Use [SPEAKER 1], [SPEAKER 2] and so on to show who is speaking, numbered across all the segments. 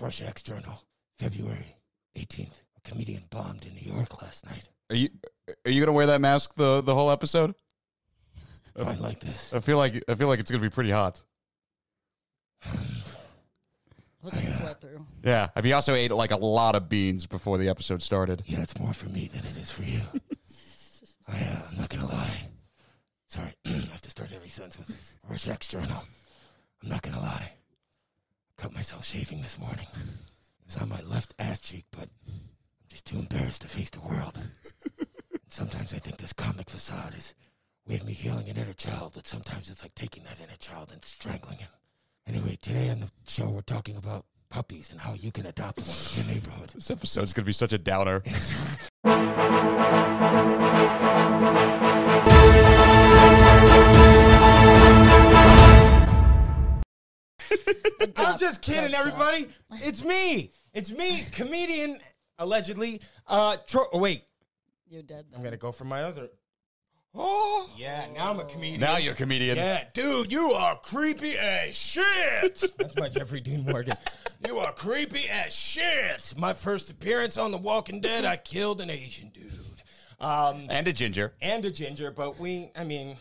[SPEAKER 1] Russia External, February 18th. A comedian bombed in New York last night.
[SPEAKER 2] Are you are you gonna wear that mask the the whole episode?
[SPEAKER 1] Mine like
[SPEAKER 3] Uh,
[SPEAKER 1] this.
[SPEAKER 2] I feel like I feel like it's gonna be pretty hot.
[SPEAKER 1] Hmm.
[SPEAKER 4] We'll just sweat through.
[SPEAKER 2] Yeah. I mean, he also ate like a lot of beans before the episode started.
[SPEAKER 1] Yeah, it's more for me than it is for you. I, uh, I'm not gonna lie. Sorry, I have to start every sentence with Russia External. I'm not gonna lie. Cut myself shaving this morning. It was on my left ass cheek, but I'm just too embarrassed to face the world. And sometimes I think this comic facade is way of me healing an inner child, but sometimes it's like taking that inner child and strangling him. Anyway, today on the show we're talking about puppies and how you can adopt one in your neighborhood.
[SPEAKER 2] This episode's gonna be such a downer.
[SPEAKER 5] I'm just kidding,
[SPEAKER 4] Adopt
[SPEAKER 5] everybody. It's me. It's me, comedian, allegedly. Uh, Tro- oh, wait,
[SPEAKER 4] You're dead. Then.
[SPEAKER 5] I'm gonna go for my other.
[SPEAKER 2] Oh,
[SPEAKER 5] Yeah, now I'm a comedian.
[SPEAKER 2] now you're a comedian.
[SPEAKER 5] yeah, dude, you are creepy as shit. That's my Jeffrey Dean Morgan. You are creepy as shit. My first appearance on The Walking Dead, I killed an Asian dude. Um,
[SPEAKER 2] And a ginger.
[SPEAKER 5] and a ginger, but we, I mean,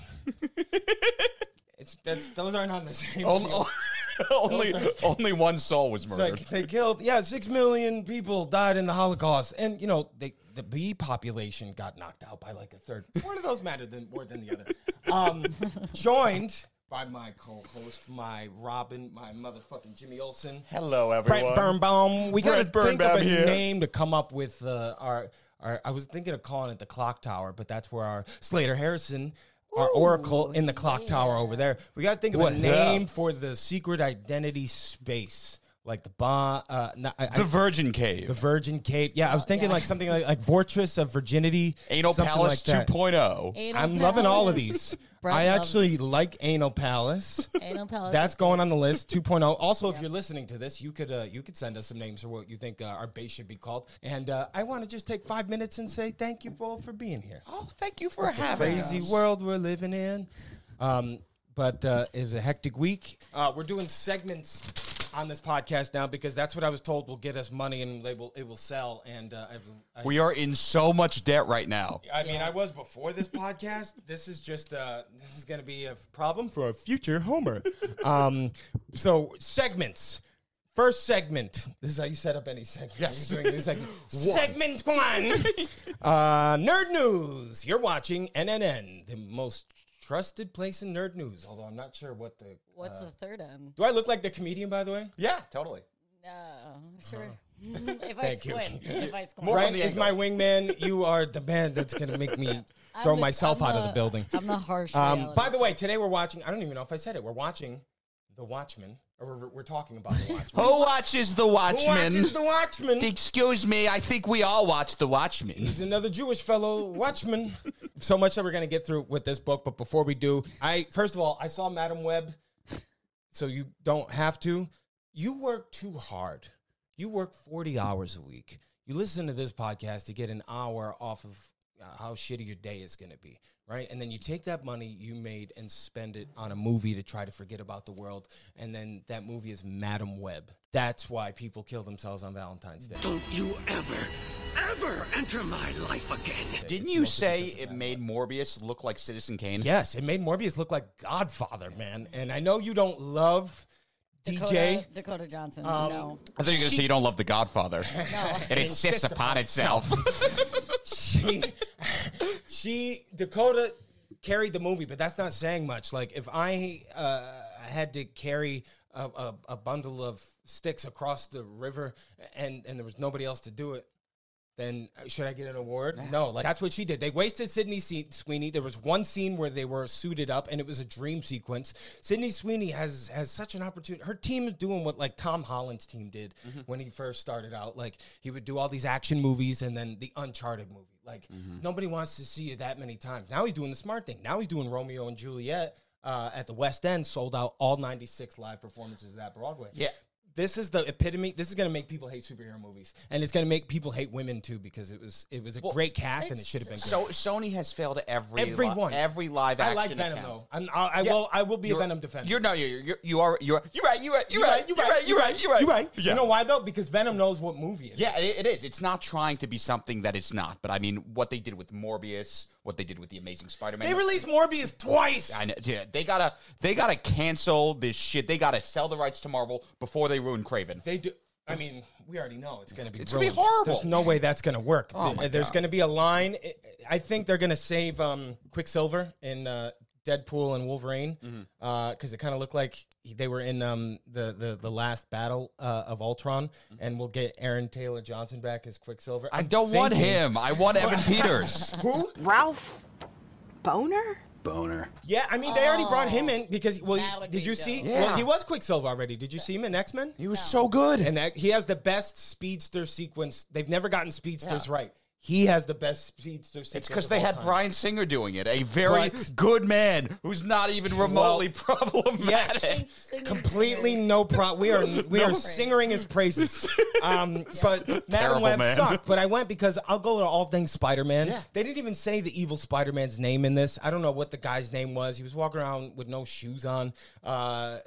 [SPEAKER 5] it's that's those aren't on the same.
[SPEAKER 2] On- on- only only one soul was
[SPEAKER 5] It's
[SPEAKER 2] murdered.
[SPEAKER 5] like they killed, yeah, six million people died in the Holocaust, and you know they, the bee population got knocked out by like a third. One of those mattered than, more than the other. Um, joined by my co-host, my Robin, my motherfucking Jimmy Olsen,
[SPEAKER 2] Hello,
[SPEAKER 5] Brett
[SPEAKER 2] everyone.
[SPEAKER 5] Birnbaum. We gotta
[SPEAKER 2] Brett
[SPEAKER 5] think of
[SPEAKER 2] Birnbaum
[SPEAKER 5] a
[SPEAKER 2] here.
[SPEAKER 5] name to come up with uh, our. Our, I was thinking of calling it the Clock Tower, but that's where our Slater Harrison, our
[SPEAKER 4] Ooh,
[SPEAKER 5] Oracle in the Clock Tower over there. We got to think of
[SPEAKER 2] What
[SPEAKER 5] a name
[SPEAKER 2] up?
[SPEAKER 5] for the secret identity space, like the bond, uh, not, I,
[SPEAKER 2] The
[SPEAKER 5] I,
[SPEAKER 2] Virgin Cave.
[SPEAKER 5] the Virgin Cave. Yeah, I was thinking
[SPEAKER 4] yeah.
[SPEAKER 5] like something like, like Fortress of Virginity,
[SPEAKER 2] Anal
[SPEAKER 5] something
[SPEAKER 2] Palace oh.
[SPEAKER 5] like that.
[SPEAKER 2] 2.0.
[SPEAKER 4] Anal
[SPEAKER 5] I'm loving all of
[SPEAKER 4] palace.
[SPEAKER 5] these.
[SPEAKER 4] Brett
[SPEAKER 5] I
[SPEAKER 4] loves-
[SPEAKER 5] actually like Anal Palace.
[SPEAKER 4] Anal palace.
[SPEAKER 5] That's going on the list 2.0. Also, if you're listening to this, you could uh, you could send us some names for what you think uh, our base should be called. And uh, I want to just take five minutes and say thank you all for being here.
[SPEAKER 2] Oh, thank you for having
[SPEAKER 5] Crazy world we're living in. Um, but uh, it was a hectic week. Uh, we're doing segments on this podcast now because that's what I was told will get us money and they will it will sell. And uh, I've, I,
[SPEAKER 2] We are in so much debt right now.
[SPEAKER 5] I mean, I was before this podcast. This is just uh, this is going to be a problem for a future Homer. um, so segments. First segment. This is how you set up any segment.
[SPEAKER 2] Yes.
[SPEAKER 5] You're doing this segment. segment one. uh, nerd news. You're watching NNN, the most trusted place in nerd news. Although I'm not sure what the.
[SPEAKER 4] What's the third M?
[SPEAKER 5] Do I look like the comedian, by the way?
[SPEAKER 2] Yeah, totally.
[SPEAKER 4] No, sure. if I
[SPEAKER 5] Uh-huh. Thank you.
[SPEAKER 4] squint, if I squint,
[SPEAKER 2] More
[SPEAKER 5] Brian
[SPEAKER 2] the
[SPEAKER 5] is my wingman. you are the man that's gonna make me
[SPEAKER 4] I'm
[SPEAKER 5] throw
[SPEAKER 4] the-
[SPEAKER 5] myself
[SPEAKER 4] I'm
[SPEAKER 5] out of the building.
[SPEAKER 4] I'm the harsh.
[SPEAKER 5] Um,
[SPEAKER 4] reality.
[SPEAKER 5] by the way, today we're watching. I don't even know if I said it. We're watching The Watchmen, or we're, we're talking about The Watchmen.
[SPEAKER 2] Who watches The
[SPEAKER 5] Who
[SPEAKER 2] Watchmen?
[SPEAKER 5] watches The Watchmen?
[SPEAKER 2] Excuse me, I think we all watch The Watchmen.
[SPEAKER 5] He's another Jewish fellow Watchman. so much that we're gonna get through with this book, but before we do, I first of all I saw Madam Web, so you don't have to. You work too hard. You work forty hours a week. You listen to this podcast to get an hour off of uh, how shitty your day is gonna be, right? And then you take that money you made and spend it on a movie to try to forget about the world, and then that movie is Madam Web. That's why people kill themselves on Valentine's Day.
[SPEAKER 6] Don't you ever, ever enter my life again.
[SPEAKER 2] Didn't you say it made Morbius look like Citizen Kane?
[SPEAKER 5] Yes, it made Morbius look like Godfather, man. And I know you don't love
[SPEAKER 4] Dakota,
[SPEAKER 5] DJ.
[SPEAKER 4] Dakota Johnson.
[SPEAKER 5] um,
[SPEAKER 4] no,
[SPEAKER 2] I thought you were going to say you don't love The Godfather.
[SPEAKER 4] no.
[SPEAKER 2] It insists upon itself.
[SPEAKER 5] She, she, Dakota carried the movie, but that's not saying much. Like if I uh, had to carry a, a, a bundle of sticks across the river and and there was nobody else to do it. Then uh, should I get an award? No, like that's what she did. They wasted Sydney Se- Sweeney. There was one scene where they were suited up, and it was a dream sequence. Sydney Sweeney has has such an opportunity. Her team is doing what like Tom Holland's team did when he first started out. Like he would do all these action movies, and then the Uncharted movie. Like nobody wants to see it that many times. Now he's doing the smart thing. Now he's doing Romeo and Juliet. Uh, at the West End, sold out all 96 live performances at Broadway.
[SPEAKER 2] Yeah.
[SPEAKER 5] this is the epitome. This is gonna make people hate superhero movies, and it's gonna make people hate women too because it was it was a great cast and it should have been good.
[SPEAKER 3] So Sony has failed every li-
[SPEAKER 5] Everyone.
[SPEAKER 3] every live action.
[SPEAKER 5] I like Venom
[SPEAKER 3] attempt.
[SPEAKER 5] though. I'm, I, I
[SPEAKER 3] Yeah.
[SPEAKER 5] will I will be
[SPEAKER 3] You're-
[SPEAKER 5] a Venom defender.
[SPEAKER 3] You're no, you're, you're you are you are you're right. You're right. You're right. You're right. You're right. You're right.
[SPEAKER 5] You're right.
[SPEAKER 2] Yeah.
[SPEAKER 5] You know why though? Because Venom knows what movie it is.
[SPEAKER 3] Yeah, it, it is. It's not trying to be something that it's not. But I mean, what they did with Morbius, what they did with the Amazing Spider-Man.
[SPEAKER 5] They released Morbius twice.
[SPEAKER 3] I know, yeah, they gotta they gotta cancel this shit. They gotta sell the rights to Marvel before they ruin Craven.
[SPEAKER 5] They do. I mean, we already know it's going to be.
[SPEAKER 3] It's gonna be
[SPEAKER 5] ruined.
[SPEAKER 3] horrible. Oh
[SPEAKER 5] There's no way that's going to work. Th- There's going to be a line. I- I think they're going to save um, Quicksilver in uh, Deadpool and Wolverine because
[SPEAKER 3] Mm-hmm.
[SPEAKER 5] it kind of looked like he- they were in um, the, the the last battle uh, of Ultron, and we'll get Aaron Taylor Johnson back as Quicksilver.
[SPEAKER 3] Mm-hmm. I don't want him. I want Evan Peters.
[SPEAKER 5] Who?
[SPEAKER 7] Ralph Boner?
[SPEAKER 6] Boner.
[SPEAKER 5] Yeah, I mean they already brought him in because well,
[SPEAKER 4] That would
[SPEAKER 5] did
[SPEAKER 4] be
[SPEAKER 5] you
[SPEAKER 4] dope.
[SPEAKER 5] see?
[SPEAKER 2] Yeah.
[SPEAKER 5] Well, he was Quicksilver already. Did you see him in X Men?
[SPEAKER 2] He was so good.
[SPEAKER 5] and that he has the best speedster sequence. They've never gotten speedsters right. He has the best speedster sequence.
[SPEAKER 3] It's because
[SPEAKER 5] of
[SPEAKER 3] they
[SPEAKER 5] all
[SPEAKER 3] had
[SPEAKER 5] time.
[SPEAKER 3] Brian Singer doing it, a very
[SPEAKER 5] But-
[SPEAKER 3] good man who's not even remotely problematic.
[SPEAKER 5] Yes,
[SPEAKER 4] Singing
[SPEAKER 5] completely
[SPEAKER 4] praises.
[SPEAKER 5] no problem. We are we are
[SPEAKER 2] No.
[SPEAKER 5] singering his praises. Um, but Madam
[SPEAKER 2] Terrible
[SPEAKER 5] Web
[SPEAKER 2] man.
[SPEAKER 5] sucked. But I went because I'll go to all things Spider Man.
[SPEAKER 3] Yeah.
[SPEAKER 5] They didn't even say the evil Spider Man's name in this. I don't know what the guy's name was. He was walking around with no shoes on. Uh, uh,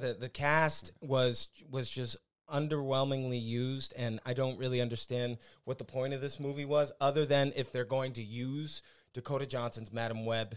[SPEAKER 5] the the cast was was just underwhelmingly used, and I don't really understand what the point of this movie was, other than if they're going to use Dakota Johnson's Madam Web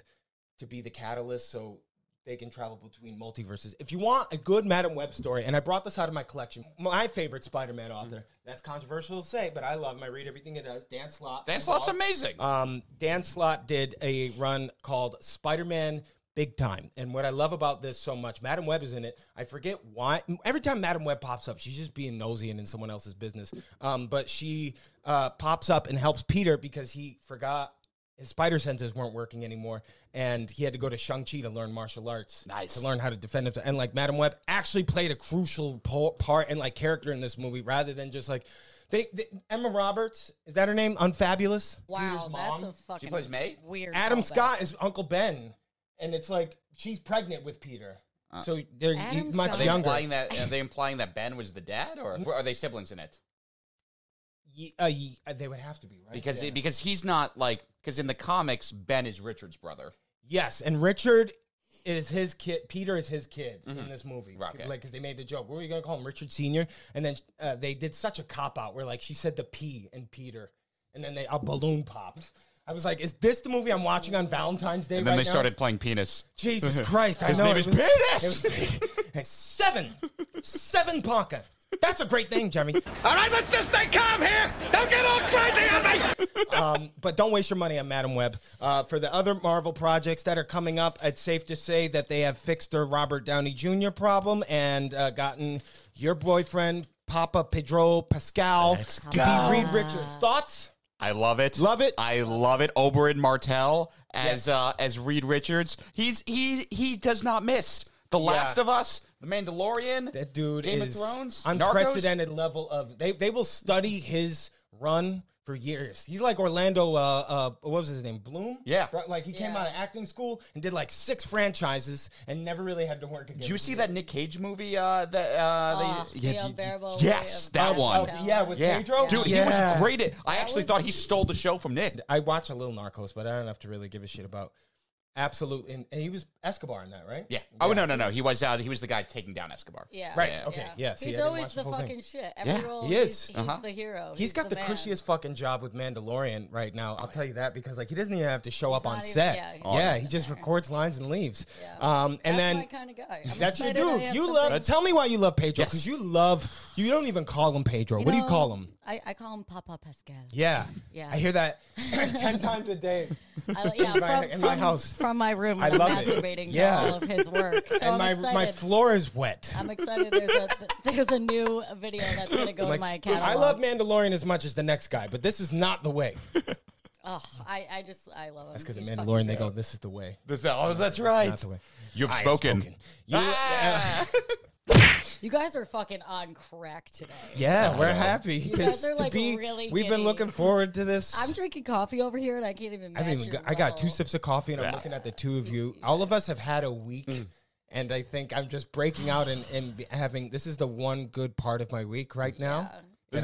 [SPEAKER 5] to be the catalyst so they can travel between multiverses. If you want a good Madam Web story, and I brought this out of my collection, my favorite Spider-Man author.
[SPEAKER 3] Mm-hmm.
[SPEAKER 5] That's controversial to say, but I love him. I read everything it does. Dan Slott.
[SPEAKER 3] Dan Slott's amazing.
[SPEAKER 5] Um, Dan Slott did a run called Spider-Man Big Time, and what I love about this so much, Madam Web is in it. I forget why. Every time Madam Web pops up, she's just being nosy and in someone else's business. Um, but she uh, pops up and helps Peter because he forgot his spider senses weren't working anymore, and he had to go to Shang Chi to learn martial arts.
[SPEAKER 3] Nice.
[SPEAKER 5] to learn how to defend himself. And like Madam Web actually played a crucial po- part and like character in this movie, rather than just like they, they- Emma Roberts is that her name? Unfabulous.
[SPEAKER 4] Wow, that's a fucking.
[SPEAKER 3] plays May?
[SPEAKER 4] Weird.
[SPEAKER 5] Adam
[SPEAKER 4] callback.
[SPEAKER 5] Scott is Uncle Ben, and it's like she's pregnant with Peter,
[SPEAKER 3] Uh,
[SPEAKER 5] so they're
[SPEAKER 4] Adam
[SPEAKER 5] he's much
[SPEAKER 3] Are they,
[SPEAKER 4] Scott.
[SPEAKER 5] younger. Mm-hmm.
[SPEAKER 3] implying that, are they implying that Ben was the dad, or are they siblings in it?
[SPEAKER 5] Ye- uh, ye- uh, they would have to be right
[SPEAKER 3] Because
[SPEAKER 5] Yeah.
[SPEAKER 3] because he's not like because in the comics Ben is Richard's brother.
[SPEAKER 5] Yes, and Richard is his kid. Peter is his kid
[SPEAKER 3] Mm-hmm.
[SPEAKER 5] in this movie,
[SPEAKER 3] Right, okay.
[SPEAKER 5] Like, because they made the joke, what were you gonna call him, Richard Senior? And then uh, they did such a cop out where, like, she said the P and Peter, and then they a balloon popped. I was like, "Is this the movie I'm watching on Valentine's Day?"
[SPEAKER 3] And then
[SPEAKER 5] right
[SPEAKER 3] they
[SPEAKER 5] now?
[SPEAKER 3] started playing penis.
[SPEAKER 5] Jesus Christ! I
[SPEAKER 2] His
[SPEAKER 5] know
[SPEAKER 2] name is
[SPEAKER 5] it was-
[SPEAKER 2] Penis!
[SPEAKER 5] it was- seven, seven Ponca. That's a great thing, Jeremy.
[SPEAKER 6] All right, let's just stay calm here. Don't get all crazy on me.
[SPEAKER 5] but don't waste your money on Madam Web. Uh, for the other Marvel projects that are coming up, it's safe to say that they have fixed their Robert Downey Jr. problem and uh, gotten your boyfriend Papa Pedro Pascal to
[SPEAKER 2] go.
[SPEAKER 5] be Reed Richards. Thoughts?
[SPEAKER 2] I love it.
[SPEAKER 5] Love it.
[SPEAKER 2] I love it. Oberyn Martell as
[SPEAKER 5] Yes.
[SPEAKER 2] uh, as Reed Richards. He's he he does not miss. The Last of Us, The Mandalorian,
[SPEAKER 5] That dude
[SPEAKER 2] Game
[SPEAKER 5] is
[SPEAKER 2] of Thrones, Narcos.
[SPEAKER 5] unprecedented level of they they will study his run for years. He's like Orlando uh uh what was his name? Bloom?
[SPEAKER 2] Yeah.
[SPEAKER 5] Bro, Like he came
[SPEAKER 4] Yeah.
[SPEAKER 5] out of acting school and did like six franchises and never really had to work again.
[SPEAKER 2] Did you see
[SPEAKER 3] See that Nick Cage movie? Uh, that uh,
[SPEAKER 4] Oh,
[SPEAKER 3] they-
[SPEAKER 4] the
[SPEAKER 2] d-
[SPEAKER 4] unbearable
[SPEAKER 2] yes,
[SPEAKER 4] weight of
[SPEAKER 2] that
[SPEAKER 4] God's
[SPEAKER 2] one.
[SPEAKER 5] Oh,
[SPEAKER 4] talent.
[SPEAKER 5] yeah, with
[SPEAKER 2] yeah,
[SPEAKER 5] Pedro?
[SPEAKER 2] dude, he
[SPEAKER 5] Yeah.
[SPEAKER 2] was great. At, I actually
[SPEAKER 4] was-
[SPEAKER 2] thought he stole the show from Nick.
[SPEAKER 5] I watch a little Narcos, but I don't have to really give a shit about absolute. And, and he was Escobar in that, right?
[SPEAKER 3] yeah. Oh no no no, he was uh, he was the guy taking down Escobar.
[SPEAKER 4] Yeah.
[SPEAKER 5] Right,
[SPEAKER 4] Yeah.
[SPEAKER 5] okay,
[SPEAKER 4] Yeah.
[SPEAKER 5] yeah, see, I
[SPEAKER 4] he's
[SPEAKER 5] didn't
[SPEAKER 4] always
[SPEAKER 5] watch the
[SPEAKER 4] the
[SPEAKER 5] full thing.
[SPEAKER 4] fucking shit. Every
[SPEAKER 2] Yeah,
[SPEAKER 4] role,
[SPEAKER 5] he is.
[SPEAKER 4] He's, he's the hero.
[SPEAKER 5] He's got the,
[SPEAKER 4] man.
[SPEAKER 5] cushiest fucking job with Mandalorian right now. I'll tell you that because like he doesn't even have to show up on
[SPEAKER 4] not even-
[SPEAKER 5] set.
[SPEAKER 4] yeah,
[SPEAKER 5] Yeah,
[SPEAKER 4] he's not
[SPEAKER 5] he just records lines and leaves.
[SPEAKER 4] Yeah.
[SPEAKER 5] Um, and
[SPEAKER 4] That's
[SPEAKER 5] then
[SPEAKER 4] my kind of guy. I'm
[SPEAKER 5] that's your
[SPEAKER 4] excited I
[SPEAKER 5] dude.
[SPEAKER 4] have
[SPEAKER 5] You
[SPEAKER 4] something-
[SPEAKER 5] love. Tell me why you love Pedro
[SPEAKER 2] Yes.
[SPEAKER 5] because you love. You don't even call him Pedro. what do you
[SPEAKER 4] know,
[SPEAKER 5] call him?
[SPEAKER 4] I, I call him Papa Pascal.
[SPEAKER 5] Yeah.
[SPEAKER 4] Yeah.
[SPEAKER 5] I hear that ten times a day.
[SPEAKER 4] I, yeah
[SPEAKER 5] In my-
[SPEAKER 4] from,
[SPEAKER 5] in my
[SPEAKER 4] from-
[SPEAKER 5] house.
[SPEAKER 4] from my room.
[SPEAKER 5] I
[SPEAKER 4] I'm
[SPEAKER 5] love it.
[SPEAKER 4] masturbating
[SPEAKER 5] Yeah.
[SPEAKER 4] to all of his work. So
[SPEAKER 5] and
[SPEAKER 4] I'm
[SPEAKER 5] my
[SPEAKER 4] excited.
[SPEAKER 5] my floor is wet.
[SPEAKER 4] I'm excited. There's a there's a new video that's gonna go
[SPEAKER 5] Like,
[SPEAKER 4] to my catalog.
[SPEAKER 5] I love Mandalorian as much as the next guy, but this is not the way.
[SPEAKER 4] Oh, I, I just I love him.
[SPEAKER 5] That's because in
[SPEAKER 4] He's fucking
[SPEAKER 5] Mandalorian they go, "This is the way."
[SPEAKER 2] That's- oh, that's right.
[SPEAKER 5] Not the way.
[SPEAKER 2] You've
[SPEAKER 5] I have
[SPEAKER 2] spoken.
[SPEAKER 5] You- uh,
[SPEAKER 4] You guys are fucking on crack today.
[SPEAKER 5] yeah, we're happy
[SPEAKER 4] guys
[SPEAKER 5] to,
[SPEAKER 4] are, like,
[SPEAKER 5] be.
[SPEAKER 4] really
[SPEAKER 5] we've been
[SPEAKER 4] giddy.
[SPEAKER 5] looking forward to this.
[SPEAKER 4] I'm drinking coffee over here and I can't even.
[SPEAKER 5] I haven't
[SPEAKER 4] match
[SPEAKER 5] even.
[SPEAKER 4] your
[SPEAKER 5] Got, I got
[SPEAKER 4] roll.
[SPEAKER 3] Mm.
[SPEAKER 5] two sips of coffee, and I'm looking at the two of you. All of us have had a week, and I think I'm just breaking out and, and be- having this is the one good part of my week right now.
[SPEAKER 3] is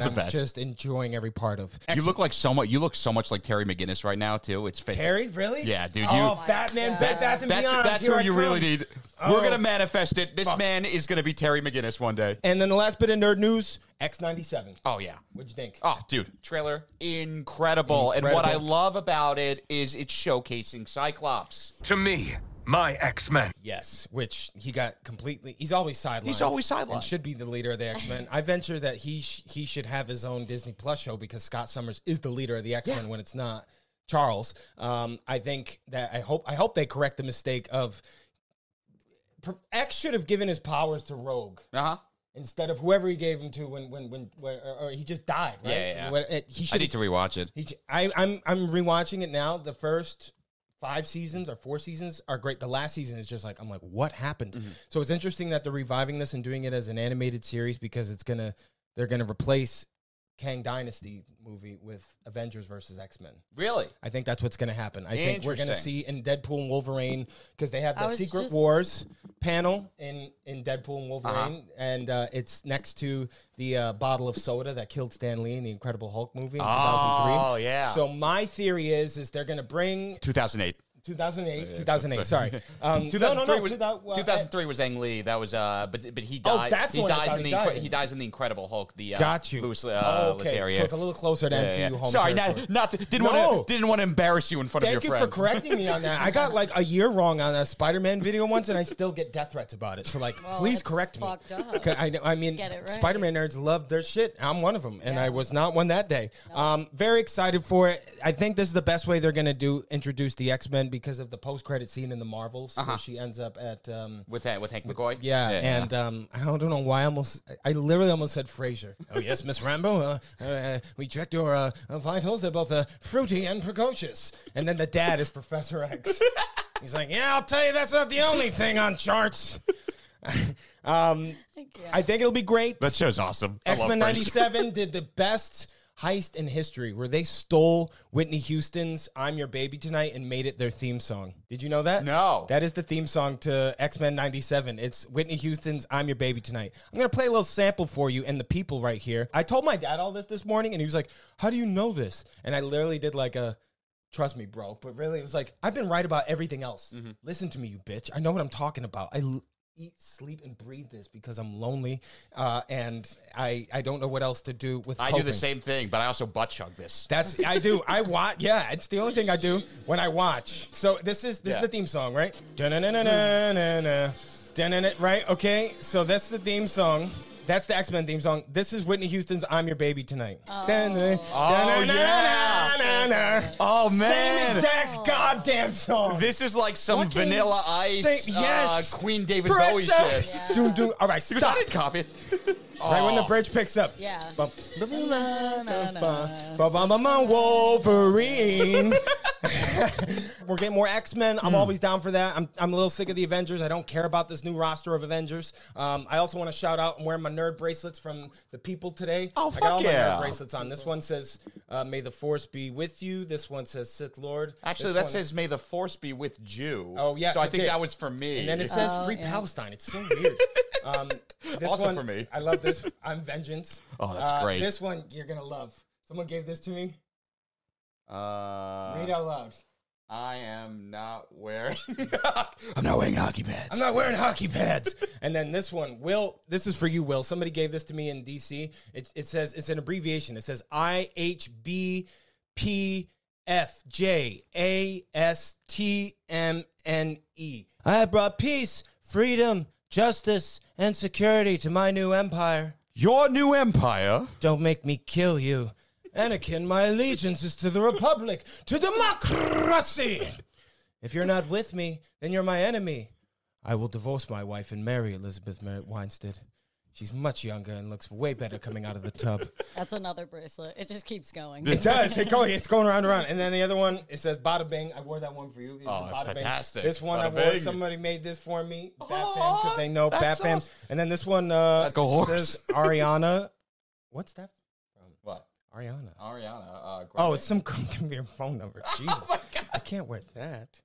[SPEAKER 5] and
[SPEAKER 3] the
[SPEAKER 5] I'm
[SPEAKER 3] best.
[SPEAKER 5] just enjoying every part of.
[SPEAKER 3] You look like so much. You look so much like Terry McGinnis right now too. It's fit.
[SPEAKER 5] Terry, really?
[SPEAKER 3] Yeah, dude,
[SPEAKER 5] oh,
[SPEAKER 3] you-
[SPEAKER 5] fat man, Bed Bath and
[SPEAKER 3] That's
[SPEAKER 5] Beyond.
[SPEAKER 3] that's
[SPEAKER 5] here
[SPEAKER 3] who
[SPEAKER 5] I
[SPEAKER 3] you really
[SPEAKER 5] come.
[SPEAKER 3] need. We're gonna manifest it. This man is gonna be Terry McGinnis one day.
[SPEAKER 5] And then the last bit of nerd news: X97.
[SPEAKER 3] Oh yeah.
[SPEAKER 5] What'd you think?
[SPEAKER 3] Oh, dude, trailer incredible. And what I
[SPEAKER 5] Incredible.
[SPEAKER 3] love about it is it's showcasing Cyclops.
[SPEAKER 6] To me, my X-Men.
[SPEAKER 5] Yes, which he got completely. He's always sidelined.
[SPEAKER 3] He's always
[SPEAKER 5] And
[SPEAKER 3] sidelined.
[SPEAKER 5] should be the leader of the X Men. I venture that he sh- he should have his own Disney Plus show because Scott Summers is the leader of the X Men when it's not Charles. Um, I think that I hope I hope they correct the mistake of X should have given his powers to Rogue
[SPEAKER 3] Uh huh.
[SPEAKER 5] instead of whoever he gave them to when when when, when or, or he just died. Right?
[SPEAKER 3] Yeah, yeah.
[SPEAKER 5] When- it- he
[SPEAKER 3] I
[SPEAKER 5] should.
[SPEAKER 3] need to rewatch it.
[SPEAKER 5] He, j- I, I'm I'm rewatching it now. The first five seasons or four seasons are great. The last season is just like I'm like, what happened? So it's interesting that they're reviving this and doing it as an animated series because it's gonna they're gonna replace Kang Dynasty movie with Avengers versus X Men.
[SPEAKER 3] Really?
[SPEAKER 5] I think that's what's gonna happen. I think we're gonna
[SPEAKER 3] Interesting.
[SPEAKER 5] see in Deadpool and Wolverine because they have
[SPEAKER 4] I
[SPEAKER 5] the
[SPEAKER 4] was
[SPEAKER 5] Secret
[SPEAKER 4] just-
[SPEAKER 5] Wars panel in in Deadpool and
[SPEAKER 3] Uh-huh.
[SPEAKER 5] Wolverine, and uh, it's next to the uh, bottle of soda that killed Stan Lee in the Incredible Hulk movie in 2003.
[SPEAKER 3] Oh, yeah.
[SPEAKER 5] So my theory is is they're gonna bring
[SPEAKER 3] 2008.
[SPEAKER 5] 2008, 2008. Sorry, um, no, uh, no,
[SPEAKER 3] 2003
[SPEAKER 5] no,
[SPEAKER 3] was,
[SPEAKER 5] 2000, well,
[SPEAKER 3] 2003 was Ang Lee. That was uh, but but he died.
[SPEAKER 5] that's the
[SPEAKER 3] he
[SPEAKER 5] one I
[SPEAKER 3] dies
[SPEAKER 5] thought
[SPEAKER 3] in
[SPEAKER 5] he
[SPEAKER 3] the
[SPEAKER 5] died
[SPEAKER 3] Incre-
[SPEAKER 5] in.
[SPEAKER 3] he dies in the Incredible Hulk. The uh,
[SPEAKER 5] Got you.
[SPEAKER 3] Louis, uh,
[SPEAKER 5] okay,
[SPEAKER 3] Leterrier.
[SPEAKER 5] so it's a little closer to
[SPEAKER 3] Yeah,
[SPEAKER 5] MCU
[SPEAKER 3] yeah.
[SPEAKER 5] home.
[SPEAKER 3] Sorry,
[SPEAKER 5] territory.
[SPEAKER 3] not, not didn't
[SPEAKER 5] No.
[SPEAKER 3] want to didn't want to embarrass you in front
[SPEAKER 5] Thank
[SPEAKER 3] of
[SPEAKER 5] you
[SPEAKER 3] your
[SPEAKER 5] for
[SPEAKER 3] friends.
[SPEAKER 5] correcting me on that. I got like a year wrong on that Spider-Man video once, and I still get death threats about it. So like,
[SPEAKER 4] Well,
[SPEAKER 5] please
[SPEAKER 4] it's
[SPEAKER 5] correct me.
[SPEAKER 4] fucked up.
[SPEAKER 5] 'Cause I know. I mean,
[SPEAKER 4] Get it right.
[SPEAKER 5] Spider-Man nerds love their shit. I'm one of them, and I was not one that day. Um, very excited for it. I think this is the best way they're gonna do introduce the X-Men because of the post-credit scene in the Marvels,
[SPEAKER 3] Uh-huh.
[SPEAKER 5] where she ends up at. Um,
[SPEAKER 3] with that with Hank McCoy.
[SPEAKER 5] yeah, and Um, I don't know why I almost, I literally almost said Frasier. Oh yes, Miss Rambo. Uh, uh, we checked your uh, vitals; they're both uh, fruity and precocious. And then the dad is Professor X. He's like, yeah, I'll tell you, that's not the only thing on charts. um, I think it'll be great.
[SPEAKER 3] that show's awesome. I
[SPEAKER 5] X Men
[SPEAKER 3] love Friends.
[SPEAKER 5] '97 did the best heist in history, where they stole Whitney Houston's "I'm Your Baby Tonight" and made it their theme song. Did you know that?
[SPEAKER 3] No.
[SPEAKER 5] That is the theme song to X Men '97. It's Whitney Houston's "I'm Your Baby Tonight." I'm gonna play a little sample for you and the people right here. I told my dad all this this morning, and he was like, "How do you know this?" And I literally did like a. Trust me, bro. But really, it was like I've been right about everything else.
[SPEAKER 3] Mm-hmm.
[SPEAKER 5] Listen to me, you bitch. I know what I'm talking about. I l- eat, sleep, and breathe this because I'm lonely, uh, and I I don't know what else to do with.
[SPEAKER 3] I do the
[SPEAKER 5] coping.
[SPEAKER 3] same thing, but I also butt chug this.
[SPEAKER 5] That's I do. I watch. Yeah, it's the only thing I do when I watch. So this is this is
[SPEAKER 3] Yeah.
[SPEAKER 5] the theme song, right? Da-na-na-na-na-na-na. Da-na-na- Right. Okay. So that's the theme song. That's the X Men theme song. This is Whitney Houston's "I'm Your Baby Tonight." Oh,
[SPEAKER 3] Oh, yeah. Oh, man.
[SPEAKER 5] Same exact goddamn song.
[SPEAKER 3] This is like some
[SPEAKER 4] Fucking
[SPEAKER 3] Vanilla Ice,
[SPEAKER 5] Same- yes.
[SPEAKER 3] uh, Queen David Bowie
[SPEAKER 5] Press up.
[SPEAKER 3] shit.
[SPEAKER 5] Doom, doom. All right,
[SPEAKER 3] Because I
[SPEAKER 5] stop.
[SPEAKER 3] didn't copy it.
[SPEAKER 5] Right when the bridge picks up.
[SPEAKER 4] Yeah.
[SPEAKER 5] Bum, bum, bum, bum, bum, bum, bum, bum, bum, Wolverine. We're getting more X Men.
[SPEAKER 3] Hmm.
[SPEAKER 5] I'm always down for that. I'm, I'm a little sick of the Avengers. I don't care about this new roster of Avengers. Um, I also want to shout out. I'm wearing my nerd bracelets from the people today.
[SPEAKER 3] Oh,
[SPEAKER 5] I
[SPEAKER 3] fuck
[SPEAKER 5] got all my
[SPEAKER 3] yeah.
[SPEAKER 5] nerd bracelets on. This one says, uh, "May the Force be with you." This one says, "Sith Lord." This
[SPEAKER 3] Actually, that
[SPEAKER 5] one-
[SPEAKER 3] says "May the Force be with Jew."
[SPEAKER 5] Oh, yes,
[SPEAKER 3] So I
[SPEAKER 5] it
[SPEAKER 3] think
[SPEAKER 5] did.
[SPEAKER 3] that was for me.
[SPEAKER 5] And then it says "Free Palestine." It's so weird. um, this
[SPEAKER 3] Also
[SPEAKER 5] one,
[SPEAKER 3] for me.
[SPEAKER 5] I love this. I'm vengeance.
[SPEAKER 3] Oh, that's
[SPEAKER 5] Uh,
[SPEAKER 3] great.
[SPEAKER 5] This one you're gonna love. Someone gave this to me. Read
[SPEAKER 3] Uh,
[SPEAKER 5] out loud.
[SPEAKER 3] I am not wearing.
[SPEAKER 1] I'm not wearing hockey pads.
[SPEAKER 5] I'm not wearing hockey pads. and then this one, Will. This is for you, Will. Somebody gave this to me in DC. It, it says it's an abbreviation. It says I H B P F J A S T M N E. I have brought peace, freedom, justice, and security to my new empire.
[SPEAKER 3] Your new empire.
[SPEAKER 5] Don't make me kill you. Anakin, my allegiance is to the Republic, to democracy. If you're not with me, then you're my enemy. I will divorce my wife and marry Elizabeth Merritt Weinstead. She's much younger and looks way better coming out of the tub.
[SPEAKER 4] That's another bracelet. It just keeps going.
[SPEAKER 5] It does. It go, it's going around and around. And then the other one, it says Bada Bing. I wore that one for you. It says
[SPEAKER 3] Oh, that's
[SPEAKER 5] Bada Bing.
[SPEAKER 3] fantastic.
[SPEAKER 5] This one
[SPEAKER 3] Bada
[SPEAKER 5] I wore.
[SPEAKER 3] Bing.
[SPEAKER 5] Somebody made this for me. Bat fam, because they know
[SPEAKER 3] that's
[SPEAKER 5] Bat fam.
[SPEAKER 3] awesome.
[SPEAKER 5] And then this one uh,
[SPEAKER 3] Like a horse.
[SPEAKER 5] says Ariana. What's that?
[SPEAKER 3] What?
[SPEAKER 5] Ariana.
[SPEAKER 3] Ariana. Uh,
[SPEAKER 5] Oh, it's some give me your phone number. Jesus, I can't wear that.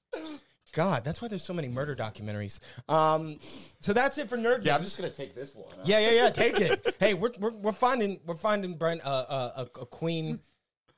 [SPEAKER 5] God, that's why there's so many murder documentaries. Um, so that's it for nerd.
[SPEAKER 3] Yeah, I'm
[SPEAKER 5] News.
[SPEAKER 3] just gonna take this one. uh.
[SPEAKER 5] Yeah, yeah, yeah. Take it. Hey, we're we're, we're finding we're finding Brent a, a, a, a queen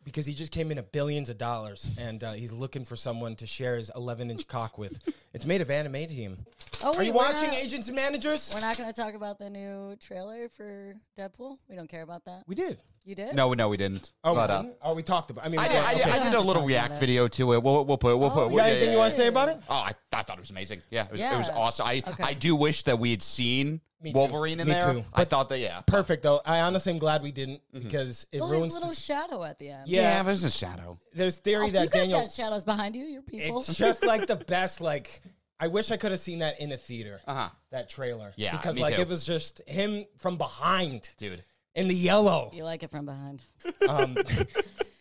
[SPEAKER 5] because he just came in at billions of dollars and uh, he's looking for someone to share his 11 inch cock with. It's made of animatium.
[SPEAKER 4] Oh,
[SPEAKER 5] Are
[SPEAKER 4] wait,
[SPEAKER 5] you
[SPEAKER 4] we're
[SPEAKER 5] watching
[SPEAKER 4] not-
[SPEAKER 5] Agents and Managers?
[SPEAKER 4] We're not going to talk about the new trailer for Deadpool. We don't care about that.
[SPEAKER 5] we did.
[SPEAKER 4] You did?
[SPEAKER 3] No, no, we didn't.
[SPEAKER 5] Oh, we,
[SPEAKER 3] but, uh,
[SPEAKER 5] didn't? oh, we talked about. I mean,
[SPEAKER 3] I
[SPEAKER 5] we-
[SPEAKER 3] did, I, did,
[SPEAKER 5] okay.
[SPEAKER 3] I
[SPEAKER 4] Okay.
[SPEAKER 3] did a little
[SPEAKER 4] Talk about
[SPEAKER 3] react
[SPEAKER 4] it.
[SPEAKER 3] video to it. We'll, we'll put. We'll put.
[SPEAKER 4] Oh,
[SPEAKER 3] we'll-
[SPEAKER 5] You
[SPEAKER 4] yeah,
[SPEAKER 5] got
[SPEAKER 4] yeah,
[SPEAKER 5] anything you want to say about it?
[SPEAKER 3] Oh, I, I thought it was amazing. Yeah, it was, it was
[SPEAKER 4] Yeah.
[SPEAKER 3] awesome. I,
[SPEAKER 4] Okay.
[SPEAKER 3] I do wish that we had seen
[SPEAKER 5] Me too.
[SPEAKER 3] Wolverine in
[SPEAKER 5] Me
[SPEAKER 3] there.
[SPEAKER 5] too.
[SPEAKER 3] I thought that yeah.
[SPEAKER 5] Perfect though. I honestly am glad we didn't because it
[SPEAKER 4] Well, his
[SPEAKER 5] ruins.
[SPEAKER 4] little
[SPEAKER 5] the-
[SPEAKER 4] shadow at the end.
[SPEAKER 5] yeah,
[SPEAKER 3] but it's a shadow.
[SPEAKER 5] there's theory
[SPEAKER 4] Oh, you
[SPEAKER 5] that
[SPEAKER 4] guys
[SPEAKER 5] Daniel.
[SPEAKER 4] got shadows behind you. You're people.
[SPEAKER 5] It's just like the best. Like I wish I could have seen that in a theater.
[SPEAKER 3] Uh-huh.
[SPEAKER 5] That trailer.
[SPEAKER 3] Yeah,
[SPEAKER 5] because
[SPEAKER 3] me
[SPEAKER 5] like
[SPEAKER 3] too.
[SPEAKER 5] it was just him from behind,
[SPEAKER 3] Dude.
[SPEAKER 5] in the yellow.
[SPEAKER 4] you like it from behind.
[SPEAKER 5] Um,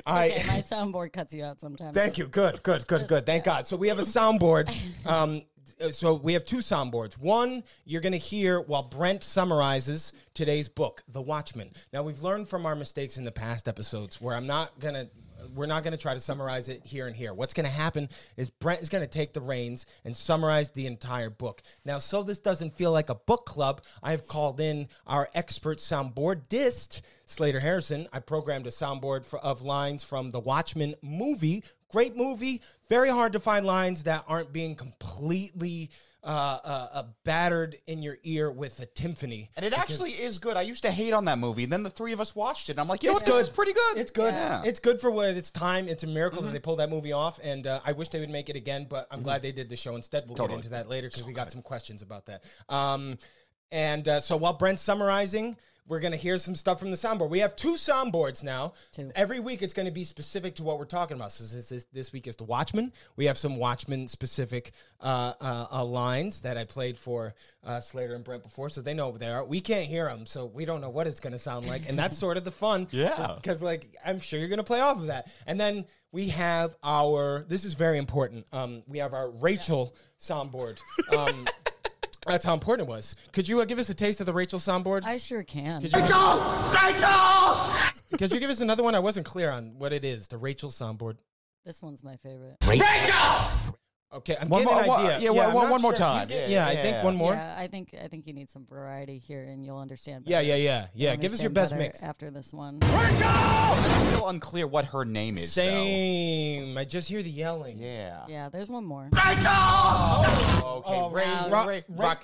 [SPEAKER 5] I.
[SPEAKER 4] Okay, my soundboard cuts you out sometimes.
[SPEAKER 5] Thank you. Good, good, good, good. Thank God. So we have a soundboard. Um, uh, so we have two soundboards. One you're going to hear while Brent summarizes today's book, The Watchman. Now we've learned from our mistakes in the past episodes where I'm not going to. We're not going to try to summarize it here and here. What's going to happen is Brent is going to take the reins and summarize the entire book. Now, so this doesn't feel like a book club, I've called in our expert soundboardist, Slater Harrison. I programmed a soundboard for, of lines from the Watchmen movie Great movie. Very hard to find lines that aren't being completely uh, uh, uh, battered in your ear with a timpani.
[SPEAKER 3] And it actually is good. I used to hate on that movie, and then the three of us watched it. and I'm like, yeah, it's good. It's pretty good.
[SPEAKER 5] It's good.
[SPEAKER 3] Yeah.
[SPEAKER 5] It's good for what it's time. It's a miracle that they pulled that movie off, and uh, I wish they would make it again. But I'm glad they did the show instead. We'll get into that later because we got some questions about that. Um, and uh, so while Brent's summarizing, we're gonna hear some stuff from the soundboard. We have two soundboards now.
[SPEAKER 4] Two.
[SPEAKER 5] Every week, it's gonna be specific to what we're talking about. So since this, this week is the Watchmen, we have some Watchmen specific uh, uh, uh, lines that I played for uh, Slater and Brent before, so they know what they are. We can't hear them, so we don't know what it's gonna sound like, and that's sort of the fun.
[SPEAKER 3] Yeah.
[SPEAKER 5] Because like I'm sure you're gonna play off of that. And then we have our this is very important. Um, we have our Rachel soundboard. Um, that's how important it was. Could you uh, give us a taste of the Rachel soundboard?
[SPEAKER 4] I sure can.
[SPEAKER 5] Could you give us another one? I wasn't clear on what it is. The Rachel soundboard.
[SPEAKER 4] This one's my favorite.
[SPEAKER 5] Okay, I'm
[SPEAKER 3] One
[SPEAKER 5] getting
[SPEAKER 3] more-
[SPEAKER 5] an
[SPEAKER 3] one-
[SPEAKER 5] idea.
[SPEAKER 3] yeah, one-
[SPEAKER 5] I'm
[SPEAKER 3] one-
[SPEAKER 5] not
[SPEAKER 3] one more
[SPEAKER 5] You
[SPEAKER 3] time.
[SPEAKER 5] get-
[SPEAKER 3] Yeah,
[SPEAKER 5] yeah, I
[SPEAKER 3] yeah,
[SPEAKER 5] think
[SPEAKER 3] yeah.
[SPEAKER 5] one more. Yeah,
[SPEAKER 4] Yeah, I think I think you need some variety here, and you'll understand.
[SPEAKER 5] yeah,
[SPEAKER 4] Better.
[SPEAKER 5] yeah, yeah. Give us your
[SPEAKER 4] Understand
[SPEAKER 5] best
[SPEAKER 4] better
[SPEAKER 5] mix.
[SPEAKER 4] after this one.
[SPEAKER 3] still unclear what her name is. though.
[SPEAKER 5] Same. I just hear the yelling.
[SPEAKER 3] Yeah.
[SPEAKER 4] Yeah, there's one more.
[SPEAKER 3] Okay. Ray,
[SPEAKER 4] wow.
[SPEAKER 3] Ra-
[SPEAKER 5] Ra-
[SPEAKER 3] Ra-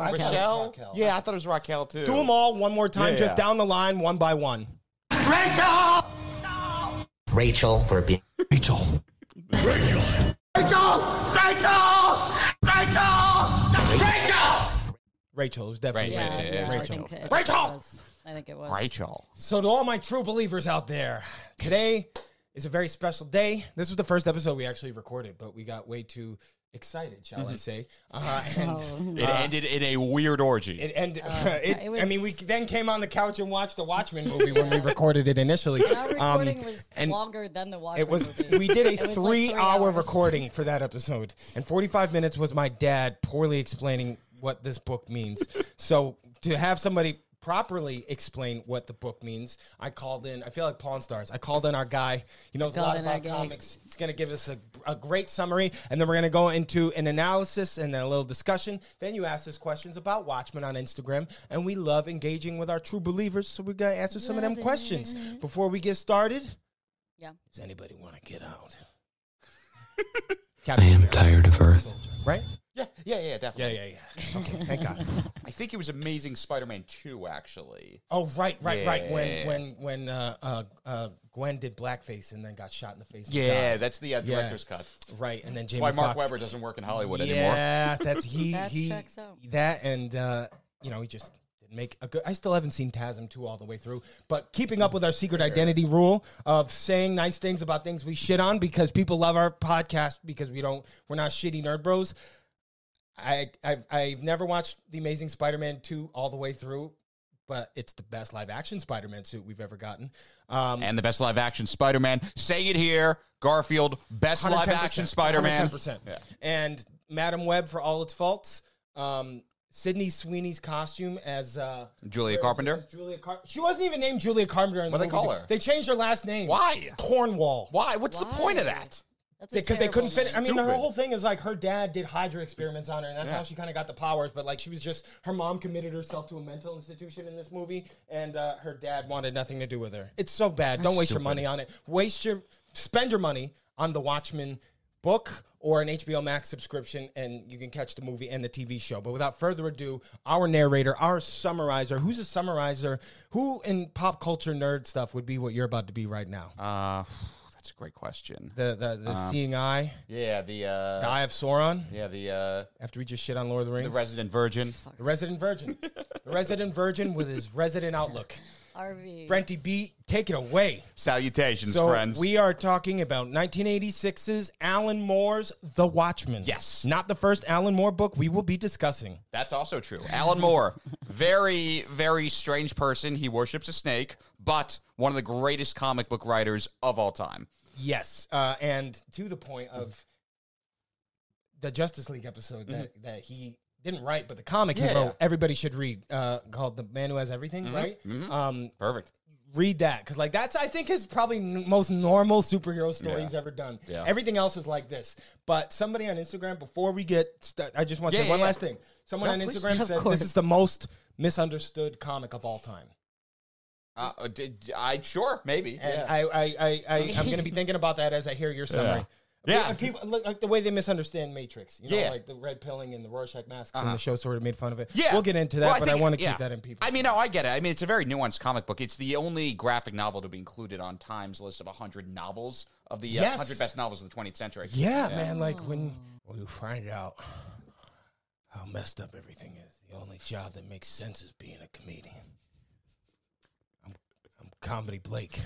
[SPEAKER 5] Raquel.
[SPEAKER 3] Rochelle?
[SPEAKER 5] Raquel.
[SPEAKER 3] Yeah, I thought it was Raquel too.
[SPEAKER 5] Do them all one more time,
[SPEAKER 3] Yeah,
[SPEAKER 5] just
[SPEAKER 3] yeah.
[SPEAKER 5] down the line, one by one.
[SPEAKER 8] Rachel, we're being
[SPEAKER 5] Rachel it was definitely
[SPEAKER 3] Right,
[SPEAKER 4] Yeah,
[SPEAKER 5] Rachel.
[SPEAKER 3] Rachel, yeah,
[SPEAKER 4] no, I
[SPEAKER 3] Rachel.
[SPEAKER 4] think it-
[SPEAKER 3] Rachel!
[SPEAKER 4] I think it was. I think it was.
[SPEAKER 3] Rachel.
[SPEAKER 5] So, to all my true believers out there, today is a very special day. This was the first episode we actually recorded, but we got way too excited, shall I say? Uh, and
[SPEAKER 4] Mm-hmm. Oh. Uh,
[SPEAKER 3] It ended in a weird orgy.
[SPEAKER 5] it ended. it,
[SPEAKER 4] it was-
[SPEAKER 5] I mean, we then came on the couch and watched the Watchmen movie when we recorded it initially.
[SPEAKER 4] Our recording
[SPEAKER 5] Um,
[SPEAKER 4] was
[SPEAKER 5] and
[SPEAKER 4] longer than the Watchmen
[SPEAKER 5] It was.
[SPEAKER 4] movie.
[SPEAKER 5] We did a
[SPEAKER 4] It was like
[SPEAKER 5] three-hour
[SPEAKER 4] hours.
[SPEAKER 5] recording for that episode, and forty-five minutes was my dad poorly explaining what this book means. so to have somebody properly explain what the book means, I called in. I feel like Pawn Stars. I called in our guy. He knows a
[SPEAKER 4] Called
[SPEAKER 5] lot
[SPEAKER 4] in our
[SPEAKER 5] about
[SPEAKER 4] guy.
[SPEAKER 5] comics. He's gonna give us a, a great summary, and then we're gonna go into an analysis and a little discussion. Then you ask us questions about Watchmen on Instagram, and we love engaging with our true believers. So we're gonna answer some of them questions before we get started.
[SPEAKER 4] Yeah.
[SPEAKER 5] Does anybody want to get out?
[SPEAKER 8] I
[SPEAKER 5] Captain
[SPEAKER 8] am
[SPEAKER 5] America,
[SPEAKER 8] tired of Earth.
[SPEAKER 5] right?
[SPEAKER 3] yeah, yeah, yeah,
[SPEAKER 5] Yeah,
[SPEAKER 3] definitely.
[SPEAKER 5] yeah, yeah. Okay, thank God.
[SPEAKER 3] I think it was Amazing Spider-Man 2, actually.
[SPEAKER 5] Oh, right, right, right. When
[SPEAKER 3] Yeah.
[SPEAKER 5] when when uh, uh, uh, Gwen did blackface and then got shot in the face. and
[SPEAKER 3] Yeah,
[SPEAKER 5] died.
[SPEAKER 3] that's the uh, director's cut. That's
[SPEAKER 5] right. And then Jamie
[SPEAKER 3] why Mark
[SPEAKER 5] Foxx-
[SPEAKER 3] Webber doesn't work in Hollywood anymore.
[SPEAKER 5] Yeah, that's he.
[SPEAKER 4] That
[SPEAKER 5] he
[SPEAKER 4] checks out.
[SPEAKER 5] that and uh, you know he just didn't make a good. I still haven't seen TASM two all the way through, but keeping up with our secret identity rule of saying nice things about things we shit on because people love our podcast because we don't we're not shitty nerd bros. I I've, I've never watched the Amazing Spider Man two all the way through. But it's the best live action Spider Man suit we've ever gotten. Um,
[SPEAKER 3] And the best live action Spider Man. Say it here. Garfield, best live action Spider Man.
[SPEAKER 5] 110%. And Madam Web for all its faults. Um, Sydney Sweeney's costume as uh,
[SPEAKER 3] Julia
[SPEAKER 5] where is it?
[SPEAKER 3] Carpenter?
[SPEAKER 5] As Julia Car- she wasn't even named Julia Carpenter. In
[SPEAKER 3] What'd
[SPEAKER 5] the
[SPEAKER 3] they
[SPEAKER 5] movie.
[SPEAKER 3] call her?
[SPEAKER 5] They changed her last name.
[SPEAKER 3] Why?
[SPEAKER 5] Cornwall.
[SPEAKER 3] Why? What's the point of
[SPEAKER 4] Why?
[SPEAKER 3] that?
[SPEAKER 4] That's a
[SPEAKER 5] because they couldn't
[SPEAKER 4] terrible
[SPEAKER 5] finish. I
[SPEAKER 4] name.
[SPEAKER 5] mean, her whole thing is like her dad did Hydra experiments on her, and that's how she kind of got the powers. But like, she was just her mom committed herself to a mental institution in this movie, and uh, her dad wanted nothing to do with her. It's so bad. Don't waste your money on it. Waste your spend your money on the Watchmen book or an HBO Max subscription, and you can catch the movie and the TV show. But without further ado, our narrator, our summarizer, who's a summarizer? Who in pop culture nerd stuff would be what you're about to be right now?
[SPEAKER 3] Uh, that's a great question.
[SPEAKER 5] the the, the seeing eye,
[SPEAKER 3] yeah, the uh,
[SPEAKER 5] the eye of Sauron.
[SPEAKER 3] yeah the uh,
[SPEAKER 5] After we just shit on Lord of the Rings.
[SPEAKER 3] the resident virgin.
[SPEAKER 5] The resident virgin. the resident virgin with his resident outlook.
[SPEAKER 4] RV.
[SPEAKER 5] Brenty B, take it away.
[SPEAKER 3] Salutations,
[SPEAKER 5] So
[SPEAKER 3] friends.
[SPEAKER 5] we are talking about 1986's Alan Moore's The Watchmen.
[SPEAKER 3] Yes.
[SPEAKER 5] Not the first Alan Moore book we will be discussing.
[SPEAKER 3] That's also true. Alan Moore, very, very strange person. He worships a snake, but one of the greatest comic book writers of all time.
[SPEAKER 5] Yes. Uh, and to the point of the Justice League episode that, that he didn't write, but the comic he
[SPEAKER 3] Mm-hmm. Yeah. Mm-hmm.
[SPEAKER 5] wrote, everybody should read, uh, called The Man Who Has Everything, right? Um,
[SPEAKER 3] Perfect.
[SPEAKER 5] read that because like that's I think his probably n- most normal superhero story he's ever done.
[SPEAKER 3] Yeah.
[SPEAKER 5] Everything else is like this. But somebody on Instagram before we get, st- I just want to
[SPEAKER 3] Yeah,
[SPEAKER 5] say
[SPEAKER 3] yeah,
[SPEAKER 5] one
[SPEAKER 3] yeah.
[SPEAKER 5] last thing. Someone on
[SPEAKER 4] please.
[SPEAKER 5] Instagram
[SPEAKER 4] Of
[SPEAKER 5] said
[SPEAKER 4] course.
[SPEAKER 5] this is the most misunderstood comic of all time,
[SPEAKER 3] Uh, uh, did, I sure maybe.
[SPEAKER 5] and
[SPEAKER 3] yeah.
[SPEAKER 5] I, I, I, I, I'm going to be thinking about that as I hear your summary.
[SPEAKER 3] Yeah.
[SPEAKER 5] Pe- people like, like the way they misunderstand Matrix, you know,
[SPEAKER 3] Yeah. Uh-huh.
[SPEAKER 5] like the red pilling and the Rorschach masks, and the show sort of made fun of it.
[SPEAKER 3] Yeah,
[SPEAKER 5] we'll get into that,
[SPEAKER 3] Well,
[SPEAKER 5] but
[SPEAKER 3] think-
[SPEAKER 5] I want to
[SPEAKER 3] yeah.
[SPEAKER 5] keep that in people.
[SPEAKER 3] I mean, no, I get it. I mean, it's a very nuanced comic book. It's the only graphic novel to be included on Time's list of 100 novels of the uh,
[SPEAKER 5] Yes.
[SPEAKER 3] 100 best novels of the 20th century.
[SPEAKER 5] Yeah, man. Like when when you find out how messed up everything is, the only job that makes sense is being a comedian. I'm, I'm comedy Blake.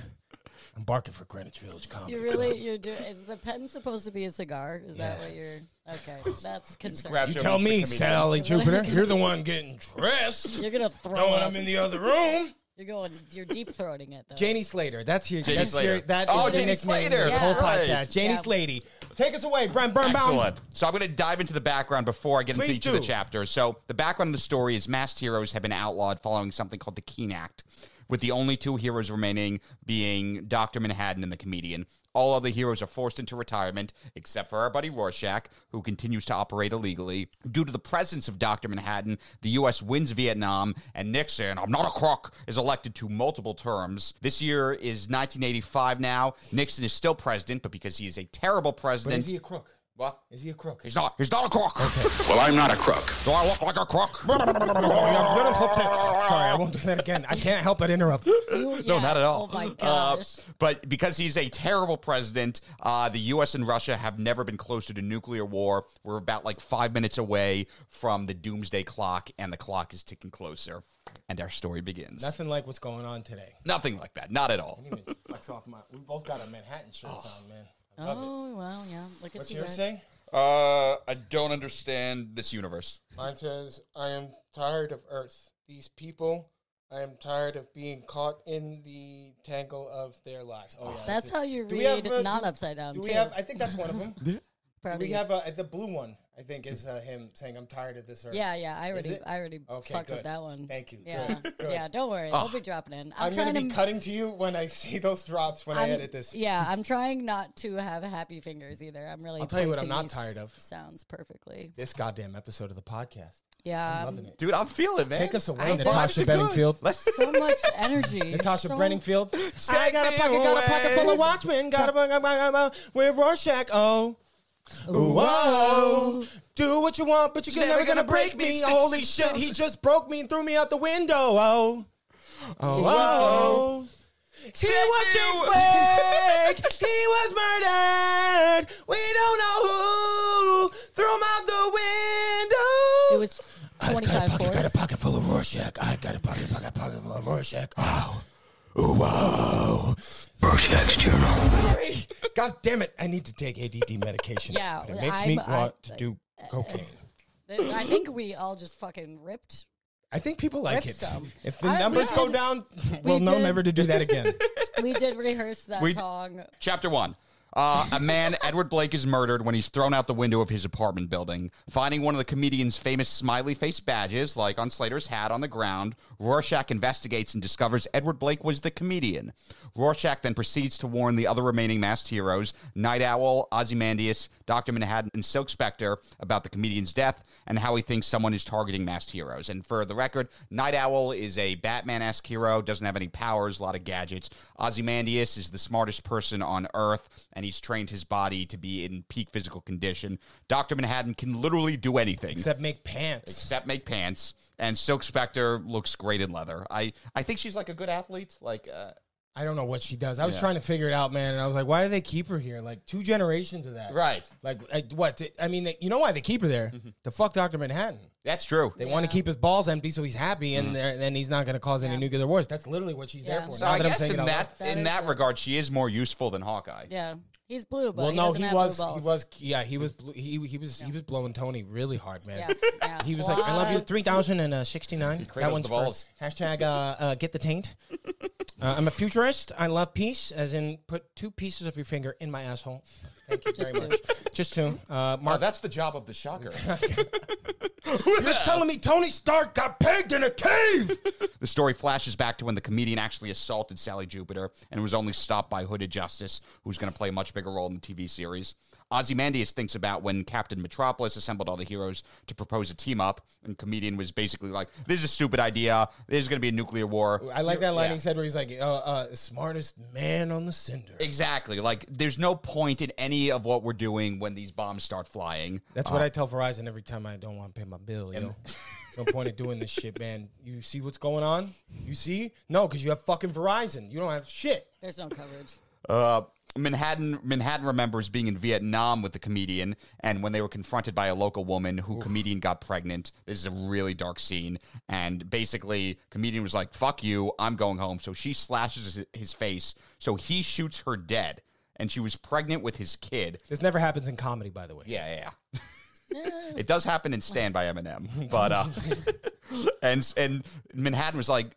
[SPEAKER 5] I'm barking for Greenwich Village comedy.
[SPEAKER 4] You really, you're doing. Is the pen supposed to be a cigar? Is that what you're? Okay, that's concerning.
[SPEAKER 3] grab-
[SPEAKER 5] Club. You
[SPEAKER 3] Sure,
[SPEAKER 5] tell
[SPEAKER 3] Mr.
[SPEAKER 5] me,
[SPEAKER 3] Comedian.
[SPEAKER 5] Sally Jupiter. You're the one getting dressed.
[SPEAKER 4] You're gonna throw.
[SPEAKER 5] Knowing
[SPEAKER 4] up.
[SPEAKER 5] I'm in the other room.
[SPEAKER 4] You're going. You're deep throating it though.
[SPEAKER 5] Janie Slater. That's your.
[SPEAKER 3] Janie
[SPEAKER 5] that's Your,
[SPEAKER 3] Slater.
[SPEAKER 5] that
[SPEAKER 3] Oh,
[SPEAKER 5] is your
[SPEAKER 3] Janie
[SPEAKER 5] nickname in
[SPEAKER 3] Slater,
[SPEAKER 5] This whole
[SPEAKER 3] right.
[SPEAKER 5] podcast. Janie's
[SPEAKER 4] Yeah.
[SPEAKER 5] Lady. Take us away, Brent Birnbaum.
[SPEAKER 3] Excellent. So I'm going to dive into the background before I get into
[SPEAKER 5] Please
[SPEAKER 3] each of the
[SPEAKER 5] do.
[SPEAKER 3] chapters. So the background of the story is masked heroes have been outlawed following something called the Keene Act, with the only two heroes remaining being Dr. Manhattan and the comedian. All other heroes are forced into retirement, except for our buddy Rorschach, who continues to operate illegally. Due to the presence of Dr. Manhattan, the U.S. wins Vietnam, and Nixon, I'm not a crook, is elected to multiple terms. This year is 1985 now. Nixon is still president, but because he is a terrible president.
[SPEAKER 5] Is he a crook?
[SPEAKER 3] What?
[SPEAKER 5] Is he a crook?
[SPEAKER 3] He's not. He's not a crook.
[SPEAKER 6] Well, I'm not a crook.
[SPEAKER 3] Do I look like a crook?
[SPEAKER 5] Your beautiful tits. Sorry, I won't do that again. I can't help but interrupt.
[SPEAKER 4] You-
[SPEAKER 3] No,
[SPEAKER 4] yeah.
[SPEAKER 3] not at all.
[SPEAKER 4] Oh my
[SPEAKER 3] Uh,
[SPEAKER 4] gosh.
[SPEAKER 3] but because he's a terrible president, uh, the U.S. and Russia have never been closer to nuclear war. We're about like five minutes away from the doomsday clock, and the clock is ticking closer. And our story begins.
[SPEAKER 5] Nothing like what's going on today.
[SPEAKER 3] Nothing like that. Not at all.
[SPEAKER 5] Let me flex off my. We both got our Manhattan shirts on, man. I love it.
[SPEAKER 4] oh well, yeah. Look at
[SPEAKER 5] What's
[SPEAKER 4] you
[SPEAKER 5] yours
[SPEAKER 4] guys.
[SPEAKER 5] say?
[SPEAKER 3] Uh, I don't understand this universe.
[SPEAKER 5] Mine says, "I am tired of Earth. These people. I am tired of being caught in the tangle of their lives." Oh yeah,
[SPEAKER 4] That's
[SPEAKER 5] it.
[SPEAKER 4] how you
[SPEAKER 5] Do we have,
[SPEAKER 4] read
[SPEAKER 5] uh,
[SPEAKER 4] not
[SPEAKER 5] do-
[SPEAKER 4] upside down.
[SPEAKER 5] Do we
[SPEAKER 4] too.
[SPEAKER 5] have? I think that's one of them. Do
[SPEAKER 4] Proud of
[SPEAKER 5] we
[SPEAKER 4] you.
[SPEAKER 5] have uh, the blue one. I think is uh, him saying, "I'm tired of this Earth."
[SPEAKER 4] Yeah, yeah. I already,
[SPEAKER 5] it?
[SPEAKER 4] I already
[SPEAKER 5] Okay,
[SPEAKER 4] fucked with
[SPEAKER 5] good.
[SPEAKER 4] that one.
[SPEAKER 5] Thank you.
[SPEAKER 4] Yeah,
[SPEAKER 5] Good, good.
[SPEAKER 4] yeah. Don't worry, I'll be dropping in. I'm,
[SPEAKER 5] I'm,
[SPEAKER 4] trying
[SPEAKER 5] gonna be
[SPEAKER 4] to
[SPEAKER 5] cutting to you when I see those drops when i
[SPEAKER 4] I'm-
[SPEAKER 5] edit this.
[SPEAKER 4] Yeah, I'm trying not to have happy fingers either. I'm really.
[SPEAKER 5] I'll tell you what I'm
[SPEAKER 4] placing
[SPEAKER 5] not
[SPEAKER 4] these
[SPEAKER 5] tired of.
[SPEAKER 4] Sounds perfectly.
[SPEAKER 5] This goddamn episode of the podcast.
[SPEAKER 4] Yeah,
[SPEAKER 5] I'm
[SPEAKER 4] um,
[SPEAKER 5] loving it.
[SPEAKER 3] Dude, I'm feeling man.
[SPEAKER 5] Take us away,
[SPEAKER 4] I-
[SPEAKER 5] Natasha
[SPEAKER 4] Good.
[SPEAKER 5] Bedingfield.
[SPEAKER 4] so much energy.
[SPEAKER 5] Natasha
[SPEAKER 4] so,
[SPEAKER 5] Brenningfield. I
[SPEAKER 3] Take
[SPEAKER 5] got a
[SPEAKER 3] me
[SPEAKER 5] pocket, got a
[SPEAKER 3] away.
[SPEAKER 5] pocket full of Watchmen. Got a pocket, got with Rorschach. Oh. Whoa. Do what you want, but you're never, gonna, break me. Holy shit, he just broke me and threw me out the window. Oh. Oh. Whoa. He was James Blake. he was murdered. We don't know who threw him out the window.
[SPEAKER 4] It was
[SPEAKER 1] I've
[SPEAKER 4] 25
[SPEAKER 1] got a pocket, got a
[SPEAKER 4] fours.
[SPEAKER 1] pocket full of Rorschach. I got a pocket, pocket, pocket full of Rorschach. Wow. Wow. Rorschach's journal.
[SPEAKER 5] God damn it! I need to take ADD medication.
[SPEAKER 4] Yeah,
[SPEAKER 5] but it makes me
[SPEAKER 4] I'm- I-
[SPEAKER 5] want to do cocaine.
[SPEAKER 4] I think we all just fucking ripped.
[SPEAKER 5] I think people like
[SPEAKER 4] Rip
[SPEAKER 5] it.
[SPEAKER 4] some.
[SPEAKER 5] If the
[SPEAKER 4] I- we
[SPEAKER 5] numbers go
[SPEAKER 4] did-
[SPEAKER 5] down, we'll know
[SPEAKER 4] did-
[SPEAKER 5] never to do that again.
[SPEAKER 4] We did rehearse that
[SPEAKER 3] We-
[SPEAKER 4] song.
[SPEAKER 3] Chapter one. Uh, a man, Edward Blake, is murdered when he's thrown out the window of his apartment building. Finding one of the comedian's famous smiley face badges, like on Slater's hat, on the ground, Rorschach investigates and discovers Edward Blake was the comedian. Rorschach then proceeds to warn the other remaining masked heroes, Night Owl, Ozymandias, Dr. Manhattan, and Silk Spectre, about the comedian's death and how he thinks someone is targeting masked heroes. And for the record, Night Owl is a Batman esque hero, doesn't have any powers, a lot of gadgets. Ozymandias is the smartest person on Earth, and he's trained his body to be in peak physical condition. Dr. Manhattan can literally do anything
[SPEAKER 5] Except make pants.
[SPEAKER 3] except make pants. And Silk Spectre looks great in leather. I, I think she's like a good athlete. Like, uh,
[SPEAKER 5] I don't know what she does. I was trying to figure it out, man, and I was like, why do they keep her here? Like two generations of that,
[SPEAKER 3] Right.
[SPEAKER 5] Like, I, what? I mean, they, you know why they keep her there?
[SPEAKER 1] Mm-hmm.
[SPEAKER 5] To fuck Doctor Manhattan.
[SPEAKER 3] that's true.
[SPEAKER 5] They want to keep his balls empty so he's happy, and there- then he's not going to cause any nuclear wars. That's literally what she's there
[SPEAKER 4] Yeah.
[SPEAKER 5] for.
[SPEAKER 3] so
[SPEAKER 5] now
[SPEAKER 3] I
[SPEAKER 5] that I'm
[SPEAKER 3] guess
[SPEAKER 5] saying it
[SPEAKER 3] in
[SPEAKER 5] out loud.
[SPEAKER 3] that, in that regard, she is more useful than Hawkeye.
[SPEAKER 4] Yeah, he's blue, but
[SPEAKER 5] well,
[SPEAKER 4] he
[SPEAKER 5] no,
[SPEAKER 4] doesn't
[SPEAKER 5] he
[SPEAKER 4] have
[SPEAKER 5] was,
[SPEAKER 4] blue balls.
[SPEAKER 5] he was, yeah, he was, blo- he he was, he was blowing Tony really hard, man.
[SPEAKER 4] Yeah, yeah.
[SPEAKER 5] He was like, "I love you."
[SPEAKER 4] What?
[SPEAKER 5] Three thousand and uh, sixty-nine.
[SPEAKER 3] cradles
[SPEAKER 5] That one's
[SPEAKER 3] the balls.
[SPEAKER 5] for hashtag uh, uh, get the taint. Uh, I'm a futurist. I love peace, as in put two pieces of your finger in my asshole. Thank you
[SPEAKER 4] Just
[SPEAKER 5] very
[SPEAKER 4] two.
[SPEAKER 5] much. Just two. Uh,
[SPEAKER 3] Oh,
[SPEAKER 5] Mark,
[SPEAKER 3] that's the job of the shocker.
[SPEAKER 5] you're telling me Tony Stark got pegged in a cave?
[SPEAKER 3] the story flashes back to when the comedian actually assaulted Sally Jupiter and was only stopped by Hooded Justice, who's going to play a much bigger role in the TV series. Ozymandias thinks about when Captain Metropolis assembled all the heroes to propose a team up, and comedian was basically like, "This is a stupid idea. There's going to be a nuclear war."
[SPEAKER 5] I like that line
[SPEAKER 3] Yeah.
[SPEAKER 5] he said where he's like, uh, uh, "Smartest man on the cinder."
[SPEAKER 3] Exactly. Like, there's no point in any of what we're doing when these bombs start flying.
[SPEAKER 5] That's what I tell Verizon every time I don't want to pay my bill. You know, no point in doing this shit, man. You see what's going on? You see? No, because you have fucking Verizon. You don't have shit.
[SPEAKER 4] There's no coverage.
[SPEAKER 3] Uh, Manhattan Manhattan remembers being in Vietnam with the comedian, and when they were confronted by a local woman who comedian got pregnant. This is a really dark scene, and basically comedian was like, "Fuck you, I'm going home." So she slashes his- his face, so he shoots her dead, and she was pregnant with his kid.
[SPEAKER 5] This never happens in comedy, by the way.
[SPEAKER 3] Yeah, yeah, yeah. it does happen in Stand by Eminem, but uh, and and Manhattan was like,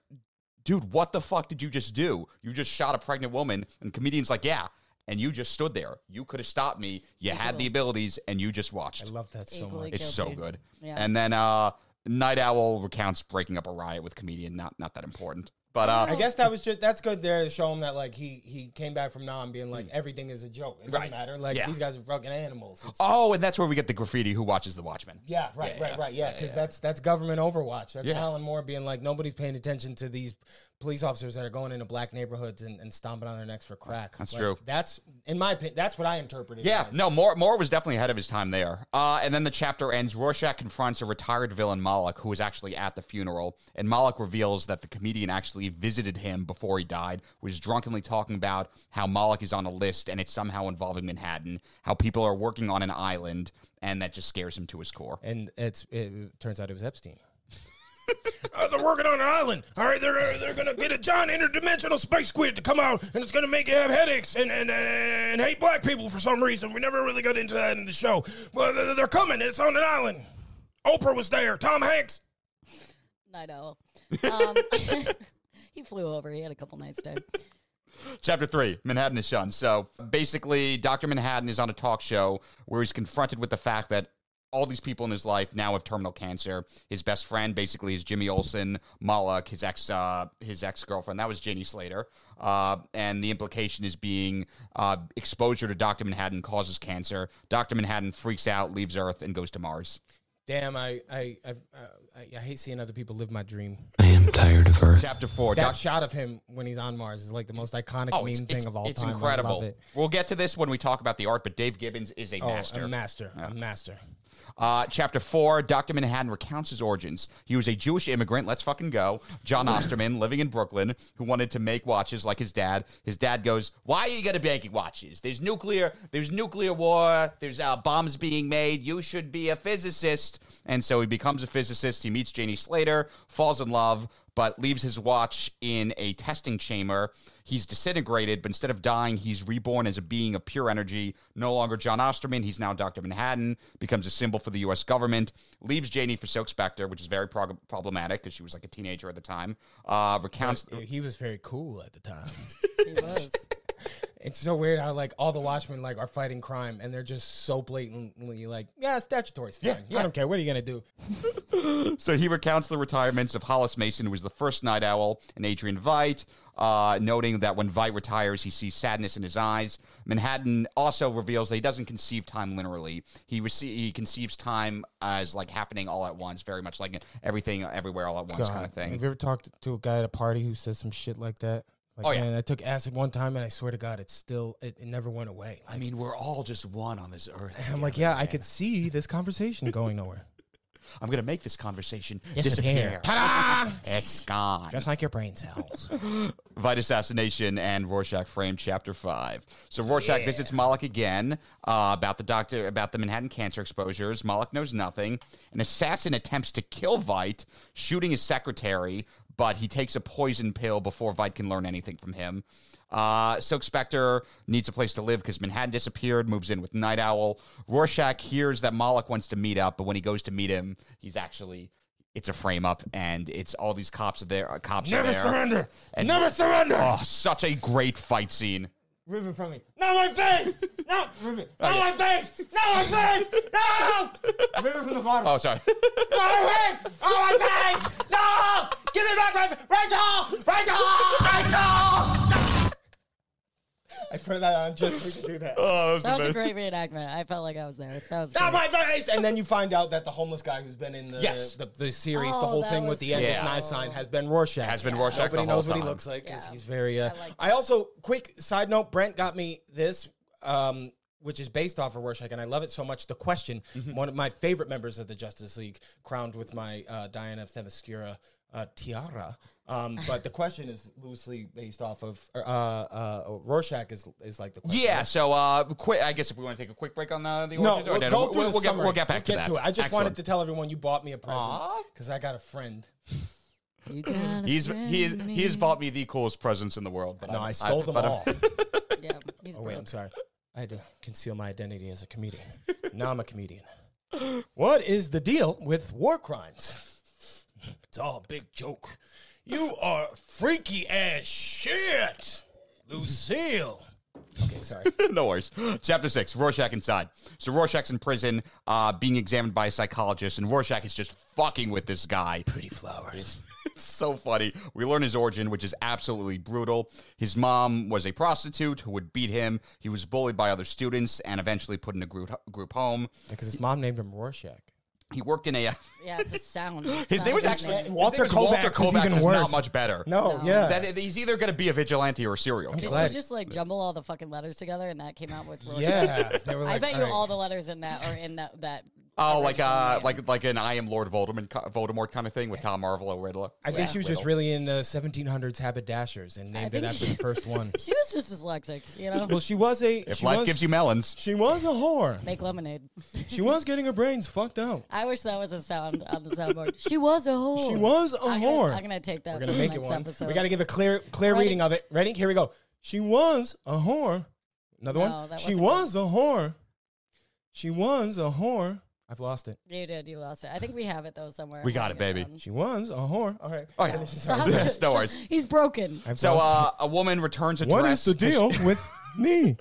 [SPEAKER 3] dude, what the fuck did you just do? You just shot a pregnant woman, and comedian's like, yeah, and you just stood there. You could have stopped me. You had the abilities, and you just watched.
[SPEAKER 5] I love that so
[SPEAKER 4] Equally
[SPEAKER 5] much.
[SPEAKER 3] it's
[SPEAKER 4] guilty.
[SPEAKER 3] so good.
[SPEAKER 4] Yeah.
[SPEAKER 3] And then uh, Night Owl recounts breaking up a riot with comedian. Not not that important, but uh,
[SPEAKER 5] I guess that was just that's good there to show him that like he he came back from Nam being like everything is a joke. It doesn't
[SPEAKER 3] Mm. Right.
[SPEAKER 5] matter. Like
[SPEAKER 3] Yeah.
[SPEAKER 5] these guys are fucking animals. It's-
[SPEAKER 3] oh, and that's where we get the graffiti. Who watches the Watchmen?
[SPEAKER 5] Yeah, right,
[SPEAKER 3] Yeah,
[SPEAKER 5] right, right. Yeah, because
[SPEAKER 3] yeah.
[SPEAKER 5] that's that's government overwatch. That's
[SPEAKER 3] Yeah.
[SPEAKER 5] Alan Moore being like nobody's paying attention to these police officers that are going into black neighborhoods and, and stomping on their necks for crack.
[SPEAKER 3] That's
[SPEAKER 5] Like,
[SPEAKER 3] true.
[SPEAKER 5] That's in my opinion. That's what I interpreted. it
[SPEAKER 3] Yeah,
[SPEAKER 5] as.
[SPEAKER 3] no, Moore, Moore was definitely ahead of his time there. Uh, and then the chapter ends. Rorschach confronts a retired villain, Moloch, who was actually at the funeral. And Moloch reveals that the comedian actually visited him before he died, was drunkenly talking about how Moloch is on a list and it's somehow involving Manhattan, how people are working on an island, and that just scares him to his core.
[SPEAKER 5] and it's it turns out it was Epstein.
[SPEAKER 9] Uh, they're working on an island. All right, they're gonna, they're gonna get a giant interdimensional space squid to come out, and it's gonna make you have headaches and and, and hate black people for some reason. We never really got into that in the show, but uh, they're coming. It's on an island. Oprah was there. Tom Hanks.
[SPEAKER 4] Night owl. Um, he flew over. He had a couple nights stay.
[SPEAKER 3] Chapter three, Manhattan is shunned. So basically, Dr. Manhattan is on a talk show where he's confronted with the fact that all these people in his life now have terminal cancer. His best friend basically is Jimmy Olsen, Moloch, his ex, uh, his ex girlfriend. That was Janie Slater. Uh, and the implication is being uh, exposure to Dr. Manhattan causes cancer. Dr. Manhattan freaks out, leaves Earth, and goes to Mars.
[SPEAKER 5] Damn, I I I've, I I- I hate seeing other people live my dream.
[SPEAKER 8] I am tired of Earth.
[SPEAKER 3] Chapter four,
[SPEAKER 5] That
[SPEAKER 3] Doc- Oh,
[SPEAKER 5] shot of him when he's on Mars is like the most iconic meme thing of all
[SPEAKER 3] it's
[SPEAKER 5] time. I
[SPEAKER 3] incredible.
[SPEAKER 5] love it.
[SPEAKER 3] We'll get to this when we talk about the art, but Dave Gibbons is a
[SPEAKER 5] Oh,
[SPEAKER 3] master.
[SPEAKER 5] a master, a master.
[SPEAKER 3] Uh, chapter four, Dr. Manhattan recounts his origins. He was a Jewish immigrant, let's fucking go, John Osterman, living in Brooklyn, who wanted to make watches like his dad. His dad goes, Why are you gonna be making watches? There's nuclear, there's nuclear war, there's uh, bombs being made, you should be a physicist. And so he becomes a physicist, he meets Janie Slater, falls in love, but leaves his watch in a testing chamber. He's disintegrated, but instead of dying, he's reborn as a being of pure energy. No longer John Osterman, he's now Dr. Manhattan, becomes a symbol for the U.S. government, leaves Janie for Silk Spectre, which is very prog- problematic because she was like a teenager at the time. Uh, recounts.
[SPEAKER 5] He was very cool at the time.
[SPEAKER 4] He was.
[SPEAKER 5] It's so weird how like all the Watchmen like are fighting crime and they're just so blatantly like, yeah, statutory's fine. I don't care. What are you gonna do?
[SPEAKER 3] So he recounts the retirements of Hollis Mason, who was the first Night Owl, and Adrian Veidt, uh, noting that when Veidt retires, he sees sadness in his eyes. Manhattan also reveals that he doesn't conceive time linearly. He rece- he conceives time as like happening all at once, very much like everything everywhere all at once kind of thing.
[SPEAKER 5] Have you ever talked to a guy at a party who says some shit like that? Like,
[SPEAKER 3] Oh, yeah.
[SPEAKER 5] man, I took acid one time and I swear to God, it still it, it never went away. Like,
[SPEAKER 3] I mean, we're all just one on this earth.
[SPEAKER 5] I'm like, yeah, I could see this conversation going nowhere.
[SPEAKER 3] I'm gonna make this conversation
[SPEAKER 5] Disappear.
[SPEAKER 3] disappear.
[SPEAKER 5] Ta-da!
[SPEAKER 3] It's gone.
[SPEAKER 5] Just like your brain cells.
[SPEAKER 3] Vite assassination and Rorschach frame chapter five. So Rorschach visits Moloch again uh, about the doctor about the Manhattan cancer exposures. Moloch knows nothing. An assassin attempts to kill Vite, shooting his secretary, but he takes a poison pill before Vite can learn anything from him. Uh, Silk Spectre needs a place to live because Manhattan disappeared, moves in with Night Owl. Rorschach hears that Moloch wants to meet up, but when he goes to meet him, he's actually it's a frame up, and it's all these cops are there. Uh, cops are
[SPEAKER 9] Never
[SPEAKER 3] there.
[SPEAKER 9] surrender.
[SPEAKER 3] And-
[SPEAKER 9] Never surrender.
[SPEAKER 3] Oh, such a great fight scene.
[SPEAKER 5] Riven from me.
[SPEAKER 9] Not my face. Not, not my face. Not my face. No.
[SPEAKER 5] Riven from the bottom.
[SPEAKER 3] Oh, sorry.
[SPEAKER 9] My face. Not my face. No. Give me back my Rachel. Rachel. Rachel.
[SPEAKER 5] I put that on just to do that.
[SPEAKER 3] oh,
[SPEAKER 4] That was a great reenactment. I felt like I was there. That was
[SPEAKER 5] Not
[SPEAKER 4] great.
[SPEAKER 5] my face! And then you find out that the homeless guy who's been in the
[SPEAKER 3] Yes.
[SPEAKER 5] the, the series, the
[SPEAKER 4] Oh,
[SPEAKER 5] whole
[SPEAKER 4] that
[SPEAKER 5] thing with
[SPEAKER 4] was
[SPEAKER 5] the endless
[SPEAKER 3] cool.
[SPEAKER 5] knife sign has been Rorschach.
[SPEAKER 3] Has been Rorschach
[SPEAKER 5] Nobody
[SPEAKER 3] the whole
[SPEAKER 5] knows what he
[SPEAKER 3] time.
[SPEAKER 5] looks like 'cause
[SPEAKER 4] Yeah.
[SPEAKER 5] he's very. Uh, I,
[SPEAKER 4] I like
[SPEAKER 5] also quick side note. Brent got me this, um, which is based off of Rorschach, and I love it so much. The question,
[SPEAKER 3] Mm-hmm.
[SPEAKER 5] one of my favorite members of the Justice League, crowned with my uh, Diana Themyscira uh, tiara. Um, but the question is loosely based off of uh, uh, Rorschach is is like the question.
[SPEAKER 3] Yeah, so uh, quick. I guess if we want to take a quick break on uh, the, the
[SPEAKER 5] No,
[SPEAKER 3] origins, or
[SPEAKER 5] we'll go through
[SPEAKER 3] we'll,
[SPEAKER 5] the
[SPEAKER 3] we'll get,
[SPEAKER 5] summary.
[SPEAKER 3] we'll get back to that.
[SPEAKER 5] it. I just wanted to
[SPEAKER 3] Excellent.
[SPEAKER 5] tell everyone you bought me a present
[SPEAKER 3] Aw.
[SPEAKER 5] because I got a friend.
[SPEAKER 4] You got a
[SPEAKER 3] He's
[SPEAKER 4] friend
[SPEAKER 3] he is,
[SPEAKER 4] in
[SPEAKER 3] he has
[SPEAKER 4] me.
[SPEAKER 3] bought me the coolest presents in the world. But
[SPEAKER 5] No, I
[SPEAKER 3] I'm-
[SPEAKER 5] stole them
[SPEAKER 3] but I'm-
[SPEAKER 5] all.
[SPEAKER 4] Yeah, he's
[SPEAKER 5] oh wait, I'm
[SPEAKER 4] broke.
[SPEAKER 5] sorry. I had to conceal my identity as a comedian. now I'm a comedian. What is the deal with war crimes?
[SPEAKER 9] It's all a big joke. You are freaky as shit, Lucille.
[SPEAKER 5] Okay, sorry.
[SPEAKER 3] no worries. Chapter six, Rorschach inside. So Rorschach's in prison, uh, being examined by a psychologist, and Rorschach is just fucking with this guy.
[SPEAKER 9] Pretty flowers.
[SPEAKER 3] It's so funny. We learn his origin, which is absolutely brutal. His mom was a prostitute who would beat him. He was bullied by other students and eventually put in a group group home.
[SPEAKER 5] Because his mom named him Rorschach.
[SPEAKER 3] He worked in a.
[SPEAKER 4] Yeah, it's a sound.
[SPEAKER 3] His name was
[SPEAKER 4] Sound
[SPEAKER 3] actually
[SPEAKER 4] engineer.
[SPEAKER 5] Walter
[SPEAKER 3] his name was
[SPEAKER 5] Kovacs is even worse.
[SPEAKER 3] Not much better.
[SPEAKER 5] No, yeah.
[SPEAKER 3] That- he's either going to be a vigilante or a serial
[SPEAKER 5] I'm
[SPEAKER 3] killer.
[SPEAKER 4] Did
[SPEAKER 5] glad.
[SPEAKER 4] you just like jumble all the fucking letters together, and that came out with Rorschach?
[SPEAKER 5] yeah. They were
[SPEAKER 4] I
[SPEAKER 5] like,
[SPEAKER 4] bet you
[SPEAKER 5] right.
[SPEAKER 4] all the letters in that are in that that.
[SPEAKER 3] Oh, like
[SPEAKER 4] original
[SPEAKER 3] uh,
[SPEAKER 4] name.
[SPEAKER 3] like like an I am Lord Voldemort, Voldemort kind of thing with Tom Marvolo Riddler.
[SPEAKER 5] I think she was just really in the 1700s haberdashers and named it
[SPEAKER 4] think
[SPEAKER 5] after
[SPEAKER 4] she-
[SPEAKER 5] the first one.
[SPEAKER 4] she was just dyslexic, you know.
[SPEAKER 5] Well, she was a.
[SPEAKER 3] If
[SPEAKER 5] she
[SPEAKER 3] life
[SPEAKER 5] was,
[SPEAKER 3] gives you melons,
[SPEAKER 5] She was a whore.
[SPEAKER 4] Make lemonade.
[SPEAKER 5] She was getting her brains fucked out.
[SPEAKER 4] I wish that was a sound on the soundboard. She was a whore.
[SPEAKER 5] She was a
[SPEAKER 4] I'm
[SPEAKER 5] whore.
[SPEAKER 4] Gonna, I'm gonna take that.
[SPEAKER 5] We're gonna
[SPEAKER 4] for
[SPEAKER 5] make
[SPEAKER 4] the
[SPEAKER 5] it
[SPEAKER 4] next
[SPEAKER 5] one.
[SPEAKER 4] Episode.
[SPEAKER 5] We got to give a clear, clear
[SPEAKER 4] Ready?
[SPEAKER 5] reading of it. Ready? Here we go. She was a whore. Another
[SPEAKER 4] No,
[SPEAKER 5] one.
[SPEAKER 4] that
[SPEAKER 5] She was
[SPEAKER 4] wasn't
[SPEAKER 5] a whore. She was a whore. I've lost it.
[SPEAKER 4] You did. You lost it. I think we have it though somewhere.
[SPEAKER 3] We got it,
[SPEAKER 4] Hang
[SPEAKER 3] baby.
[SPEAKER 4] on.
[SPEAKER 5] She was a whore. All right.
[SPEAKER 3] oh, yeah.
[SPEAKER 4] Stop
[SPEAKER 3] Yes,
[SPEAKER 4] it.
[SPEAKER 3] no
[SPEAKER 4] Stop-
[SPEAKER 3] worries.
[SPEAKER 4] He's broken.
[SPEAKER 5] I've
[SPEAKER 3] So
[SPEAKER 5] lost
[SPEAKER 3] uh, a woman returns a
[SPEAKER 5] it. what is
[SPEAKER 3] dress.
[SPEAKER 5] the deal with me?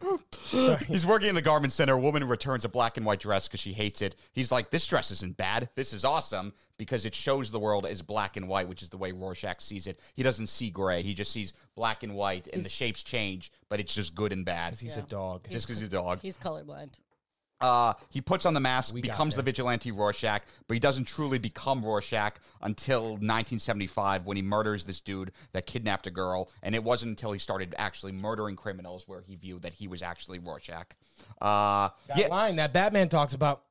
[SPEAKER 3] He's working in the garment center. A woman returns a black and white dress because she hates it. He's like, "This dress isn't bad. This is awesome because it shows the world as black and white, which is the way Rorschach sees it. He doesn't see gray. He just sees black and white, and the shapes change, but it's just good and bad.
[SPEAKER 5] He's a dog.
[SPEAKER 3] Just because he's a dog.
[SPEAKER 4] He's colorblind.
[SPEAKER 3] Uh, he puts on the mask,
[SPEAKER 5] got
[SPEAKER 3] becomes the
[SPEAKER 5] there.
[SPEAKER 3] vigilante Rorschach, but he doesn't truly become Rorschach until 1975 when he murders this dude that kidnapped a girl. And it wasn't until he started actually murdering criminals where he viewed that he was actually Rorschach. Uh,
[SPEAKER 5] That
[SPEAKER 3] yeah,
[SPEAKER 5] line that Batman talks about,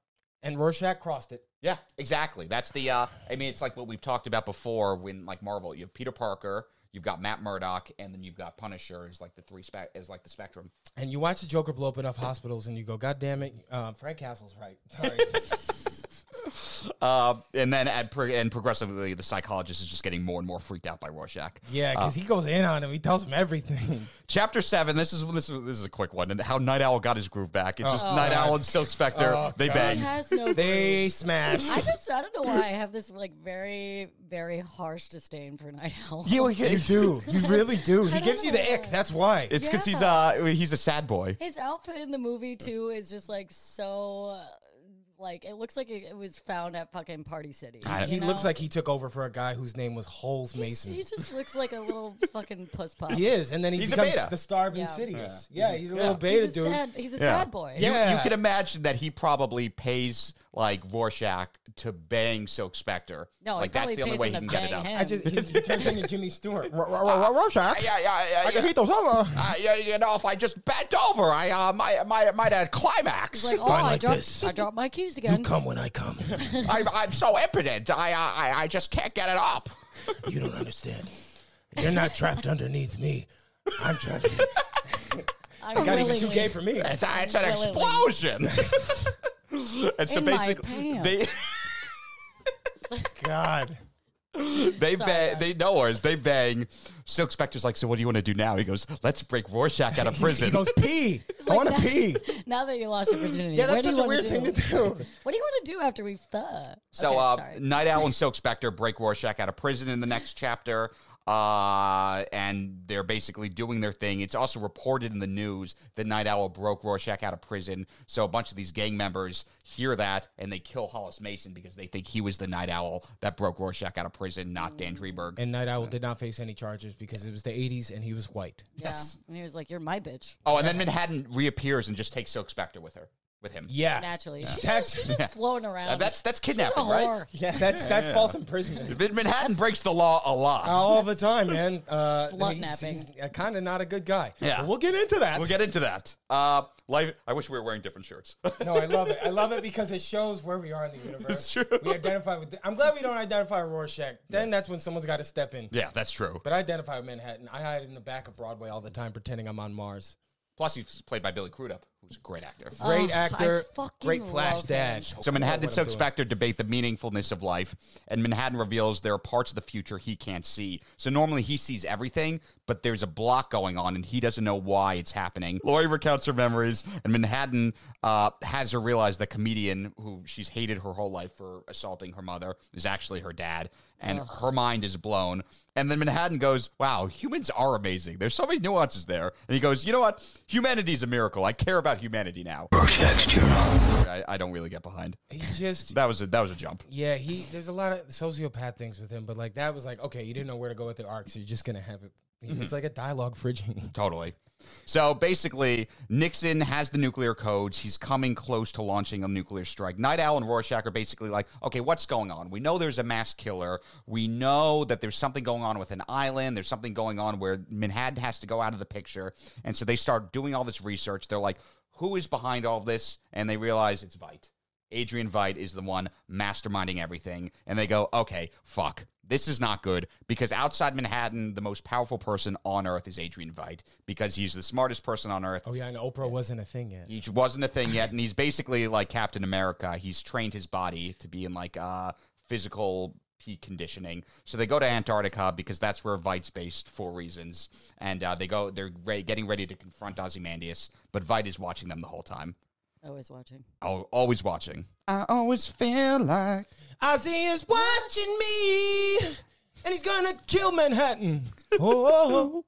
[SPEAKER 5] and Rorschach crossed it.
[SPEAKER 3] yeah, exactly. That's the. Uh, I mean, it's like what we've talked about before. When like Marvel, you have Peter Parker, you've got Matt Murdock, and then you've got Punisher. Is like the three spec is like the spectrum.
[SPEAKER 5] And you watch the um, Joker blow up enough hospitals, and you go, "God damn it, uh, Frank Castle's right." Sorry.
[SPEAKER 3] Uh, and then at pro- and progressively, the psychologist is just getting more and more freaked out by Rorschach.
[SPEAKER 5] Yeah, because he goes in on him. He tells him everything.
[SPEAKER 3] Chapter seven. This is this is this is a quick one. And how Night Owl got his groove back. It's
[SPEAKER 4] Oh,
[SPEAKER 3] just Night Owl and Silk Spectre. they
[SPEAKER 4] It
[SPEAKER 3] bang.
[SPEAKER 4] has no.
[SPEAKER 5] they
[SPEAKER 4] grace.
[SPEAKER 5] smash.
[SPEAKER 4] I just I don't know why I have this like very very harsh disdain for Night Owl.
[SPEAKER 5] you do. You really do. He
[SPEAKER 4] don't
[SPEAKER 5] gives you the
[SPEAKER 4] know.
[SPEAKER 5] ick. That's why.
[SPEAKER 3] It's because he's
[SPEAKER 4] Yeah.
[SPEAKER 3] uh he's a sad boy.
[SPEAKER 4] His outfit in the movie too is just like so. uh, Like it looks like it, it was found at fucking Party City. you
[SPEAKER 5] he
[SPEAKER 4] know?
[SPEAKER 5] looks like he took over for a guy whose name was Holes
[SPEAKER 4] He's-
[SPEAKER 5] Mason.
[SPEAKER 4] he just looks like a little fucking puss pop.
[SPEAKER 5] he is, and then he
[SPEAKER 3] He's a
[SPEAKER 5] becomes
[SPEAKER 3] beta.
[SPEAKER 5] the star of
[SPEAKER 4] Yeah.
[SPEAKER 5] Insidious. Yeah, he's a little beta
[SPEAKER 4] he's a
[SPEAKER 5] dude.
[SPEAKER 4] sad. He's a sad boy.
[SPEAKER 3] You,
[SPEAKER 5] Yeah.
[SPEAKER 3] you can imagine that he probably pays like Rorschach to bang Silk Spectre.
[SPEAKER 4] No,
[SPEAKER 3] like
[SPEAKER 4] it probably pays him to bang him.
[SPEAKER 5] I just he, he turns into Jimmy Stewart. Ro- ro- ro- Rorschach.
[SPEAKER 3] Yeah, yeah, yeah.
[SPEAKER 5] I
[SPEAKER 3] yeah.
[SPEAKER 5] can heat those over.
[SPEAKER 3] Uh, yeah, you know, if I just bent over, I uh, might might might have climax.
[SPEAKER 4] He's like, oh,
[SPEAKER 9] Fine
[SPEAKER 4] I,
[SPEAKER 9] like
[SPEAKER 4] dropped,
[SPEAKER 9] this.
[SPEAKER 4] I dropped my keys again.
[SPEAKER 9] Come when I come.
[SPEAKER 3] I'm, I'm so impotent. I, uh, I I just can't get it up.
[SPEAKER 9] You don't understand. You're not trapped underneath me. I'm trapped. in-
[SPEAKER 4] I'm
[SPEAKER 5] Got even
[SPEAKER 4] willingly-
[SPEAKER 5] too gay for me.
[SPEAKER 3] It's, uh, it's an
[SPEAKER 4] Willingly.
[SPEAKER 3] explosion. and so
[SPEAKER 4] In my
[SPEAKER 3] basically,
[SPEAKER 4] pants.
[SPEAKER 3] they
[SPEAKER 5] God.
[SPEAKER 3] they
[SPEAKER 4] Sorry,
[SPEAKER 3] bang,
[SPEAKER 4] guys.
[SPEAKER 3] they know her. They bang. Silk Spectre's like, so what do you want to do now? He goes, let's break Rorschach out of prison.
[SPEAKER 5] He goes pee. I want to pee.
[SPEAKER 4] Now that you lost your virginity,
[SPEAKER 5] Yeah, that's
[SPEAKER 4] what do you
[SPEAKER 5] such a
[SPEAKER 4] wanna
[SPEAKER 5] weird thing to do.
[SPEAKER 4] What do you want to do after we fuck?
[SPEAKER 3] So,
[SPEAKER 4] Okay,
[SPEAKER 3] uh,
[SPEAKER 4] sorry.
[SPEAKER 3] Night Owl and Silk Spectre break Rorschach out of prison in the next chapter. Uh, and they're basically doing their thing. It's also reported in the news that Night Owl broke Rorschach out of prison. So, a bunch of these gang members hear that and they kill Hollis Mason because they think he was the Night Owl that broke Rorschach out of prison, not
[SPEAKER 4] Mm.
[SPEAKER 3] Dan Dreberg.
[SPEAKER 5] And Night Owl did not face any charges because it was the 80s and he was white.
[SPEAKER 4] yeah. And he was like, "You're my bitch."
[SPEAKER 3] oh, and then Manhattan reappears and just takes Silk Spectre with her, with him.
[SPEAKER 5] Yeah.
[SPEAKER 4] Naturally, she's,
[SPEAKER 5] That's-
[SPEAKER 4] just, she's just floating
[SPEAKER 3] Uh,
[SPEAKER 4] around.
[SPEAKER 3] that's that's
[SPEAKER 4] She's a
[SPEAKER 3] kidnapping, right?
[SPEAKER 4] whore.
[SPEAKER 5] Yeah, that's that's false imprisonment.
[SPEAKER 3] Manhattan breaks the law a lot.
[SPEAKER 5] All the time, man. Uh,
[SPEAKER 4] Slut
[SPEAKER 5] he's
[SPEAKER 4] napping.
[SPEAKER 5] he's uh, kind of not a good guy.
[SPEAKER 3] Yeah.
[SPEAKER 5] But we'll get into that.
[SPEAKER 3] We'll get into that. Uh, life. I wish we were wearing different shirts.
[SPEAKER 5] no, I love it. I love it because it shows where we are in the universe.
[SPEAKER 3] It's true.
[SPEAKER 5] We identify with. I'm glad we don't identify with Rorschach. Then that's when someone's got to step in.
[SPEAKER 3] yeah, that's true.
[SPEAKER 5] But I identify with Manhattan. I hide in the back of Broadway all the time, pretending I'm on Mars.
[SPEAKER 3] Plus, he's played by Billy Crudup, who's a great actor.
[SPEAKER 5] Great
[SPEAKER 4] Oh, I
[SPEAKER 5] actor,
[SPEAKER 4] fucking
[SPEAKER 5] great Flash
[SPEAKER 4] love
[SPEAKER 5] dad.
[SPEAKER 4] him.
[SPEAKER 3] So Manhattan
[SPEAKER 5] What
[SPEAKER 3] and
[SPEAKER 5] I'm
[SPEAKER 3] Silk
[SPEAKER 5] doing.
[SPEAKER 3] Spectre debate the meaningfulness of life, and Manhattan reveals there are parts of the future he can't see. So normally he sees everything, but there's a block going on, and he doesn't know why it's happening. Lori recounts her memories, and Manhattan uh, has her realize the comedian who she's hated her whole life for assaulting her mother is actually her dad, and her mind is blown. And then Manhattan goes, "Wow, humans are amazing. There's so many nuances there." And he goes, "You know what? Humanity's a miracle. I care about humanity now. I, I don't really get behind."
[SPEAKER 5] He just,
[SPEAKER 3] That was a that was a jump.
[SPEAKER 5] yeah, he. There's a lot of sociopath things with him, but like that was like, okay, you didn't know where to go with the arc, so you're just gonna have it. It's like a dialogue fridging.
[SPEAKER 3] Totally. So basically, Nixon has the nuclear codes. He's coming close to launching a nuclear strike. Night Owl and Rorschach are basically like, okay, what's going on? We know there's a mass killer. We know that there's something going on with an island. There's something going on where Manhattan has to go out of the picture. And so they start doing all this research. They're like, who is behind all this? And they realize it's Vite. Adrian Veidt is the one masterminding everything. And they go, okay, fuck. This is not good because outside Manhattan, the most powerful person on earth is Adrian Veidt because he's the smartest person on earth.
[SPEAKER 5] Oh yeah, and Oprah wasn't a thing yet.
[SPEAKER 3] He wasn't a thing yet, and he's basically like Captain America. He's trained his body to be in like uh, physical peak conditioning. So they go to Antarctica because that's where Vite's based for reasons, and uh, they go. They're re- getting ready to confront Ozymandias, but Vite is watching them the whole time.
[SPEAKER 4] Always watching.
[SPEAKER 3] Al- Always watching. I always feel like
[SPEAKER 5] Ozzy is watching me, and he's gonna kill Manhattan. Oh,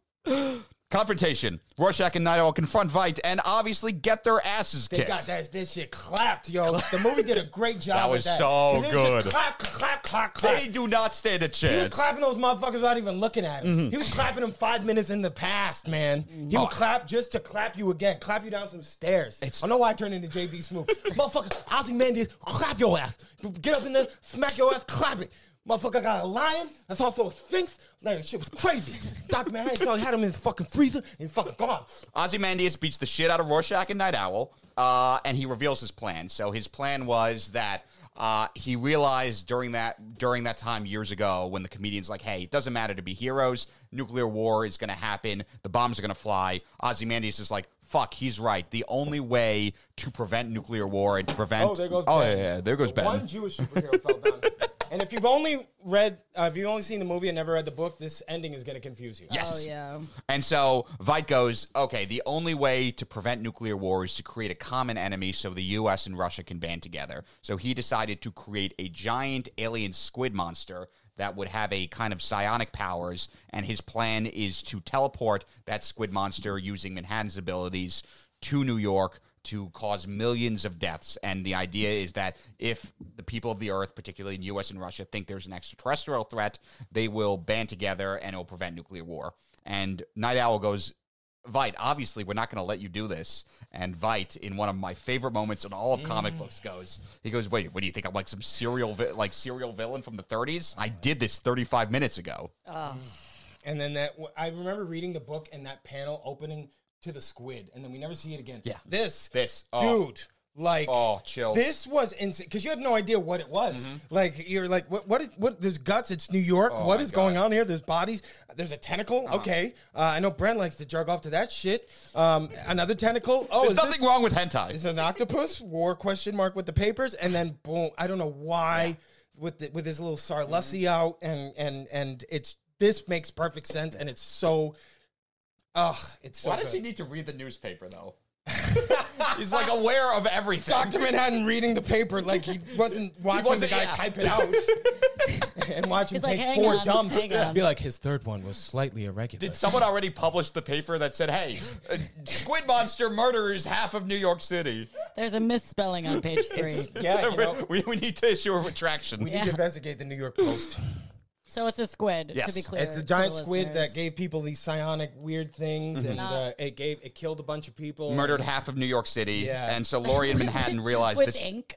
[SPEAKER 3] Confrontation. Rorschach and Night Owl confront Vite and obviously get their asses
[SPEAKER 5] they
[SPEAKER 3] kicked.
[SPEAKER 5] got that this shit clapped, yo. The movie did a great job.
[SPEAKER 3] That
[SPEAKER 5] with
[SPEAKER 3] was so
[SPEAKER 5] 'Cause it was just
[SPEAKER 3] good.
[SPEAKER 5] clap, clap, clap, clap.
[SPEAKER 3] They do not stand a
[SPEAKER 5] He was
[SPEAKER 3] chance.
[SPEAKER 5] clapping those motherfuckers without even looking at him. He was clapping them five minutes in the past, man. He would clap just to clap you again, clap you down some stairs. I know why I turned into JB Smooth. Motherfucker, Ozzy Mendes, clap your ass. Get up in there, smack your ass, clap it. Motherfucker got a lion. That's also a sphinx. Like, that shit was crazy. Doc Manhattan so he had him in his fucking freezer and fucking gone.
[SPEAKER 3] Ozymandias beats the shit out of Rorschach and Night Owl, uh, and he reveals his plan. So his plan was that uh, he realized during that during that time years ago when the comedian's like, "Hey, it doesn't matter to be heroes. Nuclear war is going to happen. The bombs are going to fly." Ozymandias is like, fuck, he's right. The only way to prevent nuclear war and to prevent
[SPEAKER 5] Oh, there goes.
[SPEAKER 3] oh yeah,
[SPEAKER 5] Ben.
[SPEAKER 3] yeah, there goes
[SPEAKER 5] The
[SPEAKER 3] Ben.
[SPEAKER 5] One Jewish superhero fell down. And if you've only read, uh, if you've only seen the movie and never read the book, this ending is going to confuse you.
[SPEAKER 3] Yes.
[SPEAKER 4] Oh yeah.
[SPEAKER 3] And so Veit goes, okay, the only way to prevent nuclear war is to create a common enemy so the US and Russia can band together. So he decided to create a giant alien squid monster that would have a kind of psionic powers. And his plan is to teleport that squid monster using Manhattan's abilities to New York to cause millions of deaths. And the idea is that if the people of the earth, particularly in US and Russia, think there's an extraterrestrial threat, they will band together and it will prevent nuclear war. And Night Owl goes, Vite, obviously we're not going to let you do this. And Vite, in one of my favorite moments in all of comic books, goes, he goes, wait, what do you think? I'm like some serial, vi- like serial villain from the 30s. I did this 35 minutes ago.
[SPEAKER 5] Oh. And then that I remember reading the book and that panel opening to the squid, and then we never see it again.
[SPEAKER 3] Yeah.
[SPEAKER 5] This.
[SPEAKER 3] This. Oh.
[SPEAKER 5] Dude. Like.
[SPEAKER 3] Oh, chills. Mm-hmm.
[SPEAKER 5] This was insane because you had no idea what it was. Like you're like, what? What? Is, what? There's guts. It's New York. what
[SPEAKER 3] Oh my
[SPEAKER 5] is going
[SPEAKER 3] God. Uh-huh.
[SPEAKER 5] on here? There's bodies. There's a tentacle. Okay, uh, I know Brent likes to jerk off to that shit. Um, another tentacle. Oh,
[SPEAKER 3] There's
[SPEAKER 5] is
[SPEAKER 3] nothing
[SPEAKER 5] this-
[SPEAKER 3] wrong with hentai.
[SPEAKER 5] is an octopus war question mark with the papers and then boom i don't know why with the, with his little sarlessi out and and and it's this makes perfect sense and it's so ugh it's so
[SPEAKER 3] Why does he
[SPEAKER 5] good.
[SPEAKER 3] need to read the newspaper though? He's like aware of everything.
[SPEAKER 5] Dr. Manhattan reading the paper like he wasn't watching
[SPEAKER 3] wasn't-
[SPEAKER 5] the guy
[SPEAKER 3] yeah.
[SPEAKER 5] type it out and watch him
[SPEAKER 4] He's like,
[SPEAKER 5] take
[SPEAKER 4] "Hang
[SPEAKER 5] four
[SPEAKER 4] on,
[SPEAKER 5] dumps.
[SPEAKER 4] hang on."
[SPEAKER 5] Be like, his third one was slightly irregular.
[SPEAKER 3] Did someone already publish the paper that said, "Hey, uh, squid monster murders half of New York City"?
[SPEAKER 4] There's a misspelling on page three.
[SPEAKER 5] yeah, you know,
[SPEAKER 3] we, we need to issue a retraction.
[SPEAKER 5] we need to
[SPEAKER 4] Yeah.
[SPEAKER 5] investigate the New York Post.
[SPEAKER 4] So it's a squid,
[SPEAKER 3] Yes.
[SPEAKER 4] to be clear.
[SPEAKER 5] It's
[SPEAKER 4] to
[SPEAKER 5] a
[SPEAKER 4] the
[SPEAKER 5] giant squid
[SPEAKER 4] listeners.
[SPEAKER 5] that gave people these psionic weird things, and uh, it gave it killed a bunch of people.
[SPEAKER 3] Murdered half of New York City,
[SPEAKER 5] Yeah.
[SPEAKER 3] and so Laurie in Manhattan realized
[SPEAKER 4] with
[SPEAKER 3] this.
[SPEAKER 4] ink.